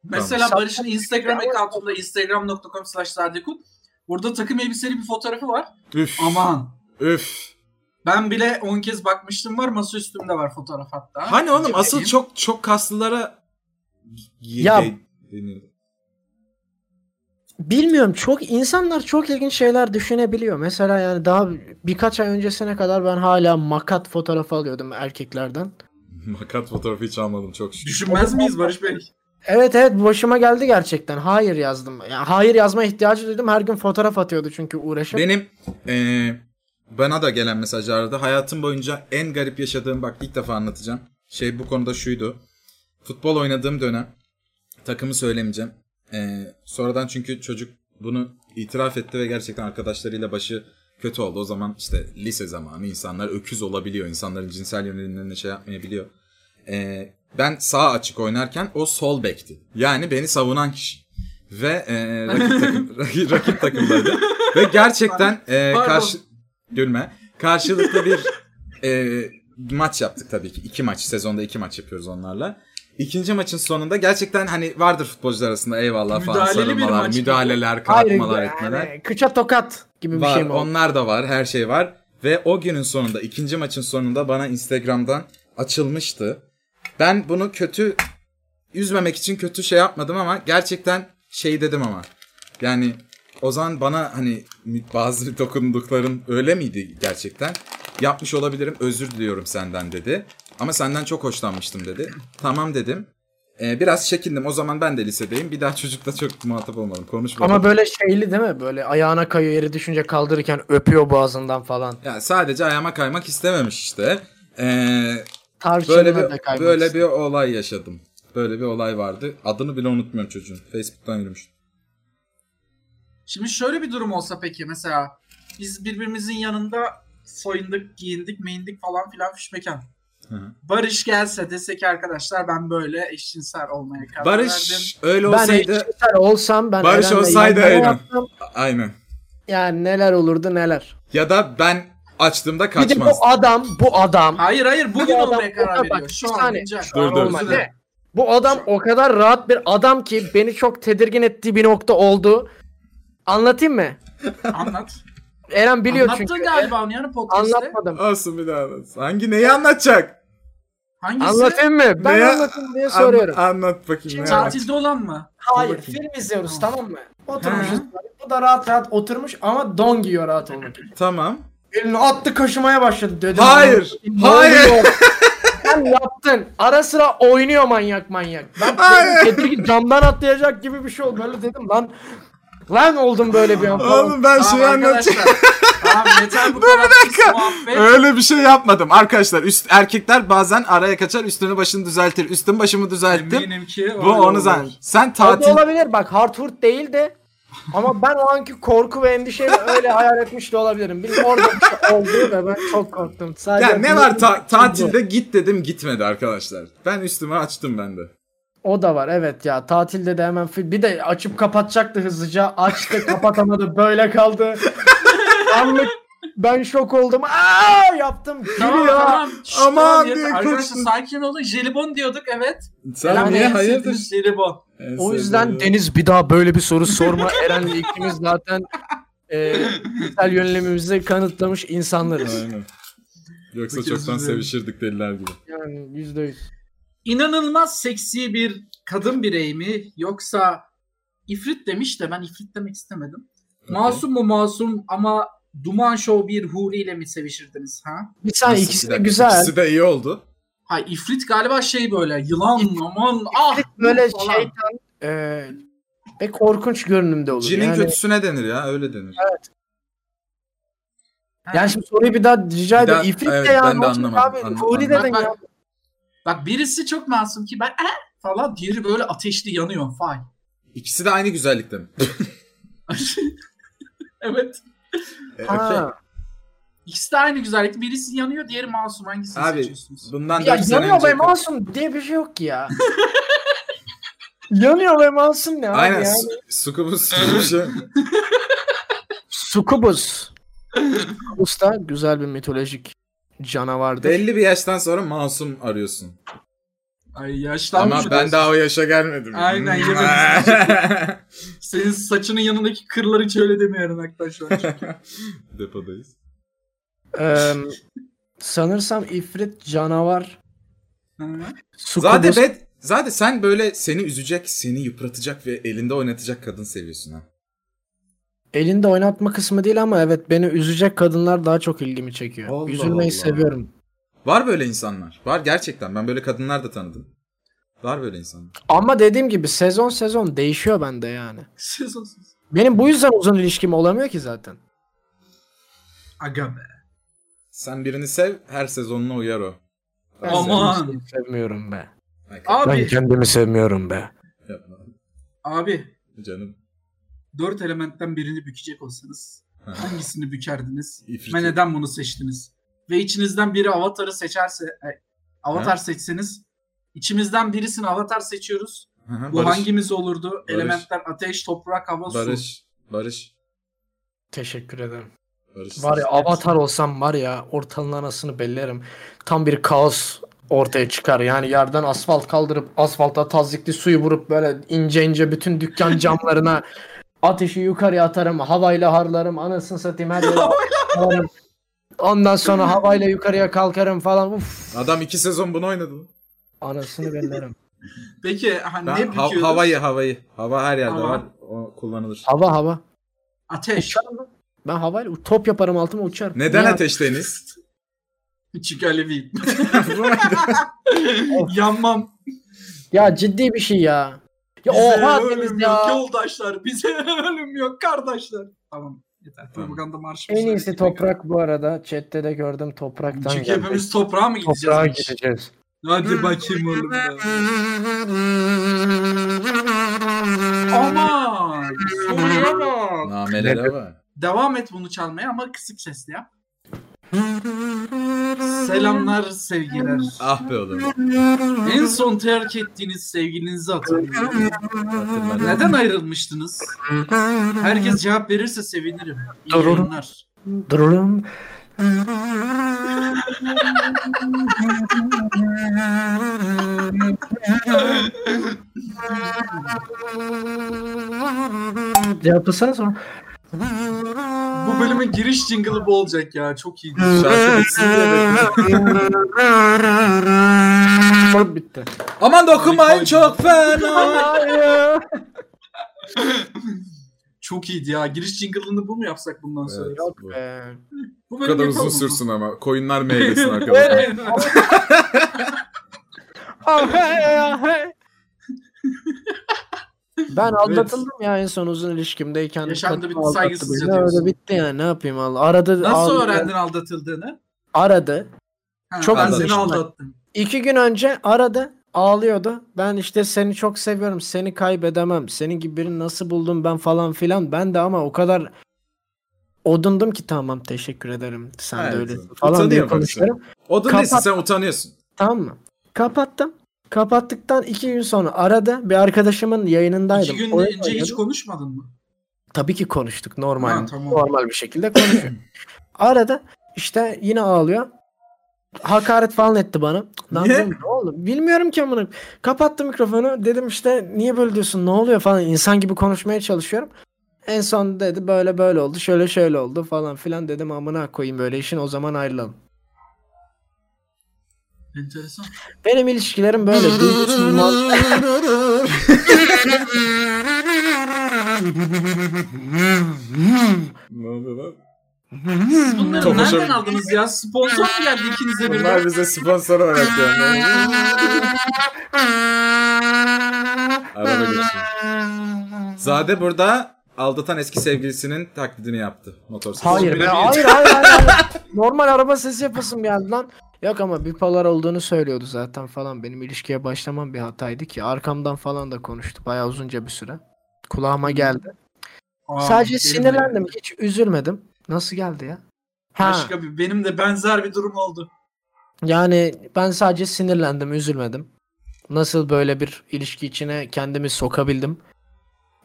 Speaker 2: Mesela
Speaker 4: Tamam.
Speaker 2: Barış'ın Instagram account'unda instagram.com slash sardekun. Burada takım elbiseli bir fotoğrafı var.
Speaker 3: Üf.
Speaker 2: Aman.
Speaker 3: Üf.
Speaker 2: Ben bile 10 kez bakmıştım var. Masa üstümde var fotoğraf hatta.
Speaker 3: Hani oğlum
Speaker 2: Rica
Speaker 3: asıl
Speaker 2: edeyim.
Speaker 3: çok çok kaslılara gi-
Speaker 4: Ya-
Speaker 3: gi- denir.
Speaker 4: Bilmiyorum çok insanlar çok ilginç şeyler düşünebiliyor. Mesela yani daha birkaç ay öncesine kadar ben hala makat fotoğrafı alıyordum erkeklerden.
Speaker 3: Makat fotoğrafı hiç almadım çok şükür.
Speaker 2: Düşünmez miyiz Barış Bey?
Speaker 4: Evet evet bu başıma geldi gerçekten. Hayır yazdım. Yani hayır yazma ihtiyacı duydum. Her gün fotoğraf atıyordu çünkü uğraşıp.
Speaker 3: Benim eee, bana da gelen mesajlarda hayatım boyunca en garip yaşadığım bak ilk defa anlatacağım. Şey bu konuda şuydu. Futbol oynadığım dönem takımı söylemeyeceğim. Eee, Ee, sonradan çünkü çocuk bunu itiraf etti ve gerçekten arkadaşlarıyla başı kötü oldu. O zaman işte lise zamanı insanlar öküz olabiliyor. İnsanların cinsel yönelimlerine şey yapmayabiliyor. Eee, ben sağ açık oynarken o sol bekti. Yani beni savunan kişi. Ve eee, rakip, takım, rakip, rakip takımdaydı. Ve gerçekten eee,
Speaker 2: Pardon.
Speaker 3: karşı gülme. Karşılıklı bir eee, Ee, maç yaptık tabii ki. İki maç sezonda iki maç yapıyoruz onlarla. İkinci maçın sonunda gerçekten hani vardır futbolcular arasında eyvallah falan
Speaker 2: Müdahaleli bir
Speaker 3: sarılmalar,
Speaker 2: maç.
Speaker 3: müdahaleler,
Speaker 4: Hayır
Speaker 3: kalkmalar
Speaker 4: yani
Speaker 3: etmeler.
Speaker 4: kıça tokat gibi bir
Speaker 3: Var,
Speaker 4: şey mi oldu?
Speaker 3: onlar da var, her şey var. Ve o günün sonunda, ikinci maçın sonunda bana Instagram'dan açılmıştı. Ben bunu kötü, üzmemek için kötü şey yapmadım ama gerçekten şey dedim ama. Yani Ozan bana hani bazı dokundukların öyle miydi gerçekten? Yapmış olabilirim, özür diliyorum senden dedi. Ama senden çok hoşlanmıştım dedi. Tamam dedim. Ee, biraz çekindim. O zaman ben de lisedeyim. Bir daha çocukla çok muhatap olmadım. Konuşmadım.
Speaker 4: Ama böyle şeyli değil mi? Böyle ayağına kayıyor yere düşünce kaldırırken öpüyor boğazından falan.
Speaker 3: Ya sadece ayağıma kaymak istememiş işte. Ee,
Speaker 4: Tarçınla
Speaker 3: böyle
Speaker 4: da
Speaker 3: bir
Speaker 4: kaymak
Speaker 3: böyle
Speaker 4: istiyor.
Speaker 3: bir olay yaşadım. Böyle bir olay vardı. Adını bile unutmuyorum çocuğun. Facebook'tan yürümüş.
Speaker 2: Şimdi şöyle bir durum olsa peki mesela biz birbirimizin yanında soyunduk, giyindik, meyindik falan filan fişmekan.
Speaker 3: Hı hı.
Speaker 2: Barış gelse dese ki arkadaşlar ben böyle eşcinsel olmaya karar verdim.
Speaker 3: Barış öyle
Speaker 4: Ben
Speaker 3: şey olsaydı
Speaker 4: eşcinsel olsam ben
Speaker 3: Barış
Speaker 4: Eren'le
Speaker 3: olsaydı
Speaker 4: yayınlar
Speaker 3: aynen.
Speaker 4: yapsam,
Speaker 3: aynen.
Speaker 4: Yani neler olurdu neler.
Speaker 3: Ya da ben açtığımda
Speaker 4: Bir de bu
Speaker 3: kaçmaz.
Speaker 4: adam bu adam
Speaker 2: Hayır hayır bugün
Speaker 4: Bu adam
Speaker 2: olmaya karar
Speaker 4: bak,
Speaker 2: veriyor. Şu
Speaker 4: bir
Speaker 2: an
Speaker 4: saniye.
Speaker 2: güncel.
Speaker 3: Dur, dur.
Speaker 2: Olmadı.
Speaker 4: Olmadı. Bu adam o kadar rahat bir adam ki beni çok tedirgin ettiği bir nokta oldu. Anlatayım mı?
Speaker 2: Anlat.
Speaker 4: Eren biliyor
Speaker 2: Anlattın
Speaker 4: çünkü.
Speaker 2: galiba onu yani podcast'te.
Speaker 4: Anlatmadım.
Speaker 3: Olsun bir daha anlat. Hangi neyi anlatacak?
Speaker 2: Hangisi?
Speaker 4: Anlatayım mı? Ben
Speaker 3: Neye-
Speaker 4: anlatayım diye
Speaker 3: Anla-
Speaker 4: soruyorum.
Speaker 3: anlat bakayım. ne anlat.
Speaker 2: Tatilde olan mı?
Speaker 4: Hayır
Speaker 3: bakayım.
Speaker 4: film izliyoruz tamam mı? Oturmuşuz. Bu da rahat rahat oturmuş ama don giyiyor rahat olmak için.
Speaker 3: Tamam.
Speaker 4: Elini attı kaşımaya başladı dedim.
Speaker 3: Hayır,
Speaker 4: Ne
Speaker 3: hayır.
Speaker 4: oluyor? Sen yaptın. Ara sıra oynuyor manyak manyak. Ben
Speaker 3: Hayır.
Speaker 4: dedim camdan atlayacak gibi bir şey oldu. Böyle dedim lan. Lan oldum böyle bir an falan.
Speaker 3: Oğlum ben
Speaker 2: Tamam
Speaker 3: şeyi anlatacağım.
Speaker 2: arkadaşlar. tamam yeter bu kadar pis muhabbet.
Speaker 3: Öyle bir şey yapmadım arkadaşlar. Üst, erkekler bazen araya kaçar üstünü başını düzeltir. Üstüm başımı düzelttim.
Speaker 2: Eminim ki.
Speaker 3: Bu onu zaten. Sen
Speaker 4: O
Speaker 3: tatil
Speaker 4: da olabilir bak Hartford değil de ama ben o anki korku ve endişeyle öyle hayal etmiş de olabilirim. Bir orada bir şey oldu ve ben çok korktum. Sadece
Speaker 3: Ya ne var ta- tatilde git dedim gitmedi arkadaşlar. Ben üstüme açtım ben de.
Speaker 4: O da var evet ya tatilde de hemen fil- bir de açıp kapatacaktı hızlıca açtı kapatamadı böyle kaldı. Anlık ben şok oldum. Aa yaptım.
Speaker 2: Tamam
Speaker 4: gülüyor.
Speaker 2: tamam. Şşt,
Speaker 3: Aman
Speaker 2: tamam, yeter.
Speaker 3: diye
Speaker 2: Arkadaşlar
Speaker 3: kaçtın.
Speaker 2: sakin olun. Jelibon diyorduk evet.
Speaker 3: Sen
Speaker 4: Yani
Speaker 3: niye
Speaker 2: en
Speaker 3: hayırdır?
Speaker 2: sevdiğiniz Jelibon.
Speaker 4: O yüzden Deniz bir daha böyle bir soru sorma. Eren'le ikimiz zaten e, cinsel yönelimimizi kanıtlamış insanlarız.
Speaker 3: Aynen. Yoksa
Speaker 2: Peki,
Speaker 3: çoktan
Speaker 2: özür dilerim.
Speaker 3: sevişirdik deliler gibi.
Speaker 4: Yani yüzde yüz.
Speaker 2: İnanılmaz seksi bir kadın birey mi yoksa ifrit demiş de ben ifrit demek istemedim. Masum mu masum ama Duman Show bir huriyle mi sevişirdiniz ha?
Speaker 4: Bir saniye
Speaker 3: Nasıl?
Speaker 4: ikisi
Speaker 3: Bir
Speaker 4: de
Speaker 3: dakika,
Speaker 4: güzel.
Speaker 3: İkisi de iyi oldu.
Speaker 2: Ha ifrit galiba şey böyle yılan aman ah
Speaker 4: Böyle
Speaker 2: falan.
Speaker 4: şeytan e, ve korkunç görünümde olur.
Speaker 3: Cin'in
Speaker 4: yani,
Speaker 3: kötüsüne denir ya öyle denir.
Speaker 4: yani şimdi soruyu bir daha rica
Speaker 3: Bir daha-
Speaker 4: ediyorum. İfrit
Speaker 3: evet,
Speaker 4: de ya.
Speaker 3: ben de
Speaker 4: ne olacak
Speaker 3: anlamadım.
Speaker 4: Abi,
Speaker 3: Anla-
Speaker 2: Bak,
Speaker 4: Huri dedin
Speaker 2: bak.
Speaker 4: ya.
Speaker 2: Bak birisi çok masum ki ben "Eh!" falan diğeri böyle ateşli yanıyor fay.
Speaker 3: İkisi de aynı güzellikte mi?
Speaker 2: evet.
Speaker 3: E, okey.
Speaker 4: Ha.
Speaker 2: İkisi de aynı güzellikte. Birisi yanıyor, diğeri masum. Hangisini
Speaker 3: Abi,
Speaker 2: seçiyorsunuz?
Speaker 3: Bundan
Speaker 4: Ya
Speaker 3: 4 sene
Speaker 4: yanıyor
Speaker 3: önce.
Speaker 4: be masum diye bir şey yok ki ya. yanıyor be masum ne abi
Speaker 3: Aynen.
Speaker 4: ya?
Speaker 3: su- Sukubus gibi bir şey.
Speaker 4: Sukubus. Sukubus da güzel bir mitolojik canavardır.
Speaker 3: Belli bir yaştan sonra masum arıyorsun.
Speaker 2: Ay yaşlanmış.
Speaker 3: Ama ben daha o yaşa gelmedim. Hmm.
Speaker 2: Aynen, yemedim. Senin saçının yanındaki kırları hiç öyle demiyorum arkadaşlar.
Speaker 3: Depodayız.
Speaker 4: Ee, sanırsam ifrit canavar. Sukubus.
Speaker 3: Zaten ben, zaten sen böyle seni üzecek, seni yıpratacak ve elinde oynatacak kadın seviyorsun ha.
Speaker 4: Elinde oynatma kısmı değil ama evet beni üzecek kadınlar daha çok ilgimi çekiyor.
Speaker 3: Allah
Speaker 4: Üzülmeyi
Speaker 3: Allah.
Speaker 4: seviyorum.
Speaker 3: Var böyle insanlar. Var gerçekten. Ben böyle kadınlar da tanıdım. Var böyle insanlar.
Speaker 4: Ama dediğim gibi sezon sezon değişiyor bende yani.
Speaker 2: Sezonsuz.
Speaker 4: Benim bu yüzden uzun ilişkim olamıyor ki zaten.
Speaker 2: Aga be.
Speaker 3: Sen birini sev, her sezonuna uyar o.
Speaker 4: Ben
Speaker 2: Aman.
Speaker 4: seni Sevmiyorum be.
Speaker 3: Bak,
Speaker 4: Ben
Speaker 2: Abi,
Speaker 4: kendimi sevmiyorum be.
Speaker 3: yapma.
Speaker 2: abi
Speaker 3: Canım.
Speaker 2: dört elementten birini bükecek olsanız hangisini bükerdiniz?
Speaker 3: İfrit.
Speaker 2: Ve neden bunu seçtiniz? Ve içinizden biri Avatar'ı seçerse, e, Avatar seçseniz, içimizden birisini Avatar seçiyoruz.
Speaker 3: Hı hı,
Speaker 2: Bu
Speaker 3: Barış,
Speaker 2: hangimiz olurdu?
Speaker 3: Barış.
Speaker 2: Elementler ateş, toprak, hava, su.
Speaker 3: Barış. Barış.
Speaker 4: Teşekkür ederim.
Speaker 3: Barış.
Speaker 4: Var ya avatar olsam var ya ortalığın anasını bellerim. Tam bir kaos ortaya çıkar. Yani yerden asfalt kaldırıp asfalta tazikli suyu vurup böyle ince ince bütün dükkan camlarına ateşi yukarıya atarım. Havayla harlarım. Anasını satayım her yere. harlarım. Ondan sonra havayla yukarıya kalkarım falan. Uf,
Speaker 3: Adam iki sezon bunu oynadı. lan.
Speaker 4: anasını bellerim.
Speaker 2: Peki hani
Speaker 3: Ben
Speaker 2: ne
Speaker 3: ha-
Speaker 2: büküyoruz?
Speaker 3: havayı havayı. Hava her yerde
Speaker 2: Hava.
Speaker 3: var. O kullanılır.
Speaker 4: Hava hava.
Speaker 2: Ateş.
Speaker 4: Ben havayla top yaparım altıma uçarım.
Speaker 3: Neden
Speaker 4: Niye-
Speaker 3: ateşteniz?
Speaker 2: Çünkü aleviyim.
Speaker 3: Bu neydi?
Speaker 2: Yanmam.
Speaker 4: Ya ciddi bir şey ya. Ya
Speaker 2: Bize
Speaker 4: oha
Speaker 2: ölüm
Speaker 4: Deniz
Speaker 2: yok
Speaker 4: ya.
Speaker 2: yoldaşlar. Bize ölüm yok kardeşler. Tamam. Yeter. Propaganda marşı.
Speaker 4: En iyisi toprak bu arada. Chat'te de gördüm topraktan
Speaker 2: Çünkü
Speaker 4: geldi.
Speaker 2: hepimiz toprağa mı gideceğiz?
Speaker 4: toprağa
Speaker 2: biz?
Speaker 4: gideceğiz.
Speaker 2: Hadi bakayım oğlum. be. Aman. Soruya bak.
Speaker 3: Nameler var.
Speaker 2: Devam et bunu çalmaya ama kısık sesle yap. Selamlar sevgiler.
Speaker 3: Ah be oğlum.
Speaker 2: En son terk ettiğiniz sevgilinizi hatırlıyorum.
Speaker 3: Hatırladım.
Speaker 2: Neden ayrılmıştınız? Herkes cevap verirse sevinirim. İyi
Speaker 4: Doğru.
Speaker 2: yayınlar.
Speaker 4: Dururum. Yapılsana sonra.
Speaker 2: Bu bölümün giriş jingle'ı bu olacak ya. Çok iyi.
Speaker 3: Şarkı bitsin diye bekliyorum.
Speaker 4: Bak bitti.
Speaker 3: Aman dokunmayın çok fena.
Speaker 2: Çok iyiydi ya. Giriş jingle'ını bu mu yapsak bundan sonra?
Speaker 3: Evet,
Speaker 4: Yok
Speaker 3: bu.
Speaker 4: be.
Speaker 2: Bu
Speaker 3: Bu
Speaker 2: bölüm
Speaker 3: kadar
Speaker 2: yapalım
Speaker 3: uzun
Speaker 2: mı?
Speaker 3: sürsün ama. Koyunlar meylesin arkadaşlar.
Speaker 4: Ben aldatıldım ya en son uzun ilişkimdeyken.
Speaker 2: Yaşamda
Speaker 4: Kadın
Speaker 2: bitti,
Speaker 4: aldattı
Speaker 2: saygısızca
Speaker 4: beni.
Speaker 2: diyorsun.
Speaker 4: Öyle bitti yani ne yapayım Allah. Aradı.
Speaker 2: Nasıl
Speaker 4: aldı-
Speaker 2: öğrendin aldatıldığını?
Speaker 4: Aradı.
Speaker 2: Ha,
Speaker 4: Çok
Speaker 2: ben seni
Speaker 4: üzüldüm.
Speaker 2: aldattım.
Speaker 4: İki gün önce aradı. Ağlıyordu. Ben işte seni çok seviyorum. Seni kaybedemem. Senin gibi birini nasıl buldum ben falan filan. Ben de ama o kadar odundum ki tamam teşekkür ederim. Sen
Speaker 3: Evet.
Speaker 4: de öylesin falan diye
Speaker 3: Utanıyor bak
Speaker 4: konuşuyorum.
Speaker 3: O da
Speaker 4: Kapat.
Speaker 3: neyse sen utanıyorsun.
Speaker 4: Tamam mı? Kapattım. Kapattıktan iki gün sonra aradı. Bir arkadaşımın yayınındaydım.
Speaker 2: İki gün
Speaker 4: Oyun
Speaker 2: önce hiç
Speaker 4: oynuyorduk.
Speaker 2: konuşmadın mı?
Speaker 4: Tabii ki konuştuk normal.
Speaker 2: Ha, tamam.
Speaker 4: Normal bir şekilde konuşuyor. aradı. işte yine ağlıyor. Hakaret falan etti bana. Lan
Speaker 3: Niye?
Speaker 4: dedim, ne oldu? Bilmiyorum ki amına. Kapattım mikrofonu. Dedim işte niye böyle diyorsun? Ne oluyor falan. İnsan gibi konuşmaya çalışıyorum. En son dedi böyle böyle oldu. Şöyle şöyle oldu falan filan dedim amına koyayım böyle işin o zaman ayrılalım.
Speaker 2: Enteresan.
Speaker 4: Benim ilişkilerim böyle duygusuz mal-
Speaker 3: Ne oluyor lan?
Speaker 2: Siz bunları
Speaker 3: Tofaşa-
Speaker 2: nereden aldınız ya? Sponsor mu geldi ikinize birden?
Speaker 3: Bunlar bize sponsor olarak yani. Araba geçiyor. Zade burada aldatan eski sevgilisinin taklidini yaptı. Motor sesi.
Speaker 4: Hayır be,
Speaker 2: Birebir.
Speaker 4: hayır hayır hayır. hayır. Normal araba sesi yapasım geldi lan. Yok ama bipolar olduğunu söylüyordu zaten falan. Benim ilişkiye başlamam bir hataydı ki. Arkamdan falan da konuştu bayağı uzunca bir süre. Kulağıma geldi.
Speaker 2: Aa,
Speaker 4: Sadece
Speaker 2: benim de-
Speaker 4: sinirlendim. Hiç üzülmedim. Nasıl geldi ya? Ha,
Speaker 2: Başka bir, benim de benzer bir durum oldu.
Speaker 4: yani ben sadece sinirlendim, üzülmedim. Nasıl böyle bir ilişki içine kendimi sokabildim?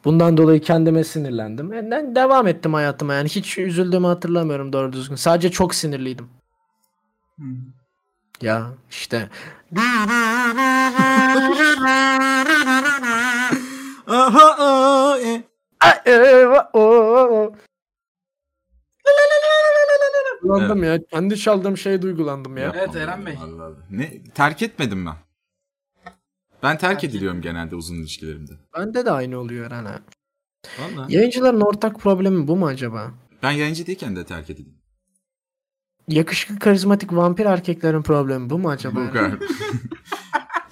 Speaker 4: Bundan dolayı kendime sinirlendim. E, Ben devam ettim hayatıma yani. Hiç üzüldüğümü hatırlamıyorum doğru düzgün. Sadece çok sinirliydim.
Speaker 2: Hmm.
Speaker 4: Ya işte.
Speaker 3: Aha, aa, e.
Speaker 4: Duygulandım ya. Kendi çaldığım şeye duygulandım ya.
Speaker 2: Evet, Eren Bey.
Speaker 3: Allah Allah. Ne? Terk etmedim ben. Ben terk
Speaker 2: Terk
Speaker 3: ediliyorum genelde uzun ilişkilerimde.
Speaker 4: Bende de aynı oluyor Eren abi.
Speaker 3: Vallahi.
Speaker 4: Yayıncıların ortak problemi bu mu acaba?
Speaker 3: Ben yayıncı değilken de terk edildim.
Speaker 4: Yakışıklı karizmatik vampir erkeklerin problemi bu mu acaba?
Speaker 3: Bu kadar.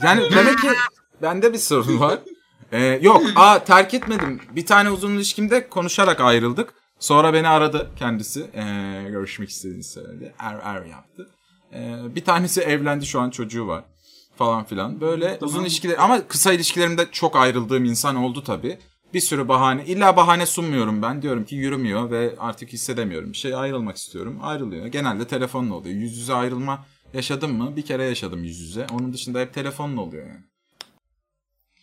Speaker 3: yani demek ki bende bir sorun var. Ee, yok a terk etmedim. Bir tane uzun ilişkimde konuşarak ayrıldık. Sonra beni aradı kendisi. Ee, görüşmek istediğini söyledi. Er er yaptı. Ee, bir tanesi evlendi şu an çocuğu var. Falan filan. Böyle uzun ilişkiler ama kısa ilişkilerimde çok ayrıldığım insan oldu tabii. Bir sürü bahane. İlla bahane sunmuyorum ben. Diyorum ki yürümüyor ve artık hissedemiyorum. Bir şey ayrılmak istiyorum. Ayrılıyor. Genelde telefonla oluyor. Yüz yüze ayrılma yaşadım mı? Bir kere yaşadım yüz yüze. Onun dışında hep telefonla oluyor yani.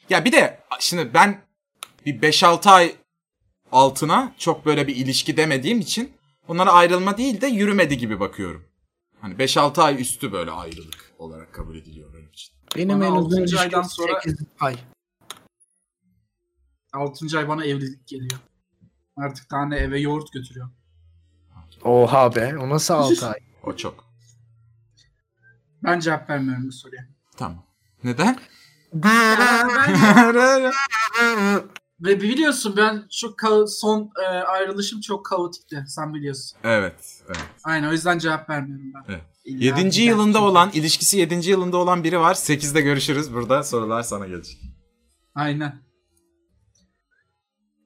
Speaker 3: Ya bir de şimdi ben bir 5-6 ay altına çok böyle bir ilişki demediğim için onlara ayrılma değil de yürümedi gibi bakıyorum. Hani 5-6 ay üstü böyle ayrılık olarak kabul ediliyor benim için.
Speaker 4: Benim
Speaker 2: Bana
Speaker 4: en uzun
Speaker 2: altıncı aydan
Speaker 4: ilişkim
Speaker 2: sonra-
Speaker 4: 8 ay.
Speaker 2: 6. ay bana evlilik geliyor. Artık tane eve yoğurt götürüyor.
Speaker 4: Oha be o nasıl 6 ay?
Speaker 3: O çok.
Speaker 2: Ben cevap vermiyorum bu soruya.
Speaker 3: Tamam. Neden?
Speaker 2: Ve biliyorsun ben çok ka- son e, ayrılışım çok kaotikti. Sen biliyorsun.
Speaker 3: evet. evet.
Speaker 2: Aynen o yüzden cevap vermiyorum ben.
Speaker 3: Evet.
Speaker 2: İlla
Speaker 3: Yedinci
Speaker 2: bir
Speaker 3: yılında
Speaker 2: dakika.
Speaker 3: olan, ilişkisi yedinci yılında olan biri var. Sekizde görüşürüz. Burada sorular sana gelecek.
Speaker 2: Aynen.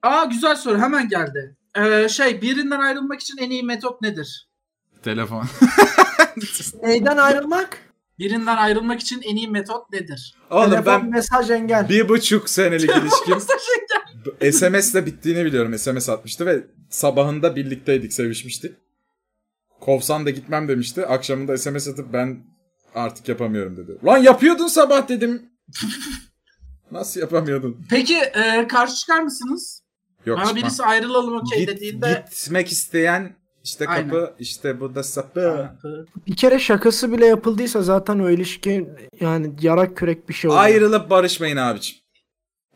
Speaker 2: Aa güzel soru hemen geldi. Ee, şey birinden ayrılmak için en iyi metot nedir?
Speaker 3: Telefon.
Speaker 4: Neyden ayrılmak?
Speaker 2: Birinden ayrılmak için en iyi metot nedir?
Speaker 3: Oğlum
Speaker 4: Telefon
Speaker 3: ben
Speaker 4: mesaj engel.
Speaker 3: bir buçuk senelik ilişkim
Speaker 2: Mesaj-
Speaker 3: SMS'le bittiğini biliyorum. SMS atmıştı ve sabahında birlikteydik, sevişmiştik. Kovsan da gitmem demişti. Akşamında SMS atıp ben artık yapamıyorum dedi. Lan yapıyordun sabah dedim. Nasıl yapamıyordun?
Speaker 2: Peki e, karşı çıkar mısınız?
Speaker 3: Yok
Speaker 2: Bana
Speaker 3: çıkmam.
Speaker 2: birisi ayrılalım
Speaker 4: şey
Speaker 2: okey
Speaker 3: Git-
Speaker 2: dediğinde
Speaker 3: Gitmek isteyen işte
Speaker 2: Aynen.
Speaker 3: kapı, işte bu da sapı.
Speaker 4: Bir kere şakası bile yapıldıysa zaten o ilişki yani yarak kürek bir şey oluyor.
Speaker 3: Ayrılıp barışmayın abiciğim.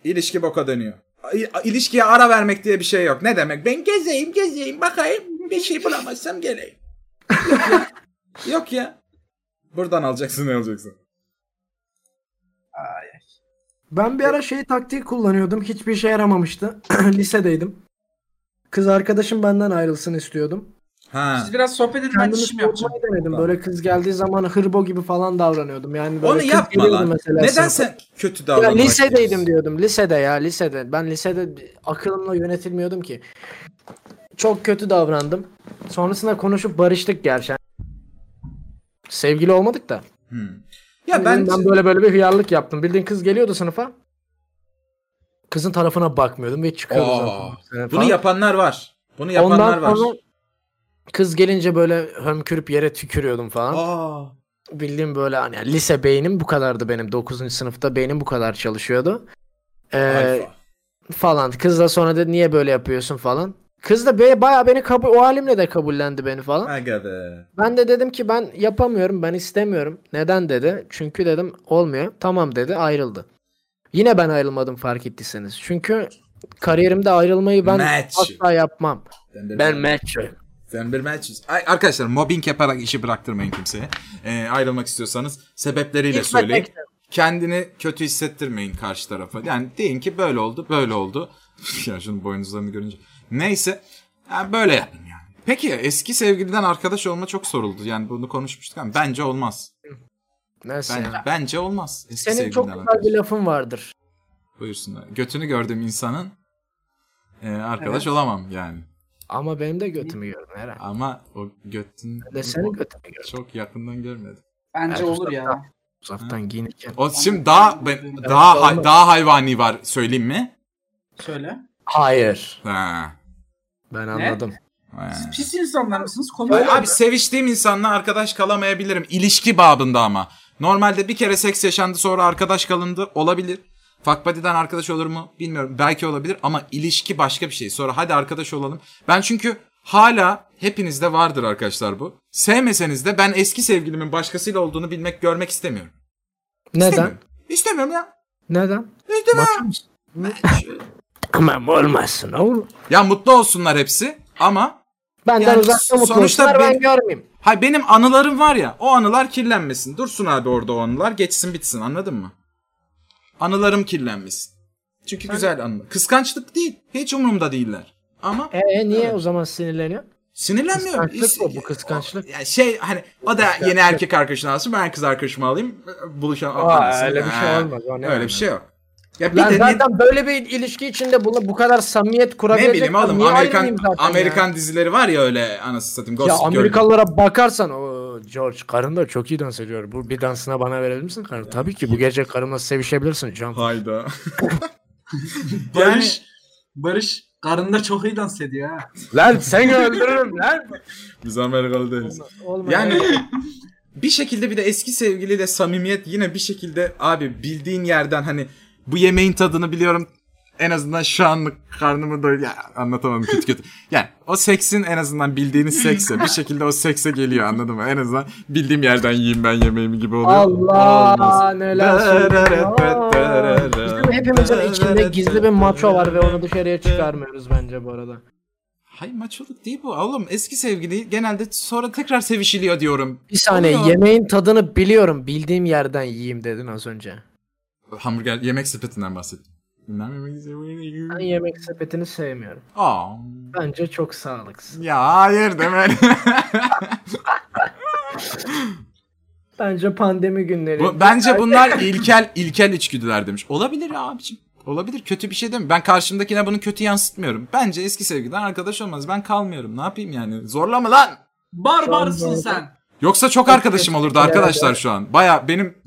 Speaker 3: İlişki boka dönüyor. İ- İlişkiye ara vermek diye bir şey yok. Ne demek? Ben gezeyim gezeyim bakayım bir şey bulamazsam geleyim. Yok ya. Yok ya. Buradan alacaksın ne alacaksın.
Speaker 4: Ben bir ara şey taktiği kullanıyordum. Hiçbir işe yaramamıştı. Lisedeydim. Kız arkadaşım benden ayrılsın istiyordum.
Speaker 3: Ha.
Speaker 2: Siz biraz sohbet edin ben
Speaker 4: Kendimi
Speaker 2: işimi yapacağım.
Speaker 4: soğutmayı denedim. Böyle kız geldiği zaman hırbo gibi falan davranıyordum. Yani böyle
Speaker 3: Onu
Speaker 4: kız
Speaker 3: yapma
Speaker 4: geliyordu
Speaker 3: lan.
Speaker 4: mesela
Speaker 3: Neden
Speaker 4: sınıfa.
Speaker 3: sen kötü
Speaker 4: Ya
Speaker 3: davranmak
Speaker 4: lisedeydim
Speaker 3: istiyorsun?
Speaker 4: diyordum. Lisede ya lisede. Ben lisede bir- akılımla yönetilmiyordum ki. Çok kötü davrandım. Sonrasında konuşup barıştık gerçekten. Sevgili olmadık da.
Speaker 3: Hmm. Ya
Speaker 4: ben,
Speaker 3: ben,
Speaker 4: Hani ben böyle böyle bir hıyarlık yaptım. Bildiğin kız geliyordu sınıfa. Kızın tarafına bakmıyordum ve çıkıyordu
Speaker 3: Aa,
Speaker 4: zaten.
Speaker 3: bunu
Speaker 4: Falan.
Speaker 3: yapanlar var. Bunu
Speaker 4: Ondan
Speaker 3: yapanlar var.
Speaker 4: sonra kız gelince böyle hömkürüp yere tükürüyordum falan.
Speaker 3: Aa.
Speaker 4: Bildiğim böyle hani yani lise beynim bu kadardı benim. 9. sınıfta beynim bu kadar çalışıyordu. Ee,
Speaker 3: alfa.
Speaker 4: falan. Kız da sonra dedi niye böyle yapıyorsun falan. Kız da be, bayağı beni kabul, o halimle de kabullendi beni falan.
Speaker 3: Aga be.
Speaker 4: Ben de dedim ki ben yapamıyorum, ben istemiyorum. Neden dedi? Çünkü dedim olmuyor. Tamam dedi, ayrıldı. Yine ben ayrılmadım fark ettiyseniz. Çünkü kariyerimde ayrılmayı ben
Speaker 3: Match.
Speaker 4: asla yapmam.
Speaker 3: Ben de-
Speaker 4: Ben match'im.
Speaker 3: Ben bir match- Ay, arkadaşlar mobbing yaparak işi bıraktırmayın kimseye. Ee, ayrılmak istiyorsanız sebepleriyle
Speaker 4: İlk
Speaker 3: söyleyin.
Speaker 4: match'te.
Speaker 3: Kendini kötü hissettirmeyin karşı tarafa. Yani deyin ki böyle oldu, böyle oldu. ya şunun boynuzlarını görünce. Neyse. Yani böyle yapın yani. Peki eski sevgiliden arkadaş olma çok soruldu. Yani bunu konuşmuştuk ama bence olmaz.
Speaker 4: Neyse.
Speaker 3: Bence, bence olmaz. Eski
Speaker 4: Senin
Speaker 3: sevgiliden
Speaker 4: çok
Speaker 3: arkadaş.
Speaker 4: güzel bir lafın vardır.
Speaker 3: Buyursunlar. Götünü gördüğüm insanın e, arkadaş
Speaker 2: Evet.
Speaker 3: olamam yani.
Speaker 4: Ama benim de götümü gördün herhalde.
Speaker 3: Ama o götün
Speaker 4: Ben de senin götünü gördüm.
Speaker 3: çok yakından görmedim.
Speaker 2: Bence
Speaker 4: Evet,
Speaker 2: olur ya.
Speaker 4: Uzaktan giyinirken.
Speaker 3: O şimdi daha ben- daha hay- daha hayvani var söyleyeyim mi?
Speaker 2: Söyle.
Speaker 4: Hayır.
Speaker 3: Ha.
Speaker 4: Ben anladım.
Speaker 3: Ha.
Speaker 2: Siz pis insanlar mısınız? Komik.
Speaker 3: Böyle abi seviştiğim insanla arkadaş kalamayabilirim. İlişki babında ama. Normalde bir kere seks yaşandı sonra arkadaş kalındı olabilir. Fuck buddy'den arkadaş olur mu bilmiyorum. Belki olabilir ama ilişki başka bir şey. Sonra hadi arkadaş olalım. Ben çünkü hala hepinizde vardır arkadaşlar bu. Sevmeseniz de ben eski sevgilimin başkasıyla olduğunu bilmek görmek istemiyorum.
Speaker 4: Neden?
Speaker 3: İstemiyorum. İstemiyorum ya.
Speaker 4: Neden?
Speaker 3: İstemiyorum.
Speaker 4: Maço musun? Tamam olmasın oğlum.
Speaker 3: Ya mutlu olsunlar hepsi ama
Speaker 4: Benden
Speaker 3: Yani
Speaker 4: uzakta mutlu
Speaker 3: sonuçta
Speaker 4: olsunlar, ben
Speaker 3: benim-
Speaker 4: görmeyeyim.
Speaker 3: Hay benim anılarım var ya o anılar kirlenmesin. Dursun abi orada o anılar geçsin bitsin anladın mı? Anılarım kirlenmesin. Çünkü güzel anılar. Kıskançlık değil. Hiç umurumda değiller. Ama
Speaker 4: E, niye
Speaker 3: Evet.
Speaker 4: o zaman sinirleniyor?
Speaker 3: Sinirlenmiyor.
Speaker 5: Kıskançlık bu, bu kıskançlık.
Speaker 3: Ya şey hani o da yeni erkek arkadaşını alsın ben kız arkadaşımı alayım buluşan
Speaker 5: Aa, öyle bir şey olmaz. O ne
Speaker 3: Öyle bir
Speaker 5: yani?
Speaker 3: şey yok. Ya bir
Speaker 4: Lan
Speaker 3: de ne-
Speaker 4: zaten böyle bir ilişki içinde bu, bu kadar samimiyet
Speaker 3: ne,
Speaker 4: kurabilecek.
Speaker 3: bileyim
Speaker 4: adam
Speaker 3: oğlum
Speaker 4: niye
Speaker 3: Amerikan
Speaker 4: ayrılayım zaten
Speaker 3: Amerikan dizileri var ya öyle anasını satayım.
Speaker 4: Ya,
Speaker 3: Gossip
Speaker 4: ya
Speaker 3: Girl.
Speaker 4: Amerikalılara bakarsan o
Speaker 5: O George karın da çok iyi dans ediyor. Bu bir dansına bana verebilir misin karım? Tabii ki bu gece karımla sevişebilirsin Can.
Speaker 3: Hayda. Yani-
Speaker 2: Barış, Barış karında çok iyi dans ediyor ha.
Speaker 5: lan seni öldürürüm lan.
Speaker 3: Biz Amerikalı değiliz.
Speaker 4: olmayan
Speaker 3: Yani bir şekilde bir de eski sevgiliyle samimiyet yine bir şekilde abi bildiğin yerden hani bu yemeğin tadını biliyorum en azından şu anlık karnımı doyur ya anlatamam kötü kötü. Yani o seksin en azından bildiğiniz sekse bir şekilde o sekse geliyor anladın mı? En azından bildiğim yerden yiyeyim ben yemeğimi gibi oluyor.
Speaker 4: Allah
Speaker 3: Olmaz.
Speaker 4: neler söylüyor. Bizim hepimizin içinde gizli bir maço var ve onu dışarıya çıkarmıyoruz bence bu arada.
Speaker 3: Hayır maçoluk değil bu oğlum eski sevgili genelde sonra tekrar sevişiliyor diyorum.
Speaker 4: Bir saniye
Speaker 3: Oluyor.
Speaker 4: yemeğin tadını biliyorum. Bildiğim yerden yiyeyim dedin az önce.
Speaker 3: Hamburger yemek sepetinden bahsettim. Bilmem yemek sepetinden.
Speaker 4: Ben yemek sepetini sevmiyorum.
Speaker 3: Aa.
Speaker 4: Bence çok sağlıksız.
Speaker 3: Ya hayır deme.
Speaker 4: Bence pandemi günleri.
Speaker 3: Bu, bence bunlar ilkel ilkel içgüdüler demiş. Olabilir abicim. Olabilir. Kötü bir şey değil mi? Ben karşımdakine bunu kötü yansıtmıyorum. Bence eski sevgiden arkadaş olmaz. Ben kalmıyorum. Ne yapayım yani? Zorlama lan.
Speaker 2: Barbarsın sen.
Speaker 3: Yoksa çok arkadaşım olurdu arkadaşlar şu an. Baya benim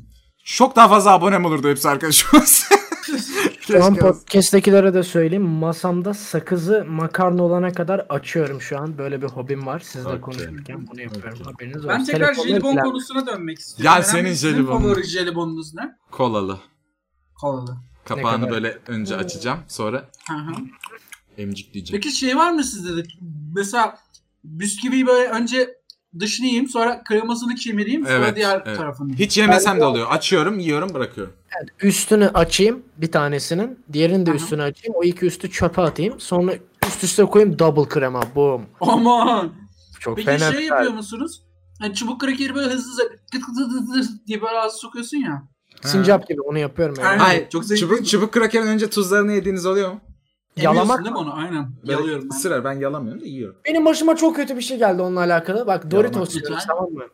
Speaker 3: çok daha fazla abonem olurdu hepsi arkadaşım olsa.
Speaker 4: Şu an
Speaker 3: Keşke olsa.
Speaker 4: podcast'tekilere de söyleyeyim. Masamda sakızı makarna olana kadar açıyorum şu an. Böyle bir hobim var. Sizle
Speaker 3: Okey.
Speaker 4: konuşurken bunu yapıyorum. Haberiniz olsun.
Speaker 2: Ben tekrar
Speaker 4: Telefonla
Speaker 2: jelibon
Speaker 4: ilgilen-
Speaker 2: konusuna dönmek istiyorum.
Speaker 3: Ya
Speaker 2: Eren
Speaker 3: senin
Speaker 2: Bey,
Speaker 3: jelibonun.
Speaker 2: favori jelibonunuz ne?
Speaker 3: Kolalı.
Speaker 2: Kolalı.
Speaker 3: Kapağını
Speaker 4: kadar?
Speaker 3: böyle
Speaker 2: Hmm.
Speaker 3: önce açacağım. Sonra
Speaker 2: Hı hı.
Speaker 3: emcikleyeceğim.
Speaker 2: Peki şey var mı sizde de? Mesela bisküviyi böyle önce dışını yiyeyim sonra kremasını kemireyim sonra
Speaker 3: Evet,
Speaker 2: diğer
Speaker 3: evet.
Speaker 2: tarafını.
Speaker 3: Hiç yemesem de oluyor. Açıyorum, yiyorum, bırakıyorum.
Speaker 4: Üstünü açayım bir tanesinin. Diğerini de
Speaker 2: Aha.
Speaker 4: üstünü açayım. O iki üstü çöpe atayım. Sonra üst üste koyayım double krema. Boom.
Speaker 2: Aman.
Speaker 5: Çok
Speaker 2: Peki
Speaker 5: fena.
Speaker 2: şey yapıyor musunuz? Hani çubuk krakeri böyle hızlı hızlı gıt gıt gıt gıt gıt diye böyle ağzı sokuyorsun ya.
Speaker 4: Sincap gibi onu yapıyorum yani.
Speaker 2: Aynen.
Speaker 3: Hayır,
Speaker 2: Çok zevkli değil
Speaker 3: çubuk,
Speaker 2: mi?
Speaker 3: çubuk krakerin önce tuzlarını yediğiniz oluyor mu?
Speaker 4: Yalamak
Speaker 2: Yemiyorsun değil mi onu? Aynen.
Speaker 3: Böyle
Speaker 2: Yalıyorum ben.
Speaker 3: ısırar, ben yalamıyorum da yiyorum.
Speaker 4: Benim başıma çok kötü bir şey geldi onunla alakalı. Bak Doritos
Speaker 3: Yalan.
Speaker 4: yiyoruz
Speaker 2: Lütfen.
Speaker 4: tamam mı?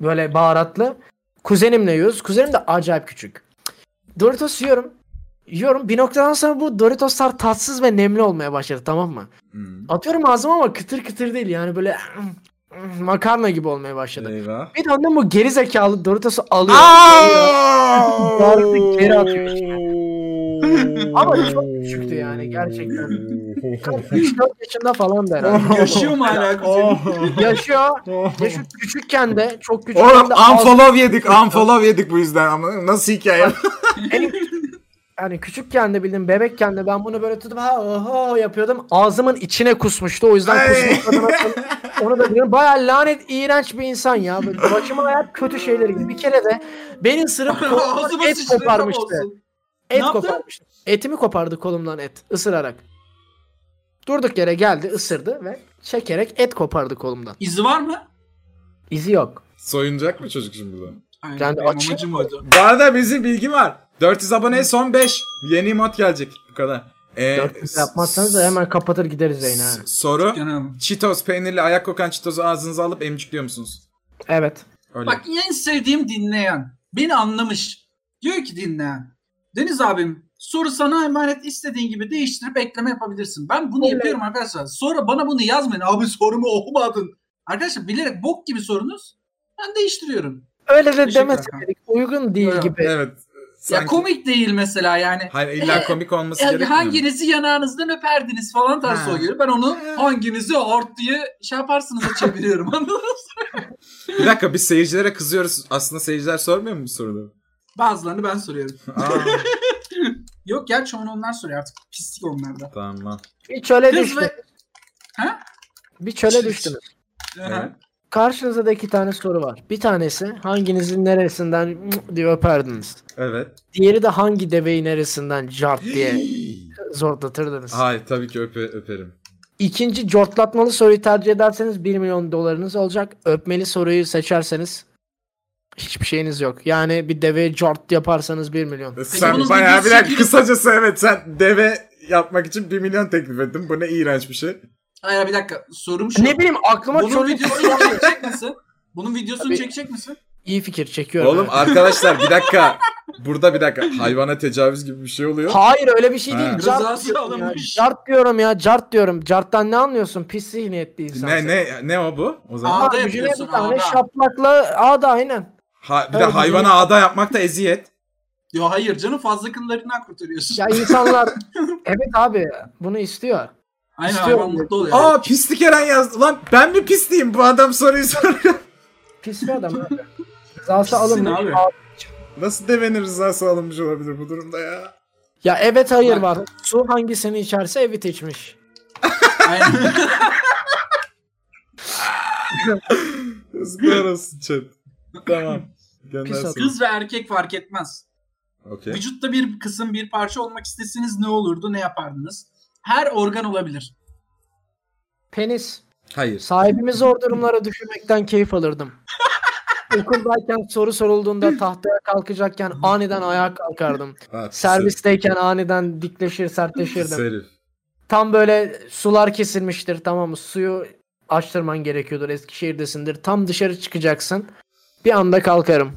Speaker 4: Böyle baharatlı. Kuzenimle yiyoruz. Kuzenim de acayip küçük. Doritos yiyorum. Yiyorum. Bir noktadan sonra bu Doritoslar tatsız ve nemli olmaya başladı tamam mı?
Speaker 3: Hmm.
Speaker 4: Atıyorum ağzıma ama kıtır kıtır değil yani böyle makarna gibi olmaya başladı.
Speaker 3: Eyvah.
Speaker 4: Bir döndüm bu geri zekalı Doritos'u alıyor. alıyor.
Speaker 3: Aaaaaaah!
Speaker 4: Geri atıyor Ama çok küçüktü yani gerçekten. 3-4 yaşında falan da herhalde.
Speaker 2: Yaşıyor mu hala
Speaker 4: Oh.
Speaker 2: kuzenin?
Speaker 4: Yaşıyor. Yaşıyor küçükken de çok küçükken
Speaker 3: Oğlum
Speaker 4: de
Speaker 3: unfollow yedik, unfollow yedik bu yüzden. Ama nasıl hikaye?
Speaker 4: yani Hani küçükken de bildim bebekken de ben bunu böyle tutup ha oho yapıyordum. Ağzımın içine kusmuştu. O yüzden
Speaker 3: Ay.
Speaker 4: kusmuş tadına bakın. Onu da biliyorum. Baya lanet iğrenç bir insan ya. Böyle başıma hayat kötü şeyler gibi. Bir kere de beni ısırıp kolumdan
Speaker 2: Ağzıma
Speaker 4: et
Speaker 2: sıçtı. tam
Speaker 4: koparmıştı.
Speaker 2: olsun.
Speaker 4: Et
Speaker 2: Ne yaptı?
Speaker 4: koparmıştı. Etimi kopardı kolumdan et ısırarak. Durduk yere geldi ısırdı ve çekerek et kopardı kolumdan.
Speaker 2: İzi var mı?
Speaker 4: İzi yok.
Speaker 3: Soyunacak mı çocuk şimdi bu?
Speaker 2: Aynen.
Speaker 4: Yani
Speaker 2: benim
Speaker 4: açık-
Speaker 2: amacım oydu.
Speaker 3: Bu arada bizim bilgi var. 400 aboneye son 5. Yeni mod gelecek. Bu kadar.
Speaker 2: E,
Speaker 3: Ee,
Speaker 4: Dört bizi yapmazsanız da hemen kapatır gideriz Zeyn ha.
Speaker 3: s- Soru.
Speaker 2: Canım.
Speaker 3: Cheetos peynirli ayak kokan Cheetos'u ağzınıza alıp emcikliyor musunuz?
Speaker 4: Evet.
Speaker 3: Öyle.
Speaker 2: Bak en sevdiğim dinleyen. Beni anlamış. Diyor ki dinleyen. Deniz abim soru sana emanet istediğin gibi değiştirip ekleme yapabilirsin. Ben bunu
Speaker 4: Oley.
Speaker 2: yapıyorum arkadaşlar. Sonra bana bunu yazmayın. Abi sorumu okumadın. Arkadaşlar bilerek bok gibi sorunuz. Ben değiştiriyorum.
Speaker 4: Öyle de
Speaker 2: Teşekkür
Speaker 4: demeseydik uygun değil
Speaker 2: Yok,
Speaker 4: gibi.
Speaker 3: evet.
Speaker 2: Ya
Speaker 3: Sanki-
Speaker 2: komik değil mesela yani.
Speaker 3: Hayır illa
Speaker 2: Ee,
Speaker 3: komik olması
Speaker 2: Yani
Speaker 3: gerekmiyor. mu?
Speaker 2: hanginizi yanağınızdan öperdiniz falan tarzı
Speaker 3: Ha.
Speaker 2: soruyor. Ben onu
Speaker 3: Ha.
Speaker 2: hanginizi ort diye şey yaparsınız da çeviriyorum. Anladın mı?
Speaker 3: Bir dakika biz seyircilere kızıyoruz. Aslında seyirciler sormuyor mu bu soruları?
Speaker 2: Bazılarını ben soruyorum.
Speaker 3: Aa,
Speaker 2: Yok ya çoğunu onlar soruyor artık. Pislik onlar da.
Speaker 3: tamam lan.
Speaker 4: Bir çöle
Speaker 2: Kız
Speaker 4: düştünüz.
Speaker 2: ve... Ha?
Speaker 4: Bir çöle
Speaker 2: Çiz-
Speaker 4: düştünüz.
Speaker 2: Aha.
Speaker 4: Karşınızda da iki tane soru var. Bir tanesi hanginizin neresinden diye öperdiniz.
Speaker 3: Evet.
Speaker 4: Diğeri de hangi deveyi neresinden cart diye zorlatırdınız.
Speaker 3: Hayır tabii ki öpe, öperim.
Speaker 4: İkinci cortlatmalı soruyu tercih ederseniz 1 milyon dolarınız olacak. Öpmeli soruyu seçerseniz hiçbir şeyiniz yok. Yani bir deveye cort yaparsanız 1 milyon.
Speaker 3: sen
Speaker 2: bunun
Speaker 3: bayağı bir
Speaker 2: bilgisi
Speaker 3: dakika
Speaker 2: kim?
Speaker 3: kısacası evet sen deve yapmak için 1 milyon teklif ettin. Bu ne iğrenç bir şey.
Speaker 2: Hayır bir dakika sorum şu.
Speaker 4: Ne bileyim aklıma
Speaker 2: Bunun
Speaker 4: çoluk
Speaker 2: videosunu çekecek misin? Bunun videosunu
Speaker 4: Tabii.
Speaker 2: çekecek misin?
Speaker 4: iyi fikir çekiyorum.
Speaker 3: Oğlum
Speaker 4: evet.
Speaker 3: arkadaşlar bir dakika. Burada bir dakika. Hayvana tecavüz gibi bir şey oluyor.
Speaker 4: Hayır öyle bir şey
Speaker 3: Ha.
Speaker 4: değil. Cart
Speaker 2: Rızası
Speaker 4: diyorum, ya.
Speaker 2: alınmış.
Speaker 4: Cart diyorum ya. Cart diyorum. Cart'tan ne anlıyorsun? Pis zihniyetli insan.
Speaker 3: Ne
Speaker 4: sen.
Speaker 3: ne ne o bu? O zaman
Speaker 2: Ağda
Speaker 4: Ağda yapıyorsun.
Speaker 2: yapıyorsun,
Speaker 4: Bir tane
Speaker 2: ağda.
Speaker 4: şaplakla ağda aynen.
Speaker 3: Ha- bir de hayvana ağda yapmak da eziyet.
Speaker 2: Yo hayır canım fazla kıllarından kurtarıyorsun.
Speaker 4: Ya insanlar evet abi bunu istiyor.
Speaker 2: Aynen
Speaker 4: istiyorum.
Speaker 2: hayvan mutlu oluyor.
Speaker 3: Aa pislik Eren yazdı. Lan ben mi pisliyim bu adam soruyu soruyor.
Speaker 4: Pis bir adam abi. Rızası
Speaker 2: Pissin
Speaker 4: alınmış.
Speaker 2: abi.
Speaker 4: Ağda-
Speaker 3: Nasıl devenin rızası alınmış olabilir bu durumda ya?
Speaker 4: Ya evet hayır
Speaker 2: Bak.
Speaker 4: var. Su hangisini içerse evet içmiş.
Speaker 2: Aynen.
Speaker 3: Yazıklar olsun chat. Tamam. Göndersin.
Speaker 2: Kız ve erkek fark etmez.
Speaker 3: Okey.
Speaker 2: Vücutta bir kısım bir parça olmak istesiniz ne olurdu ne yapardınız? Her organ olabilir.
Speaker 4: Penis.
Speaker 3: Hayır.
Speaker 4: Sahibimi zor durumlara düşürmekten keyif alırdım. Okuldayken soru sorulduğunda tahtaya kalkacakken aniden ayağa kalkardım.
Speaker 3: Ha, pis
Speaker 4: Servisteyken aniden dikleşir
Speaker 3: herif. Pis
Speaker 4: sertleşirdim.
Speaker 3: herif.
Speaker 4: Tam böyle sular kesilmiştir tamam mı? Suyu açtırman gerekiyordur. Eskişehir'desindir. Tam dışarı çıkacaksın. Bir anda kalkarım.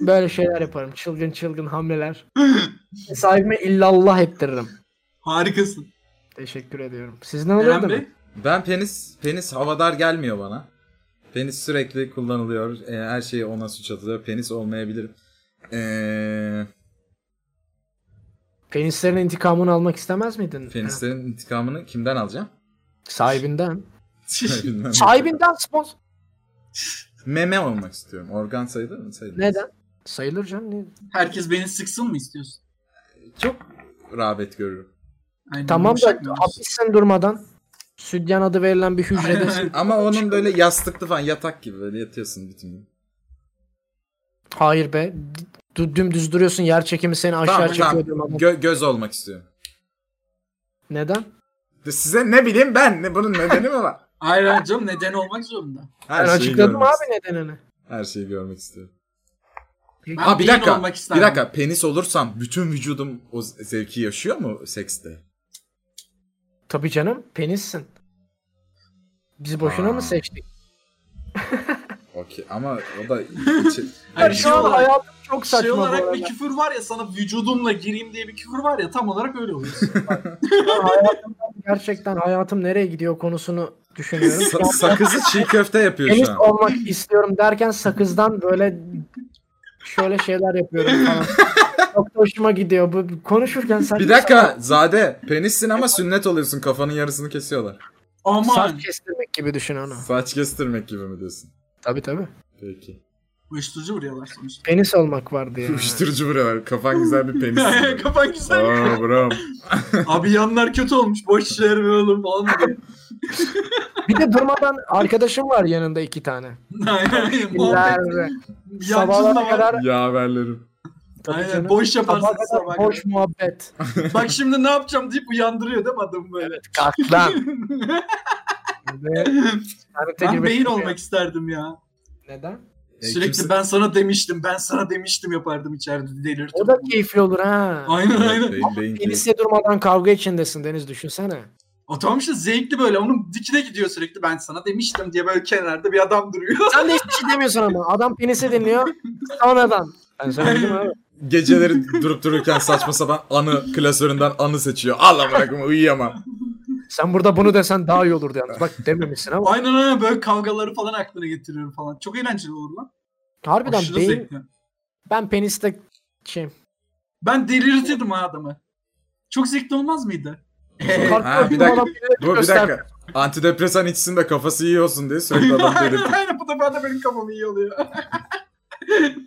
Speaker 4: Böyle şeyler yaparım. Çılgın çılgın hamleler. Sahibime illallah ettiririm.
Speaker 2: Harikasın.
Speaker 4: Teşekkür ediyorum. Siz ne
Speaker 2: Eren
Speaker 4: olurdunuz?
Speaker 2: Bey.
Speaker 3: Ben penis penis havadar gelmiyor bana. Penis sürekli kullanılıyor. E, her şeyi ona suç atılıyor. Penis olmayabilirim. E, Eee
Speaker 4: Penislerin intikamını almak istemez miydin?
Speaker 3: penislerin intikamını kimden alacağım?
Speaker 4: Sahibinden.
Speaker 3: Bilmem.
Speaker 4: Sahibinden sponsor.
Speaker 3: Meme olmak istiyorum. Organ sayılır mı? Sayılır.
Speaker 4: Neden? Sayılır canım. ne-
Speaker 2: Herkes beni sıksın mı istiyorsun?
Speaker 3: Çok rağbet görürüm.
Speaker 2: Aynen,
Speaker 4: Tamam
Speaker 2: yumuşak
Speaker 4: da
Speaker 2: mı?
Speaker 4: hapissen durmadan. Südyen adı verilen bir
Speaker 2: Aynen.
Speaker 4: hücrede.
Speaker 3: Ama onun böyle yastıklı falan yatak gibi böyle yatıyorsun bütün gün.
Speaker 4: Hayır be. d- Dümdüz duruyorsun. Yer çekimi seni aşağı
Speaker 3: Tamam,
Speaker 4: çekiyor.
Speaker 3: tamam.
Speaker 4: durmadan.
Speaker 3: Gö- göz olmak istiyorum.
Speaker 4: Neden?
Speaker 3: De Size ne bileyim ben. Ne, bunun nedeni mi var?
Speaker 2: Hayır hayır canım neden olmak zorunda.
Speaker 3: Her
Speaker 4: ben
Speaker 3: şeyi
Speaker 4: açıkladım
Speaker 3: görmek istiyorum.
Speaker 4: abi nedenini.
Speaker 3: Her şeyi görmek istiyorum.
Speaker 2: Ben
Speaker 3: Ha bir
Speaker 2: beyin
Speaker 3: dakika.
Speaker 2: olmak isterdim.
Speaker 3: Bir dakika. Penis olursam bütün vücudum o z- zevki yaşıyor mu sekste?
Speaker 4: Tabii canım. Penissin. Biz boşuna
Speaker 3: Aa.
Speaker 4: mı seçtik?
Speaker 3: Okey ama o da
Speaker 2: Hayır,
Speaker 4: Şu
Speaker 2: şey
Speaker 4: an
Speaker 2: olarak-
Speaker 4: hayatım çok saçma
Speaker 2: şey
Speaker 4: bu
Speaker 2: olarak
Speaker 4: arada.
Speaker 2: bir küfür var ya sana vücudumla gireyim diye bir küfür var ya tam olarak öyle oluyorsun.
Speaker 4: Gerçekten hayatım nereye gidiyor konusunu düşünüyorum. Şu an
Speaker 3: Sa- sakızı çiğ köfte yapıyor
Speaker 4: Penis
Speaker 3: şu an.
Speaker 4: olmak istiyorum derken sakızdan böyle şöyle şeyler yapıyorum falan. Çok da hoşuma gidiyor. Bu bu konuşurken saçma
Speaker 3: Bir dakika Zade penissin ama sünnet oluyorsun kafanın yarısını kesiyorlar.
Speaker 4: sapan
Speaker 2: Aman.
Speaker 4: saç kestirmek gibi düşün onu.
Speaker 3: Saç kestirmek gibi mi diyorsun?
Speaker 4: Tabii tabii.
Speaker 3: Peki.
Speaker 2: Uyuşturucu vuruyorlar sonuçta.
Speaker 4: Penis olmak vardı ya.
Speaker 3: Uyuşturucu vuruyorlar. Kafan güzel bir penis. vuruyor.
Speaker 2: Kafan güzel.
Speaker 3: Aa bro.
Speaker 2: Abi yanlar kötü olmuş. Boş işler mi oğlum falan diye.
Speaker 4: Bir de durmadan arkadaşım var yanında iki tane.
Speaker 2: Aynen.
Speaker 4: İller
Speaker 2: muhabbet.
Speaker 4: ve
Speaker 2: Yancın da
Speaker 4: sabahlara
Speaker 2: var.
Speaker 4: kadar
Speaker 3: Yaverlerim.
Speaker 4: Tabii
Speaker 2: Aynen,
Speaker 4: canım.
Speaker 2: boş yaparsın
Speaker 4: sabaha kadar
Speaker 2: sabaha kadar.
Speaker 4: boş muhabbet.
Speaker 2: Bak şimdi ne yapacağım deyip uyandırıyor değil mi adamı böyle?
Speaker 4: Kalk lan. Ve internete
Speaker 2: ben
Speaker 4: girmek
Speaker 2: beyin
Speaker 4: istemiyorum.
Speaker 2: olmak isterdim ya.
Speaker 4: Neden?
Speaker 3: E,
Speaker 2: Sürekli
Speaker 3: kimse-
Speaker 2: ben sana demiştim, ben sana demiştim yapardım içeride delirtim.
Speaker 4: O da keyifli olur ha.
Speaker 2: Aynen aynen.
Speaker 3: Beyin, beyin keyfi.
Speaker 4: Penisle durmadan kavga içindesin Deniz düşünsene.
Speaker 2: O tamam işte zevkli böyle. Onun dikine gidiyor sürekli. Ben sana demiştim diye böyle kenarda bir adam duruyor.
Speaker 4: Sen de hiçbir şey demiyorsun ama. Adam penisi dinliyor. Sonradan. Ben sana dedim abi.
Speaker 3: Geceleri durup dururken saçma sapan anı klasöründen anı seçiyor. Al amına koyayım uyuyamam.
Speaker 4: Sen burada bunu desen daha iyi olurdu yalnız. Bak dememişsin ama.
Speaker 2: Aynen aynen böyle kavgaları falan aklına getiriyorum falan. Çok eğlenceli olur lan.
Speaker 4: Harbiden
Speaker 2: Aşırı
Speaker 4: beyin,
Speaker 2: zevkli.
Speaker 4: ben peniste şey- şeyim.
Speaker 2: Ben delirtirdim ha adamı. Çok zevkli olmaz mıydı?
Speaker 4: Kalk
Speaker 3: Şey, Ha, bir
Speaker 4: bakayım
Speaker 3: dakika.
Speaker 4: adam penisi
Speaker 3: Bu bir
Speaker 4: göster.
Speaker 3: dakika. Antidepresan içsin de kafası iyi olsun diye sürekli adam
Speaker 2: aynen
Speaker 3: delirtiyor.
Speaker 2: aynen bu defa da benim kafam iyi oluyor.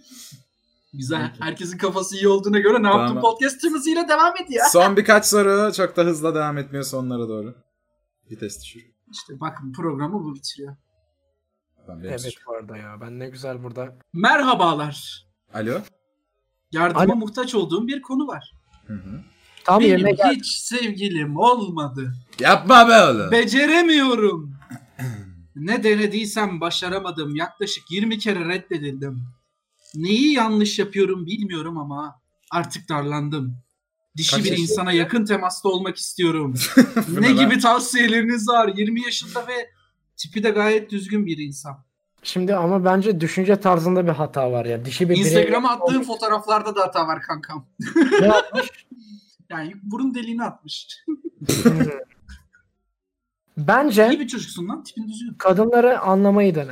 Speaker 2: Güzel. Herkesin kafası iyi olduğuna göre ne yaptın
Speaker 3: Tamam.
Speaker 2: podcast'ımız yine devam ediyor.
Speaker 3: Son birkaç soru çok da hızla devam etmiyor sonlara doğru. Vites düşür.
Speaker 2: İşte bakın programı bu bitiriyor.
Speaker 3: Ben vites
Speaker 4: Evet
Speaker 3: düşür.
Speaker 4: bu arada ya. Ben ne güzel burada.
Speaker 2: Merhabalar.
Speaker 3: Alo.
Speaker 2: Yardıma
Speaker 4: Alo.
Speaker 2: muhtaç olduğum bir konu var.
Speaker 3: Hı hı.
Speaker 4: Tam yerine
Speaker 2: Benim
Speaker 4: gel.
Speaker 2: hiç sevgilim olmadı.
Speaker 3: Yapma be oğlum.
Speaker 2: Beceremiyorum. ne denediysem başaramadım. Yaklaşık 20 kere reddedildim. Neyi yanlış yapıyorum bilmiyorum ama artık darlandım. Dişi
Speaker 3: Kaç
Speaker 2: bir
Speaker 3: yaşında?
Speaker 2: insana yakın temasta olmak istiyorum.
Speaker 3: Bu
Speaker 2: ne
Speaker 3: lan?
Speaker 2: gibi tavsiyeleriniz var? 20 yaşında ve tipi de gayet düzgün bir insan.
Speaker 4: Şimdi ama bence düşünce tarzında bir hata var ya. Dişi bir birey
Speaker 2: Instagram'a attığım fotoğraflarda da hata var kankam.
Speaker 4: ne yapmış?
Speaker 2: Yani burun deliğini atmış. İyi
Speaker 4: Bence
Speaker 2: bir çocuksun lan. Tipin düzgün.
Speaker 4: kadınları anlamayı dene.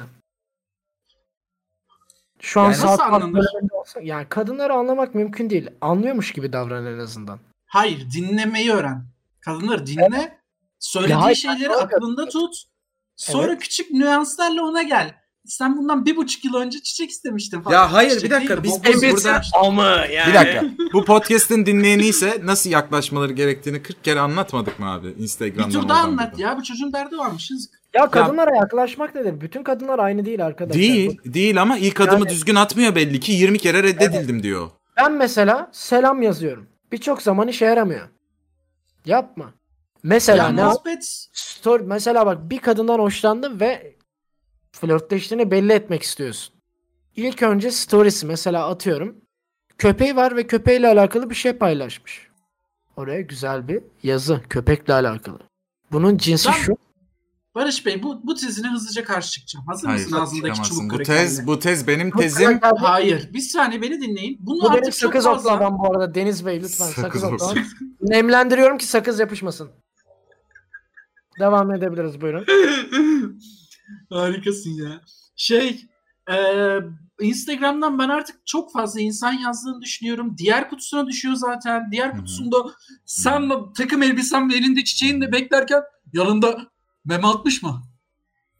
Speaker 4: Şu an
Speaker 3: Yani
Speaker 4: saat
Speaker 2: nasıl anlanır?
Speaker 4: saatlerinde olsa- yani kadınları anlamak mümkün değil. Anlıyormuş gibi davran en azından.
Speaker 2: Hayır dinlemeyi öğren. Kadınları dinle. Söylediği
Speaker 4: Ya hayır,
Speaker 2: şeyleri
Speaker 4: ben-
Speaker 2: aklında tut. Sonra küçük nüanslarla ona gel. Sen bundan bir buçuk yıl önce çiçek istemiştin falan.
Speaker 3: Ya hayır,
Speaker 2: Çiçek
Speaker 3: bir dakika,
Speaker 2: değil de
Speaker 3: biz
Speaker 2: bokuz
Speaker 3: en
Speaker 2: burada-
Speaker 3: Bir dakika. Bu podcast'in dinleyeni ise nasıl yaklaşmaları gerektiğini 40 kere anlatmadık mı abi? Instagram'dan
Speaker 2: Bir tur daha
Speaker 3: oradan
Speaker 2: anlat
Speaker 3: buradan.
Speaker 2: ya. Bu çocuğun derdi varmış. yazık.
Speaker 4: Ya kadınlara yaklaşmak nedir? Bütün kadınlar aynı değil arkadaşlar.
Speaker 3: Değil, değil ama ilk adımı düzgün atmıyor belli ki 20 kere reddedildim diyor.
Speaker 4: Ben mesela selam yazıyorum. Birçok zaman işe yaramıyor. Yapma. Mesela
Speaker 2: Ya
Speaker 4: ne yap?
Speaker 2: muhabbet.
Speaker 4: Story, mesela bak bir kadından hoşlandın ve flörtleştiğini belli etmek istiyorsun. İlk önce storiesi mesela atıyorum. Köpeği var ve köpeğiyle alakalı bir şey paylaşmış. Oraya güzel bir yazı köpekle alakalı. Bunun cinsi
Speaker 2: Ben-
Speaker 4: şu.
Speaker 2: Barış Bey bu, bu tezine hızlıca karşı çıkacağım. Hazır
Speaker 3: Hayır,
Speaker 2: mısın ağzındaki
Speaker 3: çıkamazsın.
Speaker 2: çubuk
Speaker 3: Bu
Speaker 2: krakerle?
Speaker 3: tez, bu tez benim tezim.
Speaker 2: Hayır. Bir saniye beni dinleyin. Bunu
Speaker 4: Bu benim
Speaker 2: artık çok
Speaker 4: sakız
Speaker 2: fazla...
Speaker 4: okladan bu arada Deniz Bey lütfen sakız,
Speaker 3: Sakız
Speaker 4: okladan.
Speaker 3: okladan.
Speaker 4: Nemlendiriyorum ki sakız yapışmasın. Devam edebiliriz buyurun.
Speaker 2: Harikasın ya. Şey, eee, Instagram'dan ben artık çok fazla insan yazdığını düşünüyorum. Diğer kutusuna düşüyor zaten.
Speaker 3: Hı
Speaker 2: Diğer
Speaker 3: hı.
Speaker 2: kutusunda sen de takım elbisen ve elinde çiçeğin de beklerken yanında meme atmış mı?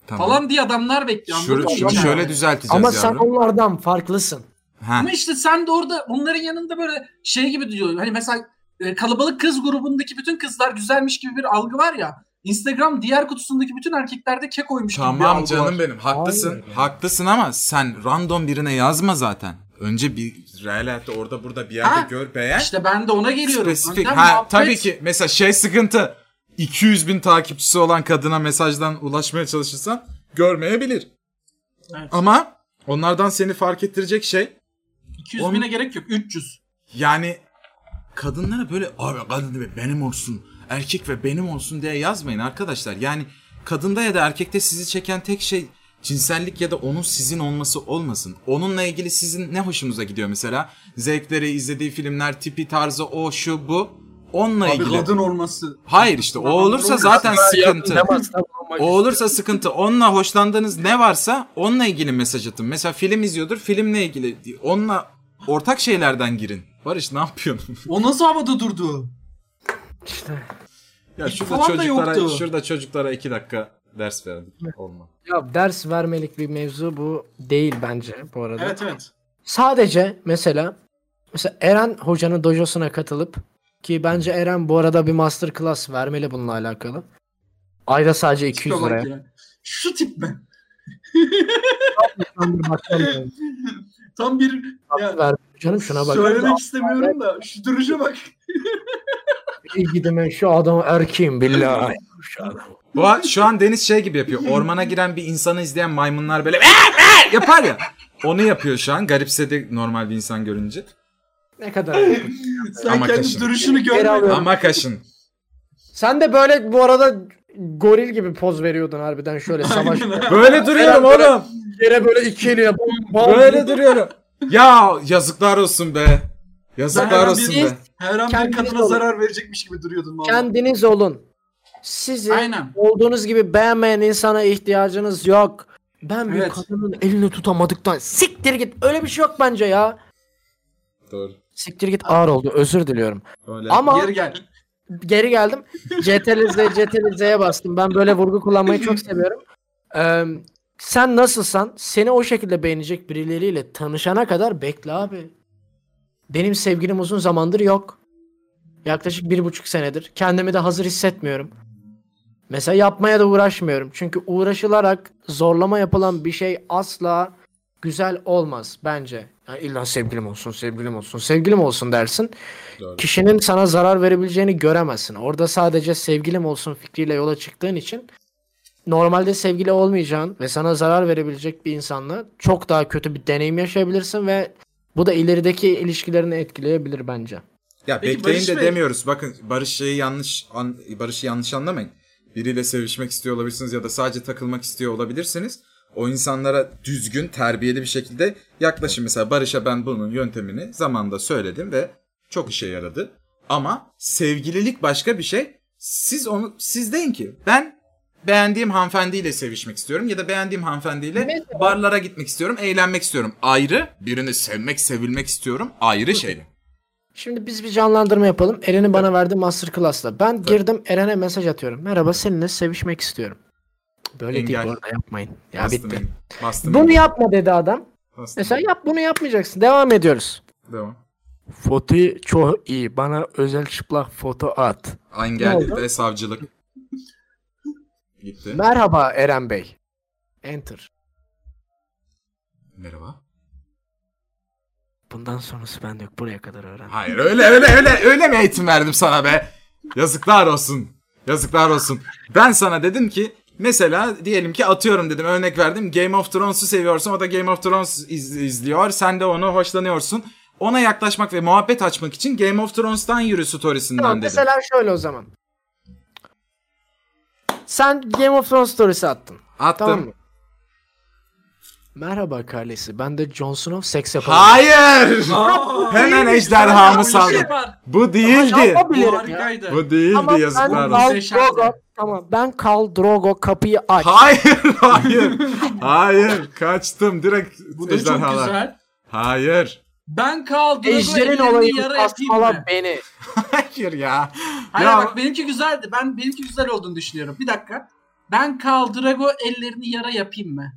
Speaker 3: Tamam.
Speaker 2: Falan diye adamlar bekliyor.
Speaker 3: Şöyle-
Speaker 2: anladın mı?
Speaker 3: şöyle,
Speaker 2: Yani.
Speaker 3: şöyle düzelteceğiz
Speaker 4: Ama sen
Speaker 3: yavrum.
Speaker 4: onlardan farklısın.
Speaker 3: Heh.
Speaker 2: Ama işte sen de orada onların yanında böyle şey gibi diyor. Hani mesela e, kalabalık kız grubundaki bütün kızlar güzelmiş gibi bir algı var ya. Instagram diğer kutusundaki bütün erkeklerde kek oymuş gibi bir
Speaker 3: Tamam
Speaker 2: algı
Speaker 3: canım
Speaker 2: var.
Speaker 3: benim. Haklısın.
Speaker 4: Hayır ya.
Speaker 3: Haklısın ama sen random birine yazma zaten. Önce bir real hayatta orada burada bir yerde
Speaker 2: Ha,
Speaker 3: gör beğen.
Speaker 2: İşte ben de ona geliyorum.
Speaker 3: Spesifik.
Speaker 2: Önden
Speaker 3: Ha,
Speaker 2: muhabbet-
Speaker 3: tabii ki mesela şey sıkıntı. 200 bin takipçisi olan kadına mesajdan ulaşmaya çalışırsan görmeyebilir.
Speaker 2: Evet.
Speaker 3: Ama onlardan seni fark ettirecek şey
Speaker 2: 200
Speaker 3: Onun-
Speaker 2: bine gerek yok. 300.
Speaker 3: Yani kadınlara böyle abi kadın ve benim olsun, erkek ve benim olsun diye yazmayın arkadaşlar. Yani kadında ya da erkekte sizi çeken tek şey cinsellik ya da onun sizin olması olmasın. Onunla ilgili sizin ne hoşunuza gidiyor mesela? Zevkleri, izlediği filmler, tipi, tarzı, o, şu, bu. Onunla
Speaker 2: Abi
Speaker 3: ilgili.
Speaker 2: kadın olması.
Speaker 3: Hayır işte o olursa zaten sıkıntı. O olursa sıkıntı. Onunla hoşlandığınız ne varsa onunla ilgili mesaj atın. Mesela film izliyordur. Filmle ilgili. Onunla ortak şeylerden girin. Barış ne yapıyorsun?
Speaker 2: O nasıl havada durdu?
Speaker 4: İşte.
Speaker 3: ya
Speaker 2: Hiç
Speaker 3: şurada
Speaker 2: falan da
Speaker 3: çocuklara,
Speaker 2: yoktu.
Speaker 3: şurada çocuklara iki dakika ders verdik. Olma.
Speaker 4: Ya ders vermelik bir mevzu bu değil bence bu arada.
Speaker 2: Evet evet.
Speaker 4: Sadece mesela mesela Eren hocanın dojosuna katılıp ki bence Eren bu arada bir master class vermeli bununla alakalı. Ayda sadece 200
Speaker 2: Tipe bak
Speaker 4: liraya.
Speaker 2: ya. Şu tip mi?
Speaker 4: Tam bir bakan-
Speaker 2: Tam bir ya,
Speaker 4: Ver canım şuna bak.
Speaker 2: söylemek istemiyorum da şu duruşa bak.
Speaker 4: İyi gidime şu adam erkeğim billahi. Şu adam.
Speaker 3: Bu an- şu an Deniz şey gibi yapıyor. Ormana giren bir insanı izleyen maymunlar böyle "Aa, aa!" yapar ya. Onu yapıyor şu an. Garipsedi normal bir insan görünce.
Speaker 4: Ne kadar.
Speaker 2: Sen
Speaker 3: Ama
Speaker 2: kendi
Speaker 3: kaşın.
Speaker 2: duruşunu
Speaker 4: Geri
Speaker 2: görme.
Speaker 4: alıyorum.
Speaker 3: Ama kaşın.
Speaker 4: Sen de böyle bu arada goril gibi poz veriyordun harbiden şöyle savaş
Speaker 3: Böyle duruyorum oğlum.
Speaker 4: yere böyle iki eliyle bam bam.
Speaker 3: Böyle duruyorum. Ya yazıklar olsun be. Yazıklar
Speaker 2: Ben-
Speaker 3: olsun be.
Speaker 2: Her an bir
Speaker 4: Kendiniz
Speaker 2: kadına
Speaker 4: olun.
Speaker 2: zarar verecekmiş gibi duruyordun valla.
Speaker 4: Kendiniz olun. Sizi
Speaker 2: Aynen.
Speaker 4: olduğunuz gibi beğenmeyen insana ihtiyacınız yok. Ben bir
Speaker 2: Evet.
Speaker 4: kadının elini tutamadıktan siktir git. Öyle bir şey yok bence ya.
Speaker 3: Doğru.
Speaker 4: Siktir git ağır oldu. Özür diliyorum.
Speaker 3: Öyle.
Speaker 4: Ama
Speaker 2: Geri gel.
Speaker 4: geri geldim. CTRL-Z, CTRL-Z'ye bastım. Ben böyle vurgu kullanmayı çok seviyorum. Ee, sen nasılsan seni o şekilde beğenecek birileriyle tanışana kadar bekle abi. Benim sevgilim uzun zamandır yok. Yaklaşık bir buçuk senedir. Kendimi de hazır hissetmiyorum. Mesela yapmaya da uğraşmıyorum. Çünkü uğraşılarak zorlama yapılan bir şey asla güzel olmaz bence. Yani illa sevgilim olsun, sevgilim olsun, sevgilim olsun dersin
Speaker 3: Doğru.
Speaker 4: kişinin sana zarar verebileceğini göremezsin. Orada sadece sevgilim olsun fikriyle yola çıktığın için normalde sevgili olmayacağın ve sana zarar verebilecek bir insanla çok daha kötü bir deneyim yaşayabilirsin ve bu da ilerideki ilişkilerini etkileyebilir bence.
Speaker 3: Ya
Speaker 2: Peki
Speaker 3: bekleyin
Speaker 2: Barış
Speaker 3: de
Speaker 2: Bey-
Speaker 3: demiyoruz. Bakın Barış şeyi yanlış an, Barış'ı yanlış anlamayın. Biriyle sevişmek istiyor olabilirsiniz ya da sadece takılmak istiyor olabilirsiniz. O insanlara düzgün, terbiyeli bir şekilde yaklaşın. Mesela Barış'a ben bunun yöntemini zamanda söyledim ve çok işe yaradı. Ama sevgililik başka bir şey. Siz onu siz deyin ki ben beğendiğim hanımefendiyle sevişmek istiyorum ya da beğendiğim hanımefendiyle barlara gitmek istiyorum, eğlenmek istiyorum. Ayrı, birini sevmek, sevilmek istiyorum. Ayrı şeyler.
Speaker 4: Şimdi biz bir canlandırma yapalım. Eren'i bana verdi Masterclass'la. Ben girdim Eren'e mesaj atıyorum. Merhaba seninle sevişmek istiyorum. Böyle değil
Speaker 3: Engel.
Speaker 4: bu arada yapmayın. Ya
Speaker 3: Bastım
Speaker 4: bitti.
Speaker 3: elini. Bastım
Speaker 4: Bunu
Speaker 3: elini.
Speaker 4: yapma dedi adam.
Speaker 3: Bastım
Speaker 4: Mesela
Speaker 3: elini.
Speaker 4: yap bunu yapmayacaksın. Devam ediyoruz.
Speaker 3: Devam.
Speaker 4: Foto çok iyi. Bana özel çıplak foto at.
Speaker 3: Aynı
Speaker 4: oldu?
Speaker 3: geldi de savcılık. Gitti.
Speaker 4: Merhaba Eren Bey. Enter.
Speaker 3: Merhaba.
Speaker 4: Bundan sonrası bende yok. Buraya kadar öğren.
Speaker 3: Hayır öyle öyle öyle öyle mi eğitim verdim sana be? Yazıklar olsun. Yazıklar olsun. Ben sana dedim ki mesela diyelim ki atıyorum dedim örnek verdim Game of Thrones'u seviyorsun o da Game of Thrones iz- izliyor sen de onu hoşlanıyorsun. Ona yaklaşmak ve muhabbet açmak için Game of Thrones'tan yürü storiesinden
Speaker 4: Tamam,
Speaker 3: dedim.
Speaker 4: mesela şöyle o zaman. Sen Game of Thrones storiesi attın.
Speaker 3: Attım.
Speaker 4: Tamam mı? Merhaba kardeşi. Ben de Jon Snow seks yapalım.
Speaker 3: Hayır.
Speaker 2: Aa,
Speaker 3: Hemen
Speaker 2: neymiş?
Speaker 3: ejderhamı
Speaker 2: Bir şey
Speaker 3: saldım.
Speaker 2: var.
Speaker 3: Bu
Speaker 4: Ama
Speaker 3: değildi.
Speaker 4: yapabilirim ya.
Speaker 2: Harikaydı.
Speaker 3: Bu değildi
Speaker 4: Tamam, ben
Speaker 3: yazıklar olsun.
Speaker 4: Khal
Speaker 2: Muhteşem.
Speaker 4: Drogo. Tamam ben Khal Drogo kapıyı aç.
Speaker 3: Hayır, hayır. hayır, kaçtım direkt
Speaker 2: Bu da Ee, çok
Speaker 3: ejderhalar.
Speaker 2: güzel.
Speaker 3: Hayır.
Speaker 2: Ben kaldım.
Speaker 4: Ejderin olayı basmala beni.
Speaker 3: Hayır ya.
Speaker 2: Hayır
Speaker 3: ya
Speaker 2: bak benimki güzeldi. Ben benimki güzel olduğunu düşünüyorum. Bir dakika. Ben Khal Drago ellerini yara yapayım mı?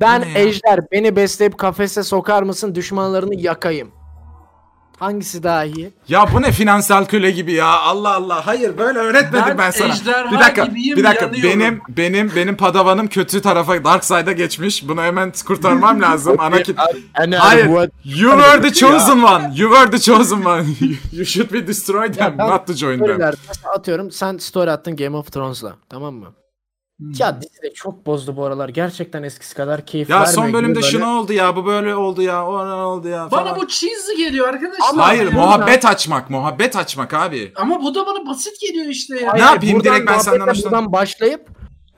Speaker 4: Ben
Speaker 3: ne ya?
Speaker 4: ejder beni besleyip kafese sokar mısın düşmanlarını yakayım. Hangisi daha iyi?
Speaker 3: ya bu ne finansal köle gibi ya. Allah Allah. Hayır böyle öğretmedim ben,
Speaker 2: Ben
Speaker 3: sana.
Speaker 2: ejderha
Speaker 3: Bir dakika.
Speaker 2: gibiyim,
Speaker 3: bir dakika.
Speaker 2: yanıyorum.
Speaker 3: Benim benim benim padavanım kötü tarafa Dark Side'a geçmiş. Bunu hemen kurtarmam lazım. Anakin. Hayır. You were the chosen one. You were the chosen one. you should be destroyed them,
Speaker 4: ben-
Speaker 3: not to join them.
Speaker 4: Storyler, mesela atıyorum sen story attın Game of Thrones'la tamam mı?
Speaker 3: Hmm.
Speaker 6: Ya dizi de çok bozdu bu aralar. Gerçekten eskisi kadar keyif
Speaker 3: Ya
Speaker 6: vermiyor.
Speaker 3: son bölümde
Speaker 6: Böyle-
Speaker 3: şunu oldu ya, bu böyle oldu ya, o ne oldu ya falan.
Speaker 2: Bana bu cheesy geliyor arkadaşlar.
Speaker 4: Ama-
Speaker 3: Hayır,
Speaker 2: Ya.
Speaker 3: muhabbet açmak, muhabbet açmak abi.
Speaker 2: Ama bu da bana basit geliyor işte ya.
Speaker 3: Ne yapayım? Direkt ben
Speaker 4: muhabbetle
Speaker 3: senden hoşlan-
Speaker 4: Buradan başlayıp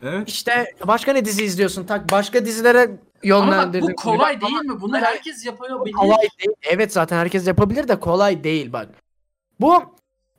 Speaker 3: Evet.
Speaker 4: işte başka ne dizi izliyorsun tak başka dizilere
Speaker 2: Ama bak
Speaker 4: yönlendirdin.
Speaker 2: bu kolay değil
Speaker 4: Ama
Speaker 2: mi? Bunu herkes yapıyor.
Speaker 4: bu
Speaker 2: bilir.
Speaker 4: kolay değil. Evet zaten herkes yapabilir de kolay değil bak. Bu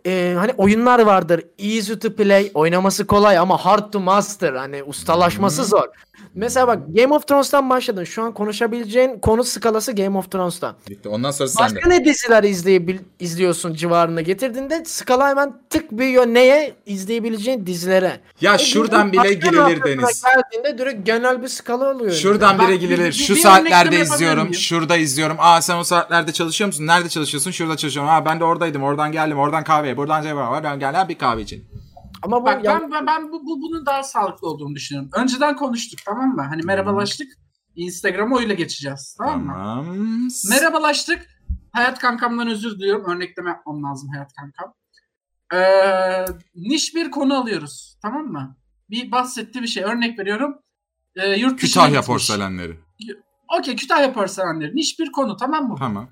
Speaker 4: e, hani oyunlar vardır. Easy to play. Oynaması kolay ama hard to master. Hani ustalaşması zor. Mesela bak Game of Thrones'tan başladın. Şu an konuşabileceğin konu skalası Game of Thrones'tan.
Speaker 3: Bitti. Ondan sonra sen de.
Speaker 4: Başka ne diziler izleyebil izliyorsun civarına getirdiğinde skala hemen tık büyüyor neye izleyebileceğin dizilere.
Speaker 3: Ya
Speaker 2: şey
Speaker 4: E,
Speaker 3: şuradan
Speaker 4: bunun
Speaker 3: bile
Speaker 4: başka
Speaker 3: girilir
Speaker 4: noktasına
Speaker 3: Deniz.
Speaker 4: Geldiğinde direkt genel bir skala oluyor.
Speaker 3: Şuradan
Speaker 2: Bak,
Speaker 3: bile
Speaker 2: bir-
Speaker 3: girilir.
Speaker 2: bir-
Speaker 3: Şu
Speaker 2: bir
Speaker 3: saatlerde
Speaker 2: örnekleme yapabilir
Speaker 3: izliyorum.
Speaker 2: miyim?
Speaker 3: Şurada izliyorum. Aa sen o saatlerde çalışıyor musun? Nerede çalışıyorsun? Şurada çalışıyorum. Aa ben de oradaydım. Oradan geldim. Oradan kahveye. Buradan şey var. Oradan gel. Ha, bir kahve için.
Speaker 4: Ama bu
Speaker 2: Bak
Speaker 4: yan-
Speaker 2: ben, ben, ben bu, bu, bunun daha sağlıklı olduğunu düşünüyorum. Önceden konuştuk tamam mı? Hani merhabalaştık. Instagram'a öyle geçeceğiz tamam mı? Merhabalaştık. Hayat kankamdan özür diliyorum. Örnekleme yapmam lazım hayat kankam. Ee, niş bir konu alıyoruz. Tamam mı? Bir bahsetti bir şey. Örnek veriyorum. Ee, yurt dışına
Speaker 3: Kütahya
Speaker 2: gitmiş.
Speaker 3: porselenleri.
Speaker 2: Okey Kütahya porselenleri. Niş bir konu tamam mı?
Speaker 3: Tamam.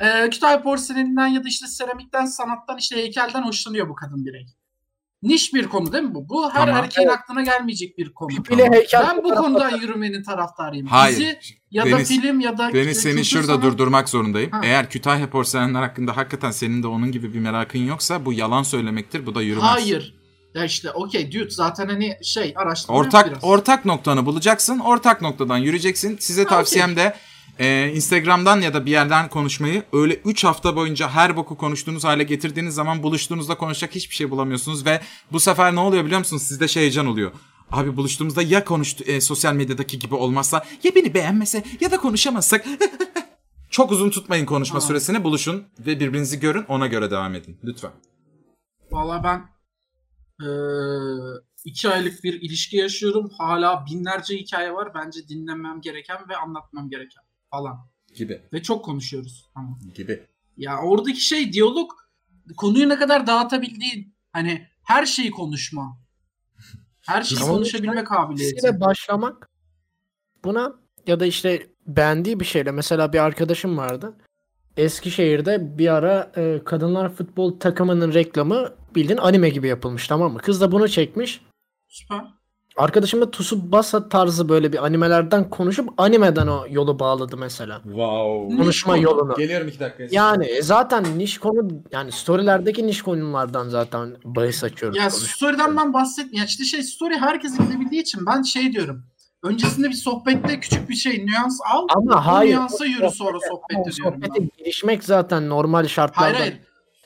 Speaker 2: Ee, Kütahya porseleninden ya da işte seramikten, sanattan, işte heykelden hoşlanıyor bu kadın birey. Niş bir konu değil mi bu? Bu her
Speaker 3: Tamam.
Speaker 2: erkeğin aklına gelmeyecek bir konu.
Speaker 4: Bile heykel
Speaker 2: Ben bu konudan yürümenin taraftarıyım.
Speaker 3: Hayır.
Speaker 2: Dizi ya da
Speaker 3: Deniz-
Speaker 2: film ya da
Speaker 3: Deniz seni
Speaker 2: kültür
Speaker 3: şurada
Speaker 2: sanat-
Speaker 3: durdurmak zorundayım.
Speaker 2: Ha.
Speaker 3: Eğer Kütahya porselenler hakkında hakikaten senin de onun gibi bir merakın yoksa bu yalan söylemektir. Bu da yürümez.
Speaker 2: Hayır. Ya işte okey dude zaten hani şey araştırma yap
Speaker 3: Ortak
Speaker 2: biraz.
Speaker 3: ortak noktanı bulacaksın. Ortak noktadan yürüyeceksin. Size tavsiyem de e, Instagram'dan ya da bir yerden konuşmayı öyle 3 hafta boyunca her boku konuştuğunuz hale getirdiğiniz zaman buluştuğunuzda konuşacak hiçbir şey bulamıyorsunuz ve bu sefer ne oluyor biliyor musunuz? Sizde şey heyecan oluyor. Abi buluştuğumuzda ya konuştu e, sosyal medyadaki gibi olmazsa ya beni beğenmese ya da konuşamazsak çok uzun tutmayın konuşma
Speaker 2: Tamam.
Speaker 3: süresini buluşun ve birbirinizi görün ona göre devam edin lütfen.
Speaker 2: Valla ben eee, iki aylık bir ilişki yaşıyorum. Hala binlerce hikaye var. Bence dinlemem gereken ve anlatmam gereken falan.
Speaker 3: Gibi
Speaker 2: Ve çok konuşuyoruz. Tamam.
Speaker 3: gibi.
Speaker 2: Ya oradaki şey diyalog konuyu ne kadar dağıtabildiğin. Hani her şeyi konuşma. Her şeyi
Speaker 4: Tamam.
Speaker 2: konuşabilme kabiliyeti.
Speaker 4: dizisiyle Şey başlamak buna ya da işte beğendiği bir şeyle mesela bir arkadaşım vardı. Eskişehir'de bir ara e, kadınlar futbol takımının reklamı bildiğin anime gibi yapılmış tamam mı? Kız da bunu çekmiş.
Speaker 2: Süper.
Speaker 4: Arkadaşım da Tsubasa tarzı böyle bir animelerden konuşup animeden o yolu bağladı mesela.
Speaker 3: Wow.
Speaker 4: Konuşma yolunu.
Speaker 3: Geliyorum iki dakika.
Speaker 4: Yani e, zaten niş konu yani storylerdeki niş konulardan zaten bahis açıyoruz.
Speaker 2: Ya
Speaker 4: konuşuyoruz.
Speaker 2: story'den ben bahsetmiyorum. Ya işte şey story herkesin bilebildiği için ben şey diyorum. Öncesinde bir sohbette küçük bir şey nüans al.
Speaker 4: Ama
Speaker 2: Hayır.
Speaker 4: hayır.
Speaker 2: Nüansa yürü sonra
Speaker 4: Ama o
Speaker 2: sohbette diyorum
Speaker 4: sohbete
Speaker 2: ben.
Speaker 4: girişmek zaten normal şartlarda.
Speaker 2: Hayır hayır.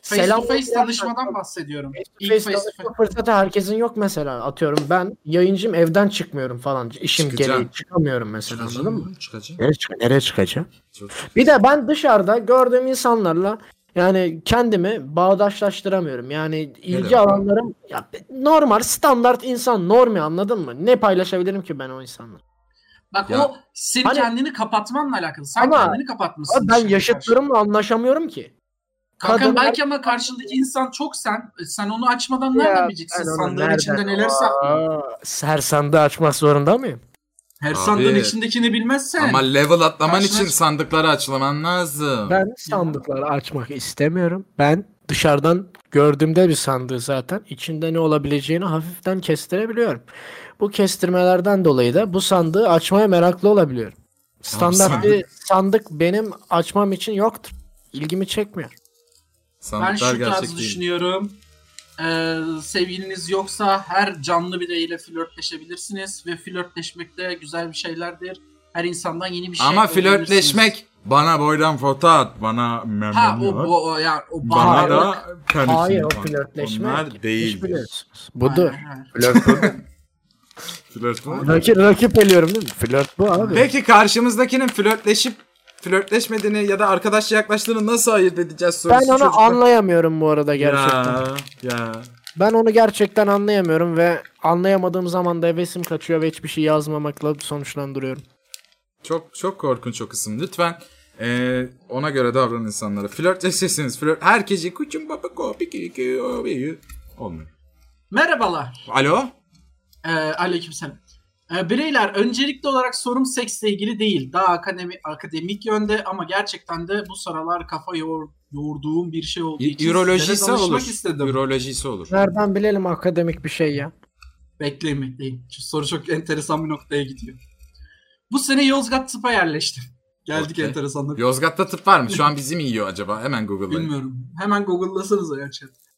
Speaker 2: Face
Speaker 4: Selam
Speaker 2: to face
Speaker 4: olmayan-
Speaker 2: tanışmadan bahsediyorum.
Speaker 4: Face to
Speaker 2: İlk
Speaker 4: face tanışma fırsatı herkesin yok mesela. Atıyorum ben yayıncım evden çıkmıyorum falan. İşim
Speaker 3: Çıkacağım.
Speaker 4: gereği çıkamıyorum mesela anladın mı?
Speaker 3: Çıkacağım.
Speaker 4: Nereye, çık nereye çıkacağım?
Speaker 3: Çok-
Speaker 4: Bir de ben dışarıda gördüğüm insanlarla yani kendimi bağdaşlaştıramıyorum. Yani ilgi
Speaker 3: Neden?
Speaker 4: alanlarım ya, normal standart insan normi anladın mı? Ne paylaşabilirim ki ben o insanla?
Speaker 2: Bak
Speaker 3: Ya-
Speaker 2: o senin
Speaker 4: Hani-
Speaker 2: kendini kapatmanla alakalı. Sen
Speaker 4: Ama-
Speaker 2: kendini kapatmışsın.
Speaker 4: Ama ben
Speaker 2: dışarıya karşı.
Speaker 4: yaşıtlarımla anlaşamıyorum ki.
Speaker 2: Kanka
Speaker 4: kadınlar-
Speaker 2: belki ama karşındaki insan çok sen. e, Sen onu açmadan
Speaker 4: Ya,
Speaker 2: nereden bileceksin?
Speaker 4: ben onu
Speaker 2: Sandığın
Speaker 4: nereden-
Speaker 2: içinde neler saklı.
Speaker 4: Aa, Her sandığı açmak zorunda mıyım?
Speaker 2: Her
Speaker 3: Abi.
Speaker 2: sandığın içindekini bilmezsen.
Speaker 3: Ama level atlaman
Speaker 2: Karşına
Speaker 3: için
Speaker 2: çık-
Speaker 3: sandıkları açlaman lazım.
Speaker 4: Ben sandıkları açmak istemiyorum. Ben dışarıdan gördüğümde bir sandığı zaten içinde ne olabileceğini hafiften kestirebiliyorum. Bu kestirmelerden dolayı da bu sandığı açmaya meraklı olabiliyorum. Standart
Speaker 3: sandık-
Speaker 4: bir sandık benim açmam için yoktur. İlgimi çekmiyor.
Speaker 2: Ben
Speaker 3: Sandıklar
Speaker 2: şu
Speaker 3: gerçek
Speaker 2: tarz
Speaker 3: değil.
Speaker 2: düşünüyorum. Ee, sevgiliniz yoksa her canlı bireyiyle flörtleşebilirsiniz ve flörtleşmek de güzel bir şeylerdir. Her insandan yeni bir şey
Speaker 3: Ama
Speaker 2: öğrenirsiniz.
Speaker 3: flörtleşmek bana boydan foto at, bana memnun
Speaker 2: ha o,
Speaker 3: ol.
Speaker 2: o, o, yani o
Speaker 3: bana
Speaker 4: Hayır,
Speaker 2: bağırmak-
Speaker 3: da karışın.
Speaker 4: Hayır o
Speaker 3: falan.
Speaker 4: flörtleşme.
Speaker 3: Onlar
Speaker 4: Hiç
Speaker 3: değil.
Speaker 4: biliyorsunuz. Budur.
Speaker 2: Hayır, hayır.
Speaker 4: Flört bu.
Speaker 3: Flört bu.
Speaker 4: rakip, rakip eliyorum değil mi? Flört bu abi.
Speaker 3: Peki karşımızdakinin flörtleşip flörtleşmediğini ya da arkadaşça yaklaştığını nasıl ayırt edeceğiz sorusu
Speaker 4: ben onu
Speaker 3: çocuklar-
Speaker 4: anlayamıyorum bu arada gerçekten.
Speaker 3: Ya, ya.
Speaker 4: Ben onu gerçekten anlayamıyorum ve anlayamadığım zaman da hevesim kaçıyor ve hiçbir şey yazmamakla sonuçlandırıyorum.
Speaker 3: Çok çok korkunç o kısım. Lütfen eee, ona göre davranın insanlara. Flörtleşirsiniz. Flört herkesi kuçum baba ko piki iki o, bir." olmuyor.
Speaker 2: Merhabalar.
Speaker 3: Alo?
Speaker 2: Ee, aleykümselam. Ee, bireyler öncelikli olarak sorum seksle ilgili değil. Daha akademi, akademik yönde ama gerçekten de bu sıralar kafa yoğur, yoğurduğum bir şey olduğu için sizlere
Speaker 3: Ürolojisi
Speaker 2: danışmak
Speaker 3: olur.
Speaker 2: istedim.
Speaker 3: Ürolojisi olur.
Speaker 4: Nereden bilelim akademik bir şey ya?
Speaker 2: Bekleyin bekleyin. Şu soru çok enteresan bir noktaya gidiyor. Bu sene Yozgat Tıp'a yerleştim. Geldik
Speaker 3: Okey.
Speaker 2: enteresanlık.
Speaker 3: Yozgat'ta tıp var mı? Şu an bizi mi yiyor acaba? Hemen Google'layın.
Speaker 2: Bilmiyorum. Hemen Google'lasanız gerçekten.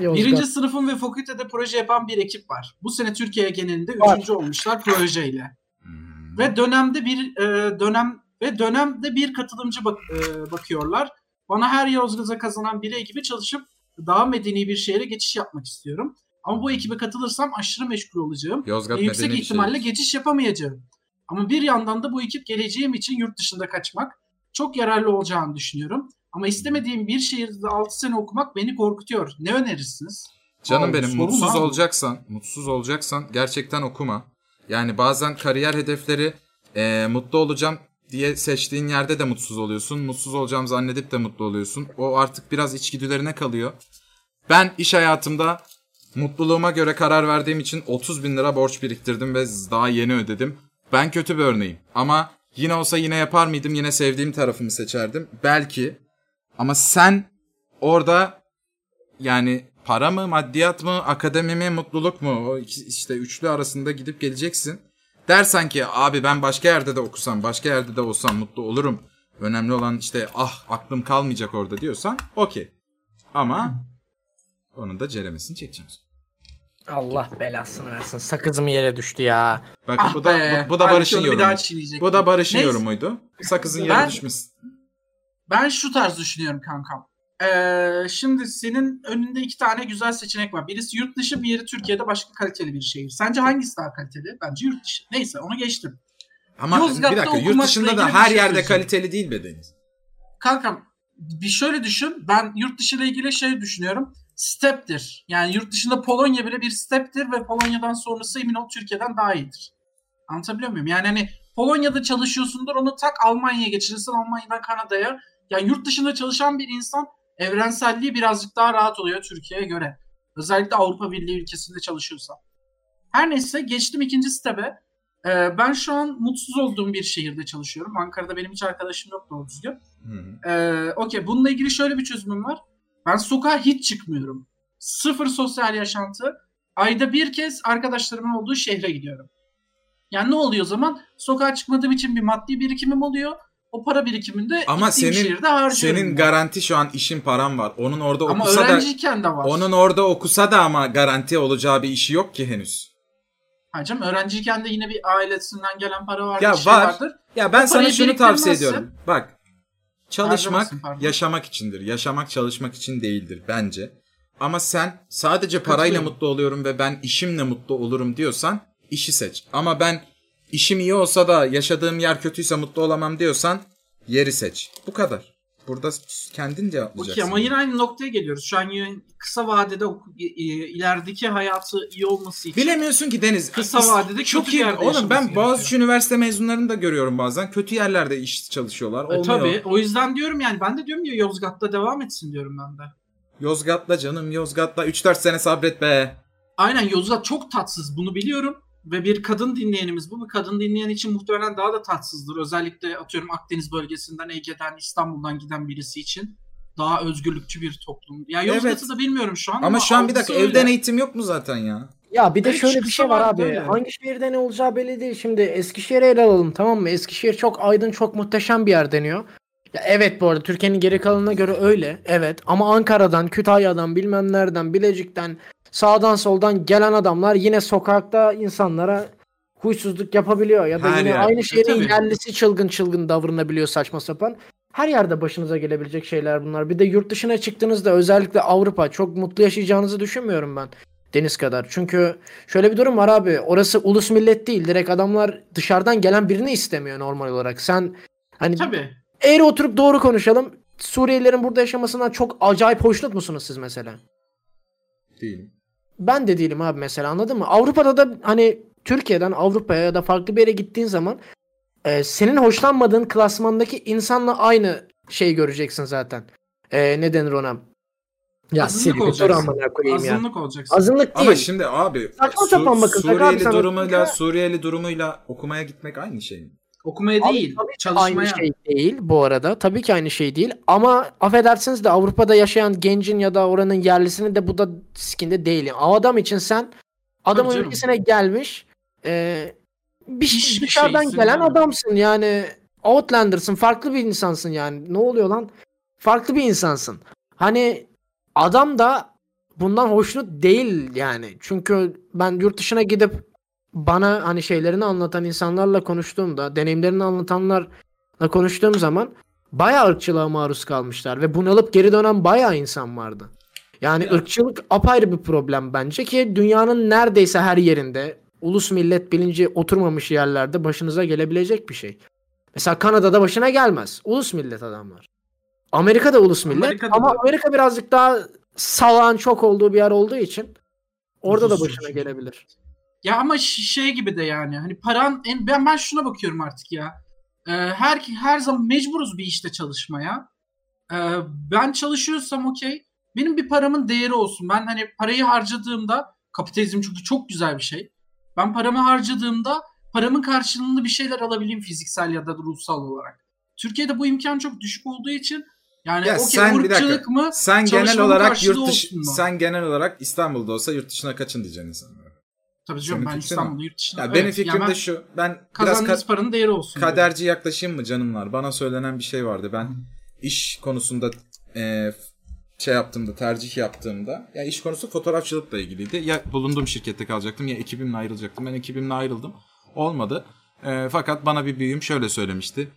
Speaker 4: Yozgat.
Speaker 2: Birinci sınıfın ve fakültede proje yapan bir ekip var. Bu sene Türkiye genelinde
Speaker 4: Var.
Speaker 2: üçüncü olmuşlar projeyle.
Speaker 3: Hmm.
Speaker 2: Ve dönemde bir e, dönem ve dönemde bir katılımcı bak- e, bakıyorlar. Bana her Yozgat'a kazanan birey gibi çalışıp daha medeni bir şehre geçiş yapmak istiyorum. Ama bu ekibe katılırsam aşırı meşgul olacağım.
Speaker 3: Yozgat
Speaker 2: Ve yüksek
Speaker 3: medeni bir şey
Speaker 2: ihtimalle
Speaker 3: şehir.
Speaker 2: geçiş yapamayacağım. Ama bir yandan da bu ekip geleceğim için yurt dışında kaçmak çok yararlı olacağını düşünüyorum. Ama istemediğim bir şehirde 6 sene okumak beni korkutuyor. Ne önerirsiniz?
Speaker 3: Canım
Speaker 2: Aa,
Speaker 3: benim
Speaker 2: sorun var
Speaker 3: mutsuz
Speaker 2: mı?
Speaker 3: olacaksan, mutsuz olacaksan gerçekten okuma. Yani bazen kariyer hedefleri eee, mutlu olacağım diye seçtiğin yerde de mutsuz oluyorsun. Mutsuz olacağım zannedip de mutlu oluyorsun. O artık biraz içgüdülerine kalıyor. Ben iş hayatımda mutluluğuma göre karar verdiğim için 30 bin lira borç biriktirdim ve daha yeni ödedim. Ben kötü bir örneğim ama yine olsa yine yapar mıydım? Yine sevdiğim tarafımı seçerdim. Belki ama sen orada yani para mı, maddiyat mı, akademi mi, mutluluk mu? O iki- işte üçlü arasında gidip geleceksin. Dersen ki abi ben başka yerde de okusam, başka yerde de olsam mutlu olurum. Önemli olan işte ah aklım kalmayacak orada diyorsan okey. Ama onun da ceremesini çekeceğiz.
Speaker 4: Allah belasını versin. Sakızım yere düştü ya.
Speaker 3: Bak
Speaker 2: Ah
Speaker 3: bu da
Speaker 2: be,
Speaker 3: bu, bu da
Speaker 2: halbuki
Speaker 3: Barış'ın
Speaker 2: onu bir
Speaker 3: yorumu.
Speaker 2: daha çiğneyecektim.
Speaker 3: Bu da Barış'ın
Speaker 2: Neyse.
Speaker 3: yorumuydu. Sakızın
Speaker 2: Ben-
Speaker 3: yere düşmesin.
Speaker 2: Ben şu tarz düşünüyorum kankam. Ee, şimdi senin önünde iki tane güzel seçenek var. Birisi yurt dışı, biri Türkiye'de başka kaliteli bir şehir. Sence hangisi daha kaliteli? Bence yurt dışı. Neyse onu geçtim.
Speaker 3: Ama
Speaker 2: Yozgat'ta
Speaker 3: bir dakika yurt
Speaker 2: okumakla
Speaker 3: dışında
Speaker 2: ilgili
Speaker 3: da
Speaker 2: bir
Speaker 3: her
Speaker 2: şey
Speaker 3: yerde
Speaker 2: söyleyeceğim.
Speaker 3: kaliteli değil be Deniz.
Speaker 2: Kankam bir şöyle düşün. Ben yurt dışı ile ilgili şey düşünüyorum. Step'tir. Yani yurt dışında Polonya bile bir step'tir ve Polonya'dan sonrası emin ol Türkiye'den daha iyidir. Anlatabiliyor muyum? Yani hani Polonya'da çalışıyorsundur onu tak Almanya'ya geçirirsin Almanya'dan Kanada'ya. Yani yurt dışında çalışan bir insan evrenselliği birazcık daha rahat oluyor Türkiye'ye göre. Özellikle Avrupa Birliği ülkesinde çalışıyorsa. Her neyse geçtim ikinci step'e. Ee, ben şu an mutsuz olduğum bir şehirde çalışıyorum. Ankara'da benim hiç arkadaşım yok doğru düzgün. Ee, Okey bununla ilgili şöyle bir çözümüm var. Ben sokağa hiç çıkmıyorum. Sıfır sosyal yaşantı. Ayda bir kez arkadaşlarımın olduğu şehre gidiyorum. Yani ne oluyor o zaman? Sokağa çıkmadığım için bir maddi birikimim oluyor. O para birikiminde
Speaker 3: Ama
Speaker 2: gittiğim
Speaker 3: senin-
Speaker 2: şehirde harcıyorum.
Speaker 3: Senin
Speaker 2: ben.
Speaker 3: garanti şu an işin paran var. Onun orada
Speaker 2: Ama
Speaker 3: okusa da
Speaker 2: öğrenciyken de var.
Speaker 3: onun orada okusa da ama garanti olacağı bir işi yok ki henüz.
Speaker 2: Hacım öğrenciyken de yine bir ailesinden gelen para vardır.
Speaker 3: Ya
Speaker 2: bir şey
Speaker 3: var.
Speaker 2: vardır.
Speaker 3: Ya ben sana
Speaker 2: parayı
Speaker 3: şunu tavsiye
Speaker 2: biriktirmezse-
Speaker 3: ediyorum. Bak. Çalışmak
Speaker 2: Harcamasın, pardon.
Speaker 3: yaşamak içindir. Yaşamak çalışmak için değildir bence. Ama sen sadece parayla
Speaker 2: Katılıyorum.
Speaker 3: mutlu oluyorum ve ben işimle mutlu olurum diyorsan işi seç. Ama ben işim iyi olsa da yaşadığım yer kötüyse mutlu olamam diyorsan yeri seç. Bu kadar. Burada kendin cevaplayacaksın.
Speaker 2: Okey ama yine aynı noktaya geliyoruz. Şu an yine kısa vadede oku- i- i- ilerideki hayatı iyi olması için.
Speaker 3: Bilemiyorsun ki Deniz.
Speaker 2: Kısa vadede
Speaker 3: çok
Speaker 2: kötü
Speaker 3: iyi.
Speaker 2: yerde
Speaker 3: Oğlum ben
Speaker 2: yaşaması
Speaker 3: Boğaziçi Üniversite mezunlarını da görüyorum bazen. Kötü yerlerde iş çalışıyorlar.
Speaker 2: E,
Speaker 3: Olmuyor.
Speaker 2: tabii. O yüzden diyorum yani ben de diyorum ya Yozgat'ta devam etsin diyorum ben de.
Speaker 3: Yozgat'la canım Yozgat'la 3-4 sene sabret be.
Speaker 2: Aynen Yozgat çok tatsız bunu biliyorum. Ve bir kadın dinleyenimiz bu. Bir kadın dinleyen için muhtemelen daha da tatsızdır. Özellikle atıyorum Akdeniz bölgesinden, Ege'den, İstanbul'dan giden birisi için daha özgürlükçü bir toplum. Ya Yozgat'ı
Speaker 3: Evet.
Speaker 2: da bilmiyorum şu an ama,
Speaker 3: Ama şu an bir
Speaker 2: algısı
Speaker 3: dakika
Speaker 2: öyle.
Speaker 3: evden eğitim yok mu zaten ya?
Speaker 4: Ya bir de
Speaker 2: Evet,
Speaker 4: şöyle bir
Speaker 2: çıkışı
Speaker 4: şey var
Speaker 2: var
Speaker 4: abi.
Speaker 2: böyle.
Speaker 4: Hangi şehirde ne olacağı belli değil. Şimdi Eskişehir'e ele alalım tamam mı? Eskişehir çok aydın, çok muhteşem bir yer deniyor. Ya evet bu arada Türkiye'nin geri kalanına göre öyle. Evet ama Ankara'dan, Kütahya'dan, bilmem nereden, Bilecik'ten, sağdan soldan gelen adamlar yine sokakta insanlara huysuzluk yapabiliyor. Ya da
Speaker 3: Her
Speaker 4: yine
Speaker 3: yer.
Speaker 4: aynı şehrin
Speaker 2: tabii.
Speaker 4: yerlisi çılgın çılgın davranabiliyor saçma sapan. Her yerde başınıza gelebilecek şeyler bunlar. Bir de yurt dışına çıktığınızda özellikle Avrupa çok mutlu yaşayacağınızı düşünmüyorum ben. Deniz kadar. Çünkü şöyle bir durum var abi. Orası ulus millet değil. Direkt adamlar dışarıdan gelen birini istemiyor normal olarak. Sen hani
Speaker 2: Tabii.
Speaker 4: eğri oturup doğru konuşalım. Suriyelilerin burada yaşamasından çok acayip hoşnut musunuz siz mesela?
Speaker 3: Değil.
Speaker 4: Ben de değilim abi mesela anladın mı? Avrupa'da da hani Türkiye'den Avrupa'ya ya da farklı bir yere gittiğin zaman e, senin hoşlanmadığın klasmandaki insanla aynı şeyi göreceksin zaten. E, ne denir ona? Ya
Speaker 2: Azınlık
Speaker 4: silip dur
Speaker 2: olacaksın.
Speaker 4: amına koyayım ya.
Speaker 2: Azınlık olacaksın.
Speaker 4: Azınlık değil.
Speaker 3: Ama şimdi abi
Speaker 4: Saçma sapan bakın, Tayyip abi
Speaker 3: Suriyeli
Speaker 4: sana-
Speaker 3: durumuyla Suriyeli durumuyla okumaya gitmek aynı şey mi?
Speaker 2: Okumaya
Speaker 4: Abi
Speaker 2: değil,
Speaker 4: tabii ki
Speaker 2: çalışmaya.
Speaker 4: Aynı şey değil bu arada. Tabii ki aynı şey değil. Ama affedersiniz de Avrupa'da yaşayan gencin ya da oranın yerlisinin de bu da sikinde değil. Yani O adam için sen adamın
Speaker 2: canım.
Speaker 4: ülkesine gelmiş e, bir
Speaker 2: İş-
Speaker 4: şey dışarıdan
Speaker 2: şeysin
Speaker 4: gelen
Speaker 2: yani.
Speaker 4: adamsın yani. Outlander'sın. Farklı bir insansın yani. Ne oluyor lan? Farklı bir insansın. Hani adam da bundan hoşnut değil yani. Çünkü ben yurt dışına gidip bana hani şeylerini anlatan insanlarla konuştuğumda, deneyimlerini anlatanlarla konuştuğum zaman bayağı ırkçılığa maruz kalmışlar ve bunalıp geri dönen bayağı insan vardı. Yani
Speaker 2: Ya.
Speaker 4: ırkçılık apayrı bir problem bence ki dünyanın neredeyse her yerinde ulus millet bilinci oturmamış yerlerde başınıza gelebilecek bir şey. Mesela Kanada'da başına gelmez. Ulus millet adamlar. Amerika'da ulus millet
Speaker 2: Amerika'da
Speaker 4: ama
Speaker 2: da.
Speaker 4: Amerika birazcık daha salağın çok olduğu bir yer olduğu için orada da
Speaker 2: Nüfus
Speaker 4: başına
Speaker 2: çünkü.
Speaker 4: gelebilir.
Speaker 2: Ya ama ş- şey gibi de yani hani paran en, ben ben şuna bakıyorum artık ya. Ee, her her zaman mecburuz bir işte çalışmaya. Ee, ben çalışıyorsam okey. Benim bir paramın değeri olsun. Ben hani parayı harcadığımda kapitalizm çünkü çok güzel bir şey. Ben paramı harcadığımda paramın karşılığında bir şeyler alabileyim fiziksel ya da ruhsal olarak. Türkiye'de bu imkan çok düşük olduğu için yani
Speaker 3: Ya
Speaker 2: okey
Speaker 3: sen bir dakika.
Speaker 2: ırkçılık mı?
Speaker 3: Sen genel
Speaker 2: Çalışmanın
Speaker 3: olarak
Speaker 2: karşılığı
Speaker 3: yurt dışı,
Speaker 2: olsun mu?
Speaker 3: sen genel olarak İstanbul'da olsa yurt dışına kaçın diyeceksin insanlara.
Speaker 2: Tabii canım
Speaker 3: Senin
Speaker 2: ben
Speaker 3: fikrin
Speaker 2: İstanbul'da yurt dışında.
Speaker 3: Ya
Speaker 2: Evet,
Speaker 3: benim fikrim
Speaker 2: ben
Speaker 3: de şu. Ben biraz
Speaker 2: kazandığınız
Speaker 3: ka-
Speaker 2: paranın değeri olsun. diyorum.
Speaker 3: kaderci yaklaşayım mı canımlar? Bana söylenen bir şey vardı. Ben iş konusunda e, f- şey yaptığımda, tercih yaptığımda ya iş konusu fotoğrafçılıkla ilgiliydi. Ya bulunduğum şirkette kalacaktım ya ekibimle ayrılacaktım. Ben ekibimle ayrıldım. Olmadı. E, fakat bana bir büyüğüm şöyle söylemişti.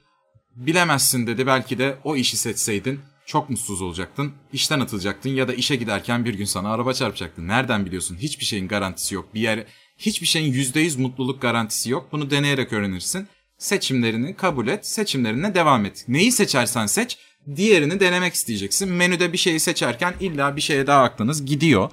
Speaker 3: Bilemezsin dedi belki de o işi seçseydin çok mutsuz olacaktın. işten atılacaktın ya da işe giderken bir gün sana araba çarpacaktı. Nereden biliyorsun? Hiçbir şeyin garantisi yok. Bir yer hiçbir şeyin %100 mutluluk garantisi yok. Bunu deneyerek öğrenirsin. Seçimlerini kabul et, seçimlerine devam et. Neyi seçersen seç, diğerini denemek isteyeceksin. Menüde bir şeyi seçerken illa bir şeye daha aklınız gidiyor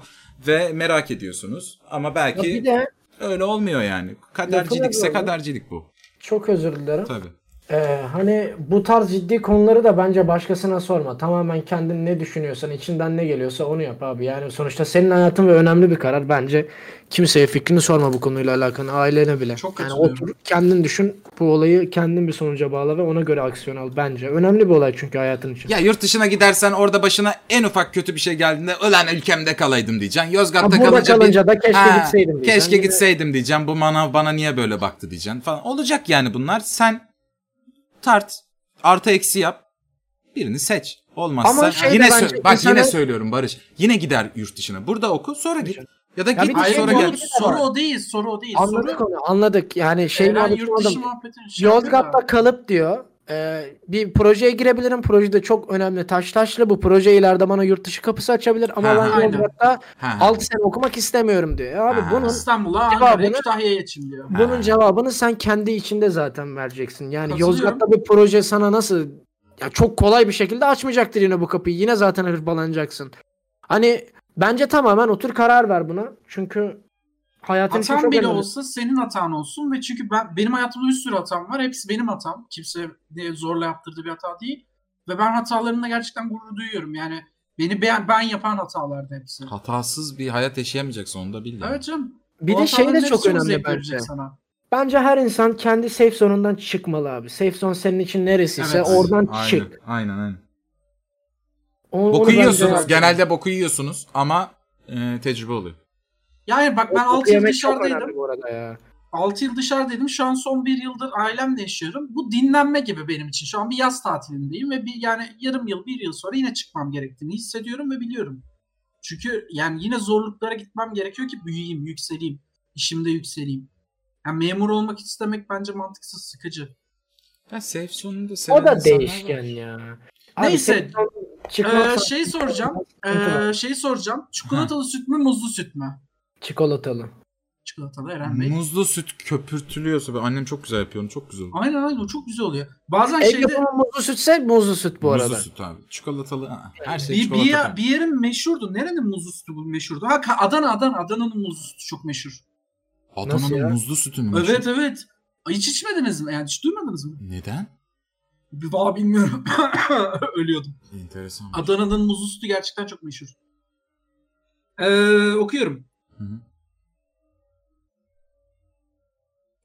Speaker 3: ve merak ediyorsunuz. Ama
Speaker 4: Ya bir
Speaker 3: belki
Speaker 4: de
Speaker 3: öyle olmuyor yani. Kadercilikse
Speaker 4: Lafına
Speaker 3: kadercilik bu.
Speaker 4: çok özür dilerim.
Speaker 3: Tabii.
Speaker 4: Ee, hani bu tarz ciddi konuları da bence başkasına sorma. Tamamen kendin ne düşünüyorsan, içinden ne geliyorsa onu yap abi. Yani sonuçta senin hayatın ve önemli bir karar. Bence kimseye fikrini sorma bu konuyla alakalı. Ailene bile.
Speaker 2: Çok
Speaker 4: yani
Speaker 2: katılıyorum.
Speaker 4: otur, kendin düşün. Bu olayı kendin bir sonuca bağla ve ona göre aksiyon al bence. Önemli bir olay çünkü hayatın için.
Speaker 3: Ya yurt dışına gidersen orada başına en ufak kötü bir şey geldiğinde ulan ülkemde kalaydım diyeceksin.
Speaker 4: Ha,
Speaker 3: Yozgat'ta
Speaker 4: burada
Speaker 3: kalınca,
Speaker 4: kalınca da keşke
Speaker 3: Ha,
Speaker 4: gitseydim diyeceksin.
Speaker 3: Keşke
Speaker 4: Yine-
Speaker 3: gitseydim diyeceğim. Bu manav bana niye böyle baktı diyeceksin falan. Olacak yani bunlar. Sen tart. Artı eksi yap. Birini seç. Olmazsa
Speaker 4: Ama şey de
Speaker 3: yine
Speaker 4: bence
Speaker 3: sö- bak
Speaker 4: insana-
Speaker 3: yine söylüyorum Barış. Yine gider yurt dışına. Burada oku sonra git. Ya da
Speaker 4: Ya
Speaker 3: git
Speaker 4: bir de
Speaker 2: Hayır
Speaker 3: sonra
Speaker 4: şey-
Speaker 3: gel.
Speaker 2: soru,
Speaker 4: gel.
Speaker 2: soru o değil. Soru o değil.
Speaker 4: Anladık
Speaker 2: soru,
Speaker 4: onu anladık. Yani şey
Speaker 2: Eren
Speaker 4: muhabbeti
Speaker 2: yurt dışı
Speaker 4: anladım.
Speaker 2: muhabbetini şey yapıyor da.
Speaker 4: Yozgat'ta kalıp diyor. Ee, bir projeye girebilirim. Proje de çok önemli. Taş taşlı bu proje ileride bana yurt dışı kapısı açabilir ama
Speaker 3: Ha,
Speaker 4: ben
Speaker 2: aynen.
Speaker 4: Yozgat'ta
Speaker 3: Ha.
Speaker 4: 6 sene okumak istemiyorum diyor. Ya Abi
Speaker 3: Ha.
Speaker 4: bunun
Speaker 2: İstanbul'a,
Speaker 4: Cevabını-
Speaker 2: Ankara'ya, Kütahya'ya geçin diyor.
Speaker 4: bunun cevabını sen kendi içinde zaten vereceksin. Yani
Speaker 2: Katılıyorum.
Speaker 4: Yozgat'ta bir proje sana nasıl ya çok kolay bir şekilde açmayacaktır yine bu kapıyı. Yine zaten hırpalanacaksın. Hani bence tamamen otur karar ver buna. Çünkü hayatın için
Speaker 2: Hatam
Speaker 4: çok
Speaker 2: bile
Speaker 4: önemli.
Speaker 2: olsa senin hatan olsun ve çünkü ben benim hayatımda bir sürü hatam var. Hepsi benim hatam. Kimse ne zorla yaptırdığı bir hata değil. Ve ben hatalarımla gerçekten gurur duyuyorum. Yani beni ben, ben yapan hatalardı hepsi.
Speaker 3: Hatasız bir hayat yaşayamayacaksın onu da bil. yani.
Speaker 2: Evet canım.
Speaker 4: Bir
Speaker 2: O
Speaker 4: de şey de
Speaker 2: hataların
Speaker 4: çok
Speaker 2: hepsi bu
Speaker 4: önemli
Speaker 2: zevk
Speaker 4: bence.
Speaker 2: verecek Sana.
Speaker 4: Bence her insan kendi safe zone'undan çıkmalı abi. Safe zone senin için neresiyse
Speaker 2: Evet.
Speaker 4: oradan
Speaker 3: aynen,
Speaker 4: çık.
Speaker 3: Aynen aynen.
Speaker 4: O- onu
Speaker 3: Boku
Speaker 4: bence-
Speaker 3: yiyorsunuz. Genelde boku yiyorsunuz ama e, tecrübe oluyor.
Speaker 2: Yani bak ben
Speaker 4: Boku
Speaker 2: 6 yıl
Speaker 4: yemek çok önemli
Speaker 2: dışarıdaydım.
Speaker 4: Bu arada ya.
Speaker 2: 6 yıl dışarıdaydım. Şu an son 1 yıldır ailemle yaşıyorum. Bu dinlenme gibi benim için. Şu an bir yaz tatilindeyim ve bir yani yarım yıl, bir yıl sonra yine çıkmam gerektiğini hissediyorum ve biliyorum. Çünkü yani yine zorluklara gitmem gerekiyor ki büyüyeyim, yükseleyim. işimde yükseleyim. Yani memur olmak istemek bence mantıksız, sıkıcı.
Speaker 3: Ya safe zone'u
Speaker 4: O da değişken ya. Abi
Speaker 2: Neyse.
Speaker 4: safe zone
Speaker 2: Ee,
Speaker 4: çıkmak-
Speaker 2: şey soracağım. Ee,
Speaker 4: Çikolatalı.
Speaker 2: şey soracağım. Çikolatalı süt mü, muzlu süt mü?
Speaker 4: Çikolatalı.
Speaker 2: Çikolatalı Eren Bey.
Speaker 3: Muzlu süt köpürtülüyorsa be annem çok güzel yapıyor onu çok güzel oluyor.
Speaker 2: Aynen aynen o çok güzel oluyor. Bazen
Speaker 4: Ev
Speaker 2: şeyde
Speaker 4: E, yapımı muzlu sütse muzlu süt bu
Speaker 3: Muzlu
Speaker 4: arada.
Speaker 3: süt abi. Çikolatalı ha, her şey
Speaker 2: bir, bir,
Speaker 3: çikolata.
Speaker 2: yer- bir yerin meşhurdu. Nerenin muzlu sütü bu meşhurdu? Ha Ka- Adana Adana Adana'nın muzlu sütü çok meşhur.
Speaker 4: Nasıl ya?
Speaker 3: Adana'nın muzlu sütü mü?
Speaker 2: Evet evet. Ay, Hiç içmediniz mi? Yani hiç duymadınız mı?
Speaker 3: Neden?
Speaker 2: Bir- Valla bilmiyorum. Ölüyordum.
Speaker 3: Enteresan.
Speaker 2: Adana'nın muzlu sütü gerçekten çok meşhur. Ee, okuyorum.
Speaker 3: Hı hı.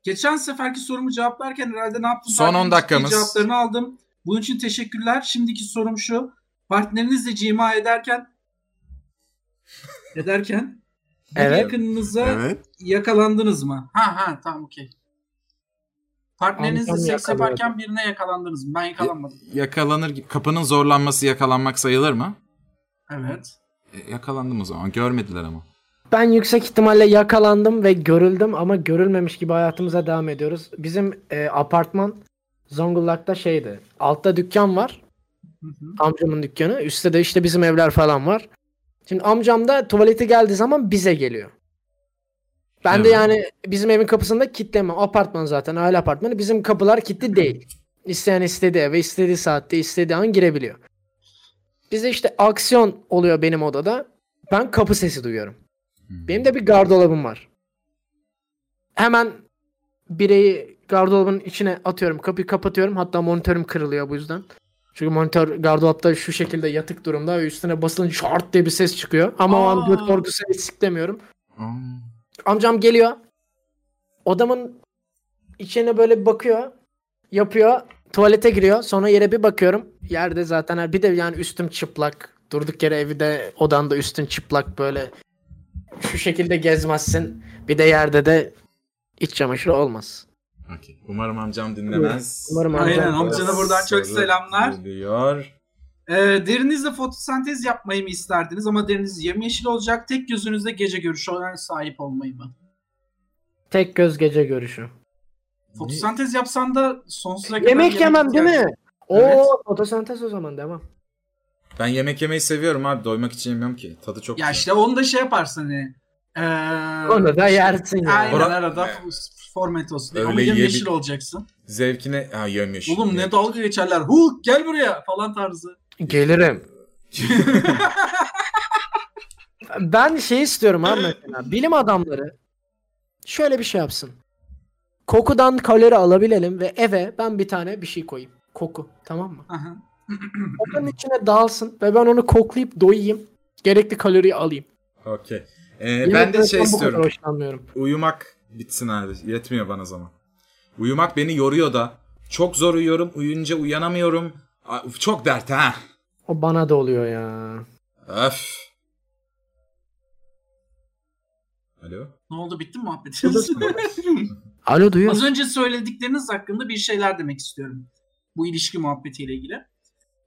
Speaker 2: Geçen seferki sorumu cevaplarken herhalde ne yaptım?
Speaker 3: Son
Speaker 2: Fark
Speaker 3: 10 dakikamız.
Speaker 2: etmedim. Cevaplarını aldım. Bunun için teşekkürler. Şimdiki sorum şu. Partnerinizle cima ederken ederken bir
Speaker 4: Evet.
Speaker 2: yakınınıza
Speaker 3: Evet.
Speaker 2: yakalandınız mı? Ha ha tamam okey. Partnerinizle
Speaker 4: Amcam
Speaker 2: seks
Speaker 4: yakaladı.
Speaker 2: yaparken birine yakalandınız mı? Ben yakalanmadım.
Speaker 3: Yakalanır gibi. Kapının zorlanması yakalanmak sayılır mı?
Speaker 2: Evet.
Speaker 3: E, yakalandım o zaman. Görmediler ama.
Speaker 4: Ben yüksek ihtimalle yakalandım ve görüldüm ama görülmemiş gibi hayatımıza devam ediyoruz. Bizim e, apartman Zonguldak'ta şeydi. Altta dükkan var.
Speaker 2: Hı hı.
Speaker 4: Amcamın dükkanı. Üstte de işte bizim evler falan var. Şimdi amcam da tuvaleti geldiği zaman bize geliyor. Ben de
Speaker 3: Evet.
Speaker 4: yani bizim evin kapısında kilitlemem. Apartman zaten aile apartmanı. Bizim kapılar kilitli değil. İsteyen istediği eve istediği saatte istediği an girebiliyor. Bize işte aksiyon oluyor benim odada. Ben kapı sesi duyuyorum. Benim de bir gardırobum var. Hemen bireyi gardırobun içine atıyorum. Kapıyı kapatıyorum. Hatta monitörüm kırılıyor bu yüzden. Çünkü monitör gardıropta şu şekilde yatık durumda ve üstüne basılınca şart diye bir ses çıkıyor. Ama o an
Speaker 2: Aa.
Speaker 4: göt korkusunu hiç siklemiyorum.
Speaker 3: Aa,
Speaker 4: Amcam geliyor. Odamın içine böyle bir bakıyor. Yapıyor. Tuvalete giriyor. Sonra yere bir bakıyorum. Yerde zaten her- bir de yani üstüm çıplak. Durduk yere evi de odan da üstün çıplak böyle. Şu şekilde gezmezsin. Bir de yerde de iç çamaşırı olmaz.
Speaker 3: okey. Umarım amcam dinlemez.
Speaker 4: Umarım amcam-
Speaker 2: Aynen, amcana buradan çok
Speaker 3: Soru
Speaker 2: selamlar.
Speaker 3: geliyor.
Speaker 2: Ee, derinizle fotosentez yapmayı mı isterdiniz ama deriniz yemyeşil olacak. Tek gözünüzde gece görüşü olan sahip olmayı mı?
Speaker 4: Tek göz gece görüşü.
Speaker 2: Fotosentez yapsan da sonsuza kadar
Speaker 4: Yemek yemem değil mi? Oo
Speaker 2: Evet.
Speaker 4: fotosentez o zaman devam.
Speaker 3: Ben yemek yemeyi seviyorum abi. Doymak için yemiyorum ki. Tadı çok
Speaker 2: Ya
Speaker 3: güzel.
Speaker 2: işte onu da şey yaparsın hani. Ee,
Speaker 4: Onu da yersin ya.
Speaker 2: Aynen
Speaker 3: Ora-
Speaker 2: arada format olsun.
Speaker 3: Öyle
Speaker 2: Ama yemyeşil
Speaker 3: yiyebil-
Speaker 2: olacaksın.
Speaker 3: Zevkine... Ha yemiş.
Speaker 2: Oğlum ne dalga geçerler. Hulk gel buraya falan tarzı.
Speaker 4: Gelirim. ben şey istiyorum abi mesela. Bilim adamları şöyle bir şey yapsın. Kokudan kalori alabilelim ve eve ben bir tane bir şey koyayım. Koku. Tamam mı?
Speaker 2: Aha.
Speaker 4: Kokunun içine dağılsın ve ben onu koklayıp doyayım. Gerekli kaloriyi alayım.
Speaker 3: Okey. Ee, ben
Speaker 4: Yemeklerden
Speaker 3: de şey
Speaker 4: bu kadar
Speaker 3: istiyorum.
Speaker 4: hoşlanmıyorum.
Speaker 3: Uyumak bitsin abi. Yetmiyor bana zaman. Uyumak beni yoruyor da. Çok zor uyuyorum. Uyuyunca uyanamıyorum. A- Çok dert ha.
Speaker 4: O bana da oluyor ya.
Speaker 3: Öf. Alo.
Speaker 2: Ne oldu bitti mi muhabbetimiz?
Speaker 4: Alo duyuyor
Speaker 2: Az önce söyledikleriniz hakkında bir şeyler demek istiyorum. Bu ilişki muhabbetiyle ilgili.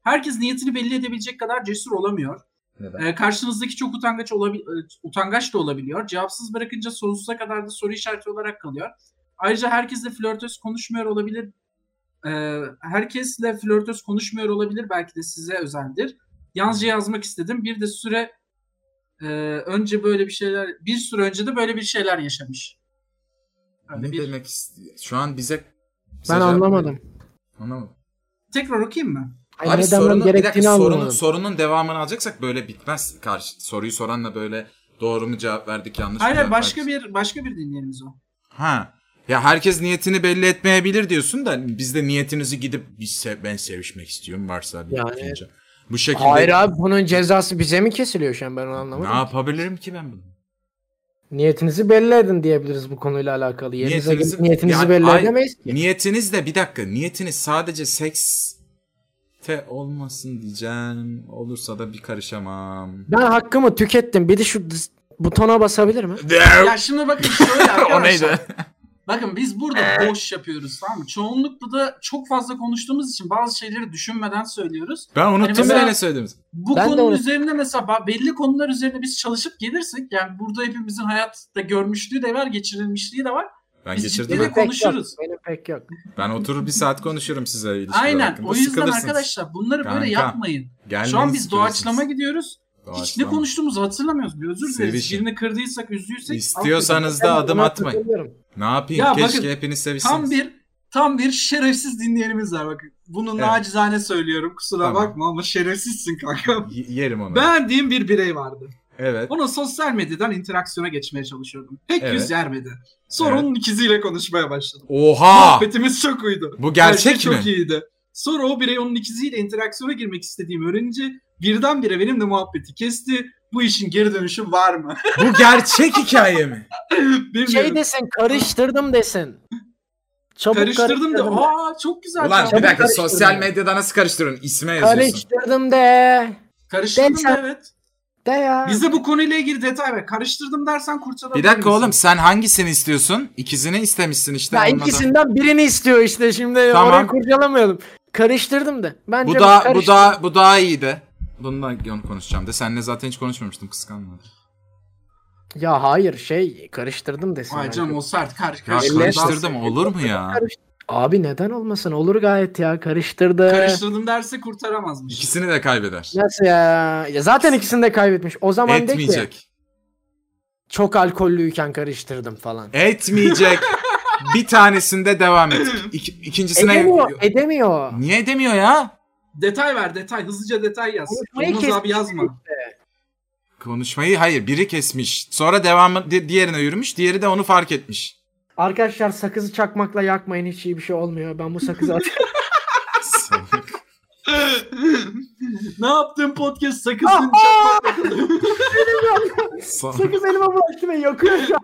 Speaker 2: Herkes niyetini belli edebilecek kadar cesur olamıyor.
Speaker 3: Neden?
Speaker 2: Ee, karşınızdaki çok utangaç olabi- e, utangaç da olabiliyor. Cevapsız bırakınca sonsuza kadar da soru işareti olarak kalıyor. Ayrıca herkesle flörtöz konuşmuyor olabilir. Ee, herkesle flörtöz konuşmuyor olabilir. Belki de size özeldir. Yalnızca yazmak istedim. Bir de süre e, önce böyle bir şeyler, bir süre önce de böyle bir şeyler yaşamış. Öyle
Speaker 3: Ne
Speaker 2: bir-
Speaker 3: demek istiyor? Şu an bize... bize
Speaker 4: Ben
Speaker 3: cevap
Speaker 4: anlamadım.
Speaker 3: veriyor. Anlamadım.
Speaker 2: Tekrar okuyayım mı?
Speaker 4: Ay,
Speaker 3: Abi
Speaker 4: ne demem
Speaker 3: sorunun, bir
Speaker 4: gerektiğini
Speaker 3: dakika, sorunun,
Speaker 4: anlamadım.
Speaker 3: sorunun devamını alacaksak böyle bitmez. Karşı, soruyu soranla böyle doğru mu cevap verdik yanlış mı
Speaker 2: Hayır hayır,
Speaker 3: cevap
Speaker 2: başka
Speaker 3: verdik.
Speaker 2: bir başka bir dinleyenimiz o.
Speaker 3: Ha. Ya herkes niyetini belli etmeyebilir diyorsun da biz de niyetinizi gidip biz se- ben sevişmek istiyorum varsa bir
Speaker 4: Yani-
Speaker 3: ikinci. Bu şekilde
Speaker 4: Hayır abi bunun cezası bize mi kesiliyor şu an ben onu
Speaker 3: ne
Speaker 4: anlamadım.
Speaker 3: yapabilirim ki ben bunu?
Speaker 4: Niyetinizi belli edin diyebiliriz bu konuyla alakalı. Yerinize
Speaker 3: Niyetinizi-
Speaker 4: gelip niyetinizi
Speaker 3: Yani-
Speaker 4: belli
Speaker 3: Ay-
Speaker 4: edemeyiz ki.
Speaker 3: Niyetiniz de bir dakika niyetiniz sadece seks te olmasın diyeceğim. Olursa da bir karışamam.
Speaker 4: Ben hakkımı tükettim. Bir de şu dis- butona basabilir mi?
Speaker 2: Ya şimdi bakın şöyle
Speaker 3: o neydi?
Speaker 2: arkadaşlar. bakın biz burada boş yapıyoruz tamam mı? Çoğunlukla da çok fazla konuştuğumuz için bazı şeyleri düşünmeden söylüyoruz.
Speaker 3: Ben unuttum
Speaker 2: Hani mesela-
Speaker 3: bile ne söylediğimizi.
Speaker 2: Bu
Speaker 4: Ben de
Speaker 2: konunun
Speaker 4: onu-
Speaker 2: üzerinde mesela ba- belli konular üzerine biz çalışıp gelirsek yani burada hepimizin hayatta görmüşlüğü de var, geçirilmişliği de var.
Speaker 3: Ben
Speaker 2: Biz
Speaker 3: geçirdim.
Speaker 2: ciddi
Speaker 3: ha.
Speaker 2: de- konuşuruz.
Speaker 4: Pek yok. Benim pek yok.
Speaker 3: Ben oturur bir saat konuşurum size ilişkiler
Speaker 2: Aynen.
Speaker 3: hakkında.
Speaker 2: O yüzden
Speaker 3: Sıkılırsınız.
Speaker 2: arkadaşlar bunları
Speaker 3: Kanka,
Speaker 2: böyle yapmayın.
Speaker 3: Gelmeyin,
Speaker 2: Şu an biz
Speaker 3: sıkılırsınız.
Speaker 2: doğaçlama gidiyoruz. Hiç ne
Speaker 3: Doğaçlama.
Speaker 2: konuştuğumuzu hatırlamıyoruz. Bir özür dileriz.
Speaker 3: Sevişin.
Speaker 2: Birini kırdıysak, üzdüysek.
Speaker 3: İstiyorsanız
Speaker 4: Ben
Speaker 3: da adım
Speaker 4: buna
Speaker 3: atmayın.
Speaker 4: katılıyorum.
Speaker 3: Ne yapayım?
Speaker 2: Ya
Speaker 3: Keşke
Speaker 2: bakın,
Speaker 3: hepiniz sevişsiniz.
Speaker 2: Tam bir tam bir şerefsiz dinleyenimiz var bakın. Bunu
Speaker 3: Evet.
Speaker 2: nacizane söylüyorum. Kusura
Speaker 3: Tamam.
Speaker 2: bakma ama şerefsizsin kanka.
Speaker 3: Y- yerim onu.
Speaker 2: Beğendiğim bir birey vardı.
Speaker 3: Evet.
Speaker 2: Ona sosyal medyadan interaksiyona geçmeye çalışıyordum. Pek
Speaker 3: Evet.
Speaker 2: yüz yermedi. Sonra
Speaker 3: Evet.
Speaker 2: onun ikiziyle konuşmaya başladım.
Speaker 3: Oha!
Speaker 2: Muhabbetimiz çok uydu.
Speaker 3: Bu
Speaker 2: Her şey
Speaker 3: gerçek mi?
Speaker 2: Çok iyiydi. Sonra o birey onun ikiziyle interaksiyona girmek istediğimi öğrenince birdenbire benimle muhabbeti kesti. Bu işin geri dönüşü var mı?
Speaker 3: Bu gerçek hikaye mi?
Speaker 2: Bilmiyorum.
Speaker 4: Şey desin karıştırdım desin.
Speaker 7: Çabuk
Speaker 2: karıştırdım da
Speaker 7: karıştırdım.
Speaker 2: aa çok güzel.
Speaker 3: Ulan bir
Speaker 2: cevap.
Speaker 3: dakika
Speaker 4: karıştırdım
Speaker 3: sosyal
Speaker 4: ya.
Speaker 3: medyada nasıl karıştırıyorsun? İsme yazıyorsun.
Speaker 4: Karıştırdım de.
Speaker 2: Karıştırdım da
Speaker 4: Sen-
Speaker 2: evet.
Speaker 4: De ya.
Speaker 2: Bizde bu konuyla ilgili detay var. Karıştırdım dersen kurtulabilir
Speaker 3: Bir dakika
Speaker 2: misin?
Speaker 3: oğlum sen hangisini istiyorsun? İkizini istemişsin işte.
Speaker 4: Ya
Speaker 3: olmadı.
Speaker 4: ikisinden birini istiyor işte şimdi
Speaker 3: Tamam.
Speaker 4: orayı kurcalamayalım. Karıştırdım da. Bence
Speaker 3: Bu da bu da bu daha iyiydi. Bundan onu konuşacağım de. Seninle zaten hiç konuşmamıştım kıskanma.
Speaker 4: Ya hayır şey karıştırdım desin.
Speaker 2: Vay
Speaker 4: bence.
Speaker 2: canım o sert. Kar,
Speaker 3: Ya
Speaker 2: karıştırdım.
Speaker 3: karıştırdım olur mu ya?
Speaker 4: Abi neden olmasın olur gayet ya karıştırdı.
Speaker 2: Karıştırdım derse kurtaramazmış.
Speaker 3: İkisini de kaybeder.
Speaker 4: Nasıl ya? ya? Zaten ikisini de kaybetmiş. O zaman de ki
Speaker 3: Etmeyecek.
Speaker 4: çok alkollüyken karıştırdım falan.
Speaker 3: Etmeyecek. bir tanesinde devam et. İki, ikincisine
Speaker 4: Edemiyor, edemiyor.
Speaker 3: Niye edemiyor ya?
Speaker 2: Detay ver detay. Hızlıca detay yaz.
Speaker 4: Konuşmayı
Speaker 2: Olmaz
Speaker 4: kes-
Speaker 2: abi yazma.
Speaker 3: Konuşmayı hayır biri kesmiş. Sonra devamı di- diğerine yürümüş. Diğeri de onu fark etmiş.
Speaker 4: Arkadaşlar sakızı çakmakla yakmayın hiç iyi bir şey olmuyor. Ben bu sakızı atıyorum.
Speaker 2: ne yaptın podcast sakızın çakmakla kalıyor.
Speaker 3: Son-
Speaker 4: Sakız elime bulaştı ve yakıyor şu an.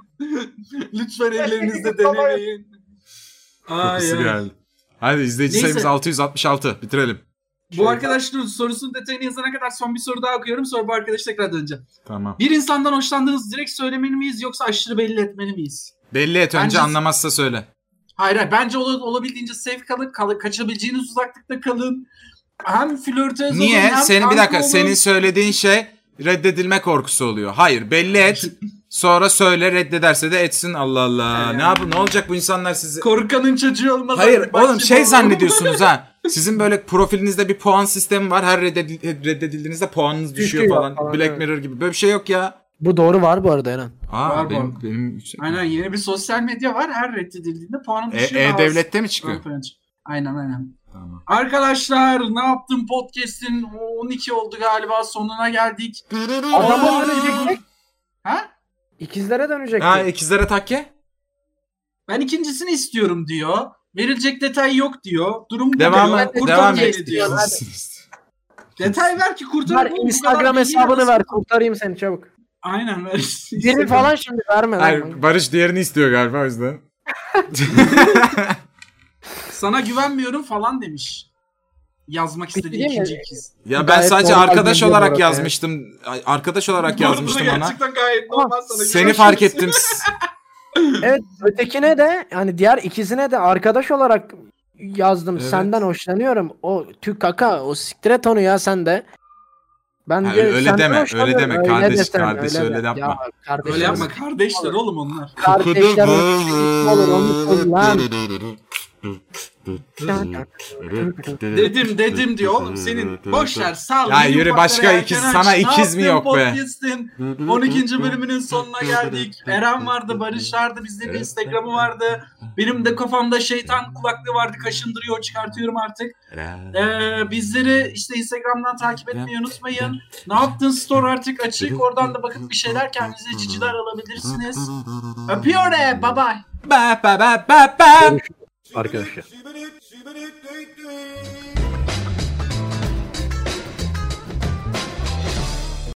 Speaker 2: Lütfen evlerinizde denemeyin. Ay,
Speaker 3: Kokusu
Speaker 2: ay.
Speaker 3: geldi. Hadi izleyici
Speaker 2: Neyse.
Speaker 3: sayımız 666. Bitirelim. şey.
Speaker 2: Bu arkadaşın sorusunun detayını yazana kadar son bir soru daha okuyorum. Sonra bu arkadaş tekrar döneceğim.
Speaker 3: Tamam.
Speaker 2: Bir insandan hoşlandığınızı direkt söylemeli miyiz yoksa aşırı belli etmeli miyiz?
Speaker 3: Belli et önce
Speaker 2: Bence-
Speaker 3: anlamazsa söyle.
Speaker 2: Hayır hayır. Bence ola- olabildiğince safe kalın. Kal- kaçabileceğiniz uzaklıkta kalın. Hem flörtöz
Speaker 3: Niye?
Speaker 2: olun hem
Speaker 3: senin bir dakika
Speaker 2: kanka olun.
Speaker 3: senin söylediğin şey reddedilme korkusu oluyor. Hayır, belli et. Sonra söyle reddederse de etsin Allah Allah.
Speaker 2: Yani.
Speaker 3: Ne yapın? Ne olacak bu insanlar sizi?
Speaker 2: Korkanın çocuğu olmaz.
Speaker 3: Hayır
Speaker 2: Hadi bak
Speaker 3: oğlum
Speaker 2: şimdi
Speaker 3: şey
Speaker 2: oğlum.
Speaker 3: zannediyorsunuz ha. Sizin böyle profilinizde bir puan sistemi var. Her reddedil- reddedildiğinizde puanınız düşüyor,
Speaker 4: Düşüyor
Speaker 3: falan.
Speaker 4: falan,
Speaker 3: Black
Speaker 4: evet.
Speaker 3: Mirror gibi. Böyle bir şey yok ya.
Speaker 4: Bu doğru var bu arada Eren.
Speaker 3: Aa
Speaker 2: Var bu
Speaker 3: benim
Speaker 2: arada.
Speaker 3: benim
Speaker 2: Aynen Şey yeni bir sosyal medya var. Her reddedildiğinde puanın
Speaker 3: E,
Speaker 2: düşüyor.
Speaker 3: e
Speaker 2: daha
Speaker 3: devlette mi
Speaker 2: az-
Speaker 3: çıkıyor?
Speaker 2: Aynen aynen.
Speaker 3: Tamam.
Speaker 2: Arkadaşlar ne yaptım podcast'in 12 oldu galiba sonuna geldik.
Speaker 4: Adama dönecektik.
Speaker 2: Ha?
Speaker 4: İkizlere dönecektik.
Speaker 3: Ha ikizlere takke?
Speaker 2: Ben ikincisini istiyorum diyor. Verilecek detay yok diyor. Durum bu
Speaker 3: Devam,
Speaker 2: diyor. Kurtar
Speaker 3: devam
Speaker 2: beni
Speaker 3: et.
Speaker 2: diyor. Detay ver ki kurtar.
Speaker 4: Ver
Speaker 2: bu, bu kadar
Speaker 4: Instagram
Speaker 2: bilgi
Speaker 4: hesabını
Speaker 2: arasın.
Speaker 4: ver kurtarayım seni çabuk.
Speaker 2: Aynen ver.
Speaker 4: Biri falan şimdi verme.
Speaker 3: Hayır,
Speaker 4: lan.
Speaker 3: Barış diğerini istiyor galiba o yüzden.
Speaker 2: Sana güvenmiyorum falan demiş. Yazmak
Speaker 4: Peki
Speaker 2: istediği
Speaker 4: değil mi?
Speaker 2: ikinci ikiz.
Speaker 3: Ya ben
Speaker 4: Gayet
Speaker 3: sadece
Speaker 4: normal
Speaker 3: arkadaş
Speaker 4: bence bu
Speaker 3: olarak
Speaker 4: arada.
Speaker 3: yazmıştım. Ay, Arkadaş olarak yazmıştım
Speaker 2: Bu arada
Speaker 3: ona.
Speaker 2: Gerçekten gayet normal sana şey
Speaker 3: Seni
Speaker 2: güvenmiyorum.
Speaker 3: fark ettim.
Speaker 4: Evet ötekine de yani diğer ikizine de arkadaş olarak yazdım.
Speaker 3: Evet.
Speaker 4: Senden hoşlanıyorum. O tük kaka o siktir et onu ya sen de. Ben
Speaker 3: Ha,
Speaker 4: diyor,
Speaker 3: öyle
Speaker 4: senden
Speaker 3: deme, öyle
Speaker 4: hoşlanıyorum.
Speaker 3: deme. Kardeş,
Speaker 4: desene,
Speaker 3: kardeş, öyle
Speaker 4: de.
Speaker 3: yapma.
Speaker 4: Ya, kardeş,
Speaker 2: Öyle yapma kardeşler oğlum onlar.
Speaker 4: Kardeşler olur onu kullan.
Speaker 2: Dedim dedim diyor oğlum senin boşver sal.
Speaker 3: Ya
Speaker 2: yeni
Speaker 3: yürü
Speaker 2: ufaklara
Speaker 3: başka
Speaker 2: yelken
Speaker 3: ikiz,
Speaker 2: aç.
Speaker 3: sana
Speaker 2: Ne
Speaker 3: ikiz mi
Speaker 2: yaptın
Speaker 3: yok be?
Speaker 2: podcast'in? 12. bölümünün sonuna geldik. Eren vardı, Barış vardı, bizde bir Instagram'ı vardı. Benim de kafamda şeytan kulaklığı vardı, kaşındırıyor, çıkartıyorum artık. Ee, bizleri işte Instagram'dan takip etmeyi unutmayın. Ne yaptın store artık açık, oradan da bakıp bir şeyler kendinize içiciler alabilirsiniz. Öpüyorum, bye bye.
Speaker 3: Ba ba ba ba ba.
Speaker 1: Arkadaşlar.